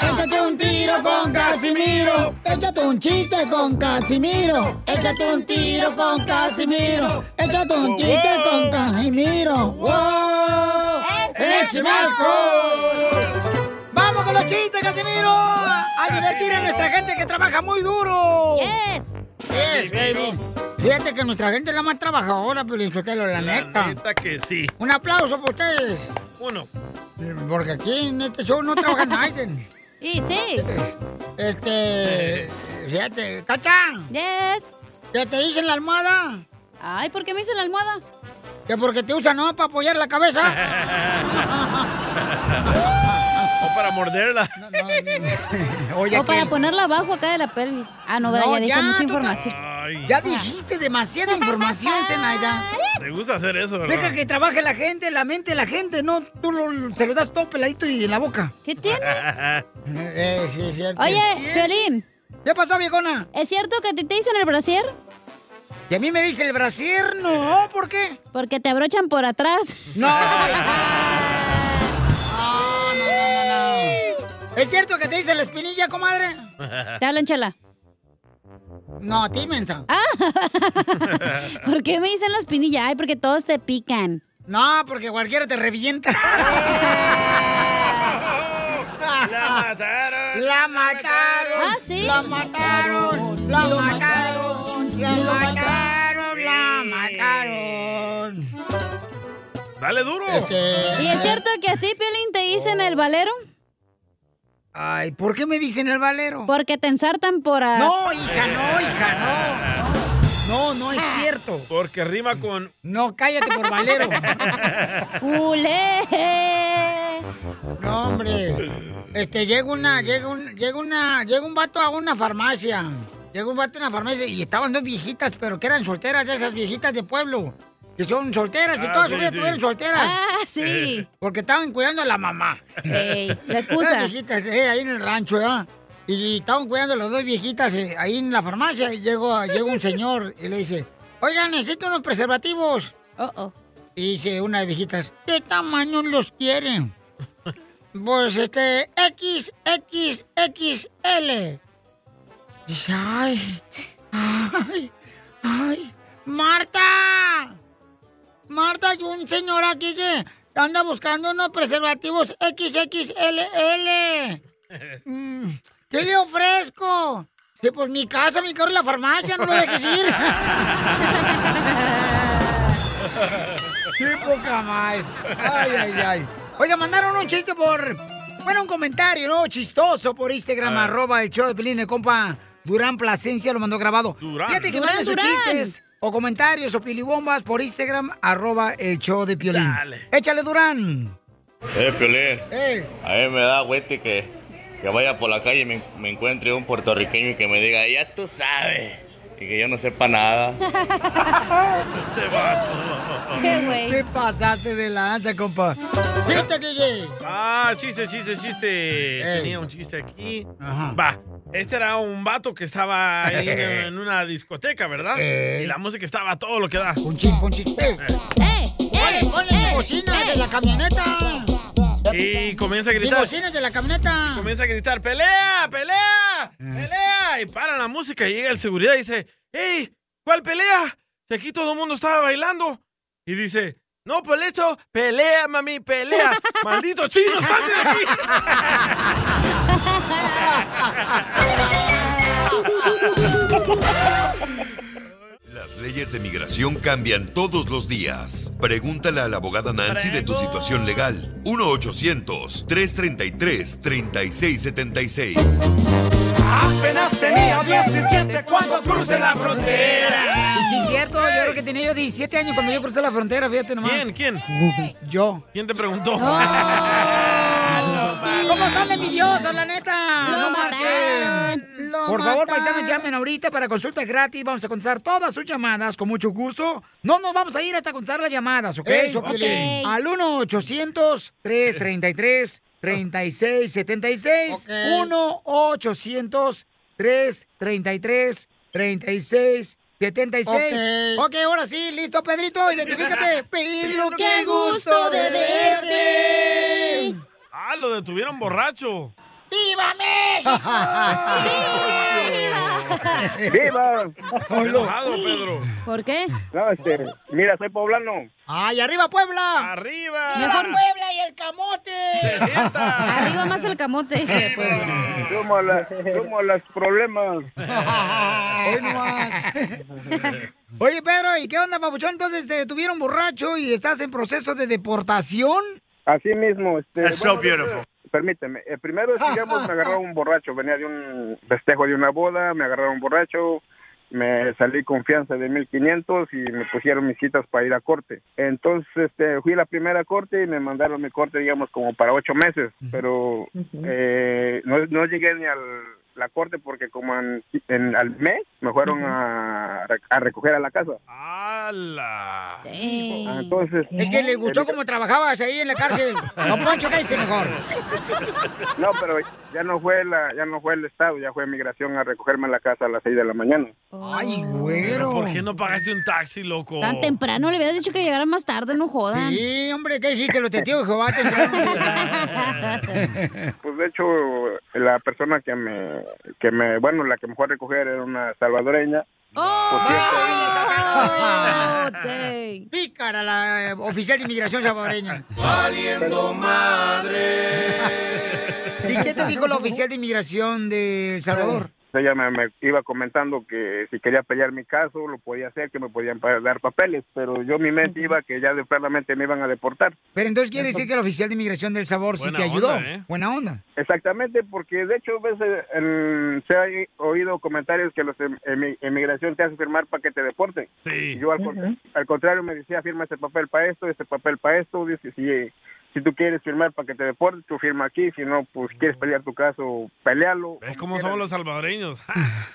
[SPEAKER 12] Échate un tiro con Casimiro. Échate un chiste con Casimiro. Échate un tiro con Casimiro. Échate un chiste con Casimiro. ¡Wow!
[SPEAKER 3] ¡Échame ¡Vamos con los chistes, Casimiro! A divertir a nuestra gente que trabaja muy duro.
[SPEAKER 4] Yes.
[SPEAKER 3] Yes, baby. Fíjate que nuestra gente es la más trabajadora, Pelizotelo, la
[SPEAKER 2] La
[SPEAKER 3] neta.
[SPEAKER 2] neta que sí.
[SPEAKER 3] Un aplauso por ustedes.
[SPEAKER 2] Uno.
[SPEAKER 3] Porque aquí en este show no trabaja nadie.
[SPEAKER 4] Y sí. Eh.
[SPEAKER 3] Este. Fíjate, ¡Cachán!
[SPEAKER 4] Yes.
[SPEAKER 3] ¿Qué te hice en la almohada?
[SPEAKER 4] Ay, ¿por qué me hice la almohada?
[SPEAKER 3] Que porque te usan nomás para apoyar la cabeza.
[SPEAKER 2] o para morderla.
[SPEAKER 3] Oye,
[SPEAKER 4] o para
[SPEAKER 3] aquel.
[SPEAKER 4] ponerla abajo acá de la pelvis. Ah, no, ¿verdad?
[SPEAKER 3] No,
[SPEAKER 4] ya dije
[SPEAKER 3] ya,
[SPEAKER 4] mucha
[SPEAKER 3] tú
[SPEAKER 4] información.
[SPEAKER 3] Ya dijiste demasiada información, Zenaida.
[SPEAKER 2] Te gusta hacer eso, ¿verdad?
[SPEAKER 3] Deja que trabaje la gente, la mente de la gente, no tú lo- se lo das todo peladito y en la boca.
[SPEAKER 4] ¿Qué tiene?
[SPEAKER 3] Eh, sí, es cierto.
[SPEAKER 4] Oye,
[SPEAKER 3] Sí.
[SPEAKER 4] Violín.
[SPEAKER 3] ¿Qué pasó, viejona?
[SPEAKER 4] ¿Es cierto que a ti te dicen el brasier?
[SPEAKER 3] Y a mí me dice el brasier, no, ¿por qué?
[SPEAKER 4] Porque te abrochan por atrás. Ah.
[SPEAKER 3] No. No, no, no, no, no. ¿Es cierto que te dice la espinilla, comadre?
[SPEAKER 4] Te hablan, chela.
[SPEAKER 3] No, a ti, mensa.
[SPEAKER 4] ¿Por qué me dicen la espinilla? Ay, porque todos te pican.
[SPEAKER 3] No, porque cualquiera te revienta.
[SPEAKER 2] La mataron.
[SPEAKER 3] La mataron.
[SPEAKER 12] Ah, ¿sí?
[SPEAKER 3] La mataron. La
[SPEAKER 12] Lo
[SPEAKER 3] mataron. La
[SPEAKER 12] lo
[SPEAKER 3] mataron. La mataron.
[SPEAKER 2] Dale duro.
[SPEAKER 4] ¿Y es cierto que a ti, Piolín, te dicen el valero?
[SPEAKER 3] Ay, ¿por qué me dicen el valero?
[SPEAKER 4] Porque te ensartan por... a-
[SPEAKER 3] No, hija, no, hija, no. No, no es cierto.
[SPEAKER 2] Porque rima con.
[SPEAKER 3] No, cállate por valero.
[SPEAKER 4] ¡Culé!
[SPEAKER 3] No, hombre. Este, llega una, llega un, llega una, llega un vato a una farmacia. Llega un vato a una farmacia y estaban dos viejitas, pero que eran solteras, de esas viejitas de pueblo. Que son solteras y
[SPEAKER 12] Ah,
[SPEAKER 3] todas
[SPEAKER 12] sí,
[SPEAKER 3] su vida
[SPEAKER 12] sí.
[SPEAKER 3] estuvieron solteras.
[SPEAKER 12] Ah, sí.
[SPEAKER 3] Porque estaban cuidando a la mamá.
[SPEAKER 12] Ey, la excusa.
[SPEAKER 3] Las viejitas, eh, ahí en el rancho, ¿eh? Y, y estaban cuidando a las dos viejitas eh, ahí en la farmacia. Y llegó, llega un señor y le dice, oigan, necesito unos preservativos. Y dice una de viejitas, ¿qué tamaño los quieren? Pues este, XXXL. Dice, ay, ay, ay, Marta. Marta, hay un señor aquí que anda buscando unos preservativos XXLL. Mm, ¿Qué le ofrezco? Que pues mi casa, mi carro y la farmacia, no lo dejes ir. ¡Qué poca más! ¡Ay, ay, ay! Oiga, mandaron un chiste por. Bueno, un comentario, ¿no? Chistoso por Instagram,
[SPEAKER 12] Ah.
[SPEAKER 3] arroba el show de Pelín, el compa Durán Plasencia lo mandó grabado.
[SPEAKER 12] Durán.
[SPEAKER 3] Fíjate que
[SPEAKER 12] Durán,
[SPEAKER 3] manden sus
[SPEAKER 12] Durán.
[SPEAKER 3] chistes o comentarios o pilibombas por Instagram, arroba el show de Piolín. Échale, Durán.
[SPEAKER 16] Eh, Piolín,
[SPEAKER 3] ¡Eh!
[SPEAKER 16] a mí me da güete que, que vaya por la calle y me, me encuentre un puertorriqueño y que me diga, ya tú sabes. y que yo no sepa nada.
[SPEAKER 3] Te pasaste de lanza, compa. ¡Chiste, DJ!
[SPEAKER 2] Ah, chiste, chiste, chiste. Tenía un chiste aquí. Va. Este era un vato que estaba ahí en, en una discoteca, ¿verdad?
[SPEAKER 3] Ey.
[SPEAKER 2] Y la música estaba a todo lo que da.
[SPEAKER 3] Un chiste, un chiste.
[SPEAKER 2] Eh,
[SPEAKER 3] ¡Ole, ole, mi bocina de la camioneta!
[SPEAKER 2] Eh. Y comienza a
[SPEAKER 3] ¡Mi
[SPEAKER 2] gritar.
[SPEAKER 3] bocina de la camioneta!
[SPEAKER 2] Comienza a gritar, pelea, pelea, pelea. Y para la música y llega el seguridad y dice, hey, ¿cuál pelea? Si aquí todo el mundo estaba bailando. Y dice, no, por eso, pelea, mami, pelea. Maldito chino, salte de aquí.
[SPEAKER 5] Las leyes de migración cambian todos los días. Pregúntale a la abogada Nancy de tu situación legal. 1-800-333-3676.
[SPEAKER 3] Apenas
[SPEAKER 12] tenía
[SPEAKER 3] 17
[SPEAKER 12] cuando crucé la frontera.
[SPEAKER 3] Y sí, es cierto, yo creo que tenía yo 17 años cuando yo crucé la frontera, fíjate nomás.
[SPEAKER 2] ¿Quién? ¿Quién?
[SPEAKER 3] Yo.
[SPEAKER 2] ¿Quién te preguntó?
[SPEAKER 3] ¿Cómo son de envidiosos, la neta?
[SPEAKER 12] Lo
[SPEAKER 3] marchen. Por favor, paisanos, llamen ahorita para consulta gratis. Vamos a contestar todas sus llamadas con mucho gusto. No nos vamos a ir hasta contestar las llamadas, ¿ok?
[SPEAKER 12] Eso,
[SPEAKER 3] Ok.
[SPEAKER 12] Piolín.
[SPEAKER 3] Al 1-800-333-3676. 1-800-333-3676.
[SPEAKER 12] Ok.
[SPEAKER 3] ok, ahora sí, listo, Pedrito, identifícate. Pedro,
[SPEAKER 12] Qué gusto de verte.
[SPEAKER 2] Ah, lo detuvieron borracho.
[SPEAKER 12] ¡Viva México!
[SPEAKER 17] ¡Viva!
[SPEAKER 2] Enojado, Pedro.
[SPEAKER 4] ¿Por qué?
[SPEAKER 17] No, este, mira, soy poblano.
[SPEAKER 3] ¡Ay, arriba Puebla!
[SPEAKER 2] ¡Arriba!
[SPEAKER 4] Mejor-
[SPEAKER 3] Puebla y el camote!
[SPEAKER 4] Arriba más el camote. dije, pues.
[SPEAKER 17] Somos, la- somos los problemas.
[SPEAKER 3] Hoy nomás. Oye, Pedro, ¿y qué onda, papuchón? Entonces te detuvieron borracho y estás en proceso de deportación.
[SPEAKER 17] Así mismo, este.
[SPEAKER 3] That's so
[SPEAKER 17] bueno,
[SPEAKER 3] beautiful.
[SPEAKER 17] Permíteme, eh, primero digamos, me agarró un borracho, venía de un festejo de una boda, me agarraron borracho, me salí con fianza de 1500 y me pusieron mis citas para ir a corte. Entonces, este, fui a la primera corte y me mandaron mi corte, digamos, como para ocho meses, pero eh, no, no llegué ni a la corte porque como en, en- al mes me fueron a, rec- a recoger a la casa. Ah,
[SPEAKER 2] ¡Hala!
[SPEAKER 17] Entonces,
[SPEAKER 3] Es que les gustó cómo trabajabas ahí en la cárcel. Don Poncho, cállese mejor.
[SPEAKER 17] No, pero ya no fue la, ya no fue el estado, ya fue migración a recogerme a la casa a las 6 de la mañana.
[SPEAKER 3] Ay,
[SPEAKER 2] Pero,
[SPEAKER 3] güero.
[SPEAKER 2] ¿Por qué no pagaste un taxi, loco?
[SPEAKER 4] Tan temprano le hubieras dicho que llegara más tarde, no jodan.
[SPEAKER 3] Sí, hombre, ¿qué dijiste? Los testigos de Jehová
[SPEAKER 17] Pues de hecho, la persona que me, que me, bueno, la que me fue a recoger era una salvadoreña. Oh,
[SPEAKER 3] Pícara la eh, oficial de inmigración salvadoreña.
[SPEAKER 12] Valiendo madre.
[SPEAKER 3] ¿Y qué te dijo la oficial de inmigración de El Salvador?
[SPEAKER 17] Ella me, me iba comentando que si quería pelear mi caso, lo podía hacer, que me podían pa- dar papeles, pero yo mi mente iba que ya de claramente me iban a deportar.
[SPEAKER 3] Pero entonces quiere decir que la oficial de inmigración del Salvador sí
[SPEAKER 17] Buena
[SPEAKER 3] te ayudó.
[SPEAKER 17] onda, ¿eh?
[SPEAKER 3] Buena onda.
[SPEAKER 17] Exactamente, porque de hecho a veces en- se ha oído comentarios que los em- emi- emigración te hace firmar para que te deporten. Y Yo al, con- al contrario me decía, firma este papel para esto, este papel para esto. Dice, si, si tú quieres firmar para que te deporten, tú firma aquí. Si no, pues quieres pelear tu caso, pelealo.
[SPEAKER 2] ¿Ves cómo somos los salvadoreños?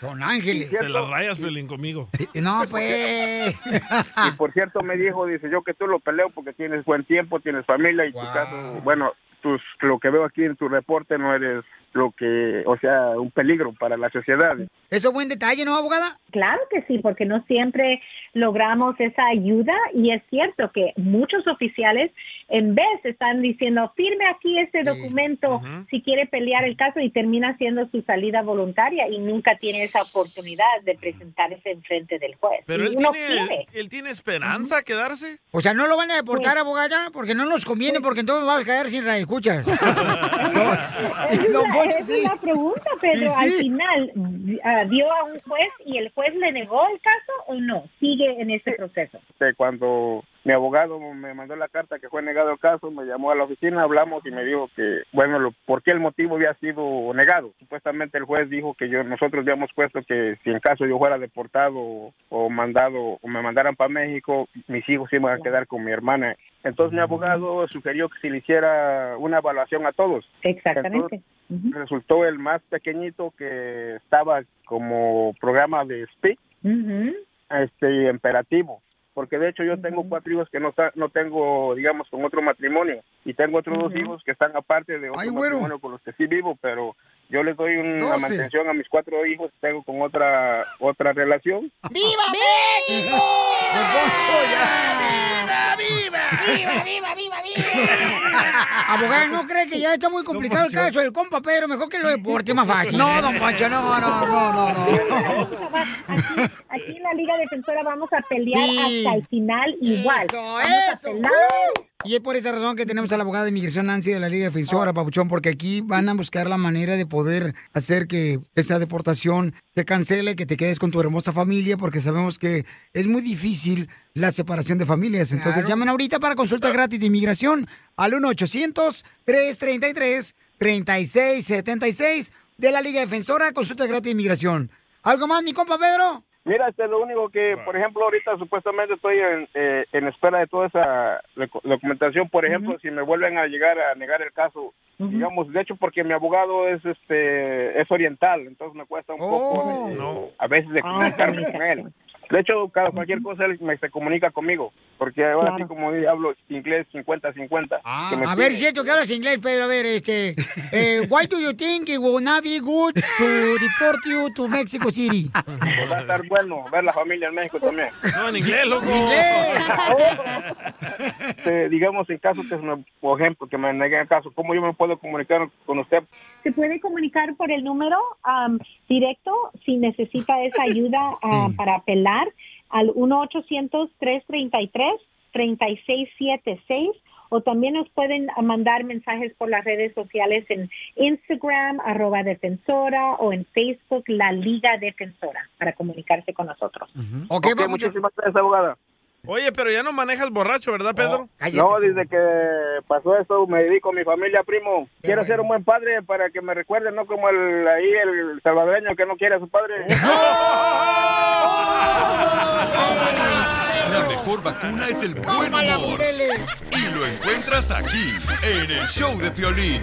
[SPEAKER 3] Son
[SPEAKER 17] ángeles.
[SPEAKER 2] Te las rayas, Pelín, conmigo.
[SPEAKER 3] Eh, No, pues.
[SPEAKER 17] Y por cierto me dijo, dice, yo que tú lo peleo porque tienes buen tiempo, tienes familia y tu caso, bueno, tus, lo que veo aquí en tu reporte no eres lo que, o sea, un peligro para la sociedad.
[SPEAKER 3] ¿Eso es buen detalle, no, abogada?
[SPEAKER 18] Claro que sí, porque no siempre logramos esa ayuda y es cierto que muchos oficiales en vez están diciendo firme aquí este documento si quiere pelear el caso y termina haciendo su salida voluntaria y nunca tiene esa oportunidad de presentarse en frente del juez.
[SPEAKER 2] Pero
[SPEAKER 18] Y
[SPEAKER 2] él
[SPEAKER 18] uno
[SPEAKER 2] tiene,
[SPEAKER 18] quiere.
[SPEAKER 2] él tiene esperanza a quedarse.
[SPEAKER 3] O sea, no lo van a deportar, abogada, porque no nos conviene, porque entonces vamos a caer sin radioescuchas.
[SPEAKER 18] Esa es
[SPEAKER 3] Don
[SPEAKER 18] la-
[SPEAKER 3] Poncho,
[SPEAKER 18] esa
[SPEAKER 3] sí.
[SPEAKER 18] es la pregunta, pero
[SPEAKER 3] Y
[SPEAKER 18] al
[SPEAKER 3] sí.
[SPEAKER 18] final ah, dio a un juez y el juez le negó el caso o no, sigue en ese proceso.
[SPEAKER 17] Este, cuando mi abogado me mandó la carta que fue negado el caso, me llamó a la oficina, hablamos y me dijo que, bueno, lo, ¿por qué el motivo había sido negado? Supuestamente el juez dijo que yo nosotros habíamos puesto que si en caso yo fuera deportado o, o mandado o me mandaran para México, mis hijos se iban a quedar con mi hermana. Entonces mi abogado sugirió que se le hiciera una evaluación a todos.
[SPEAKER 18] Exactamente.
[SPEAKER 17] Entonces, resultó el más pequeñito que estaba como programa de speak este imperativo porque de hecho yo tengo cuatro hijos que no está- no tengo digamos con otro matrimonio y tengo otros dos
[SPEAKER 3] Ujú.
[SPEAKER 17] hijos que están aparte de otro
[SPEAKER 3] Ay, güero.
[SPEAKER 17] matrimonio con los que sí vivo pero yo les doy una
[SPEAKER 3] Doce.
[SPEAKER 17] mantención a mis cuatro hijos que tengo con otra otra relación
[SPEAKER 12] ¡Viva México! ¡Viva! ¡Viva! ¡Viva! ¡Viva! ¡Viva!
[SPEAKER 3] Abogado, ¿no cree que ya está muy complicado el caso del compa Pedro? Mejor que lo deporte más fácil. No, don Poncho, no, no, no, no, no.
[SPEAKER 20] Aquí en la Liga Defensora vamos a pelear
[SPEAKER 3] Sí.
[SPEAKER 20] hasta el final igual. Vamos a
[SPEAKER 3] eso.
[SPEAKER 20] pelar.
[SPEAKER 3] Y es por esa razón que tenemos a la abogada de inmigración Nancy de la Liga Defensora, Papuchón, porque aquí van a buscar la manera de poder hacer que esta deportación se cancele, que te quedes con tu hermosa familia, porque sabemos que es muy difícil la separación de familias. Entonces llamen ahorita para consulta gratis de inmigración al 1-800-333-3676 de la Liga Defensora, consulta gratis de inmigración. ¿Algo más, mi compa Pedro?
[SPEAKER 17] Mira, este es lo único que, por ejemplo, ahorita supuestamente estoy en, eh, en espera de toda esa reco- documentación. Por ejemplo, si me vuelven a llegar a negar el caso,
[SPEAKER 20] Ujú.
[SPEAKER 17] digamos, de hecho, porque mi abogado es este es oriental, entonces me cuesta un
[SPEAKER 3] Oh.
[SPEAKER 17] poco de- a veces de comunicarme con él. De hecho, cada cualquier cosa él me, se comunica conmigo, porque ahora sí como hablo inglés 50-50.
[SPEAKER 2] Ah,
[SPEAKER 17] que me
[SPEAKER 3] A ver,
[SPEAKER 17] pide.
[SPEAKER 3] cierto que hablas inglés, Pedro. A ver, este. Eh, why do you think it will not be good to deport you to Mexico City?
[SPEAKER 17] pues, Va a estar bueno ver la familia en México también.
[SPEAKER 2] No, en inglés, loco.
[SPEAKER 17] Este, digamos, en caso que, me- por ejemplo, que me neguen el caso, ¿cómo yo me puedo comunicar con usted?
[SPEAKER 20] Se puede comunicar por el número am, directo si necesita esa ayuda am, para apelar al 1-800-333-3676 o también nos pueden mandar mensajes por las redes sociales en Instagram, arroba defensora o en Facebook, la Liga Defensora, para comunicarse con nosotros.
[SPEAKER 17] Ok, muchísimas gracias, abogada.
[SPEAKER 2] Oye, pero ya no manejas borracho, ¿verdad, Pedro?
[SPEAKER 17] No, desde que pasó eso me dedico a mi familia, primo. Quiero ser un buen padre para que me recuerden, no como el ahí el salvadoreño que no quiere a su padre.
[SPEAKER 5] La mejor vacuna es el buen humor. Y lo encuentras aquí, en el show de Piolín.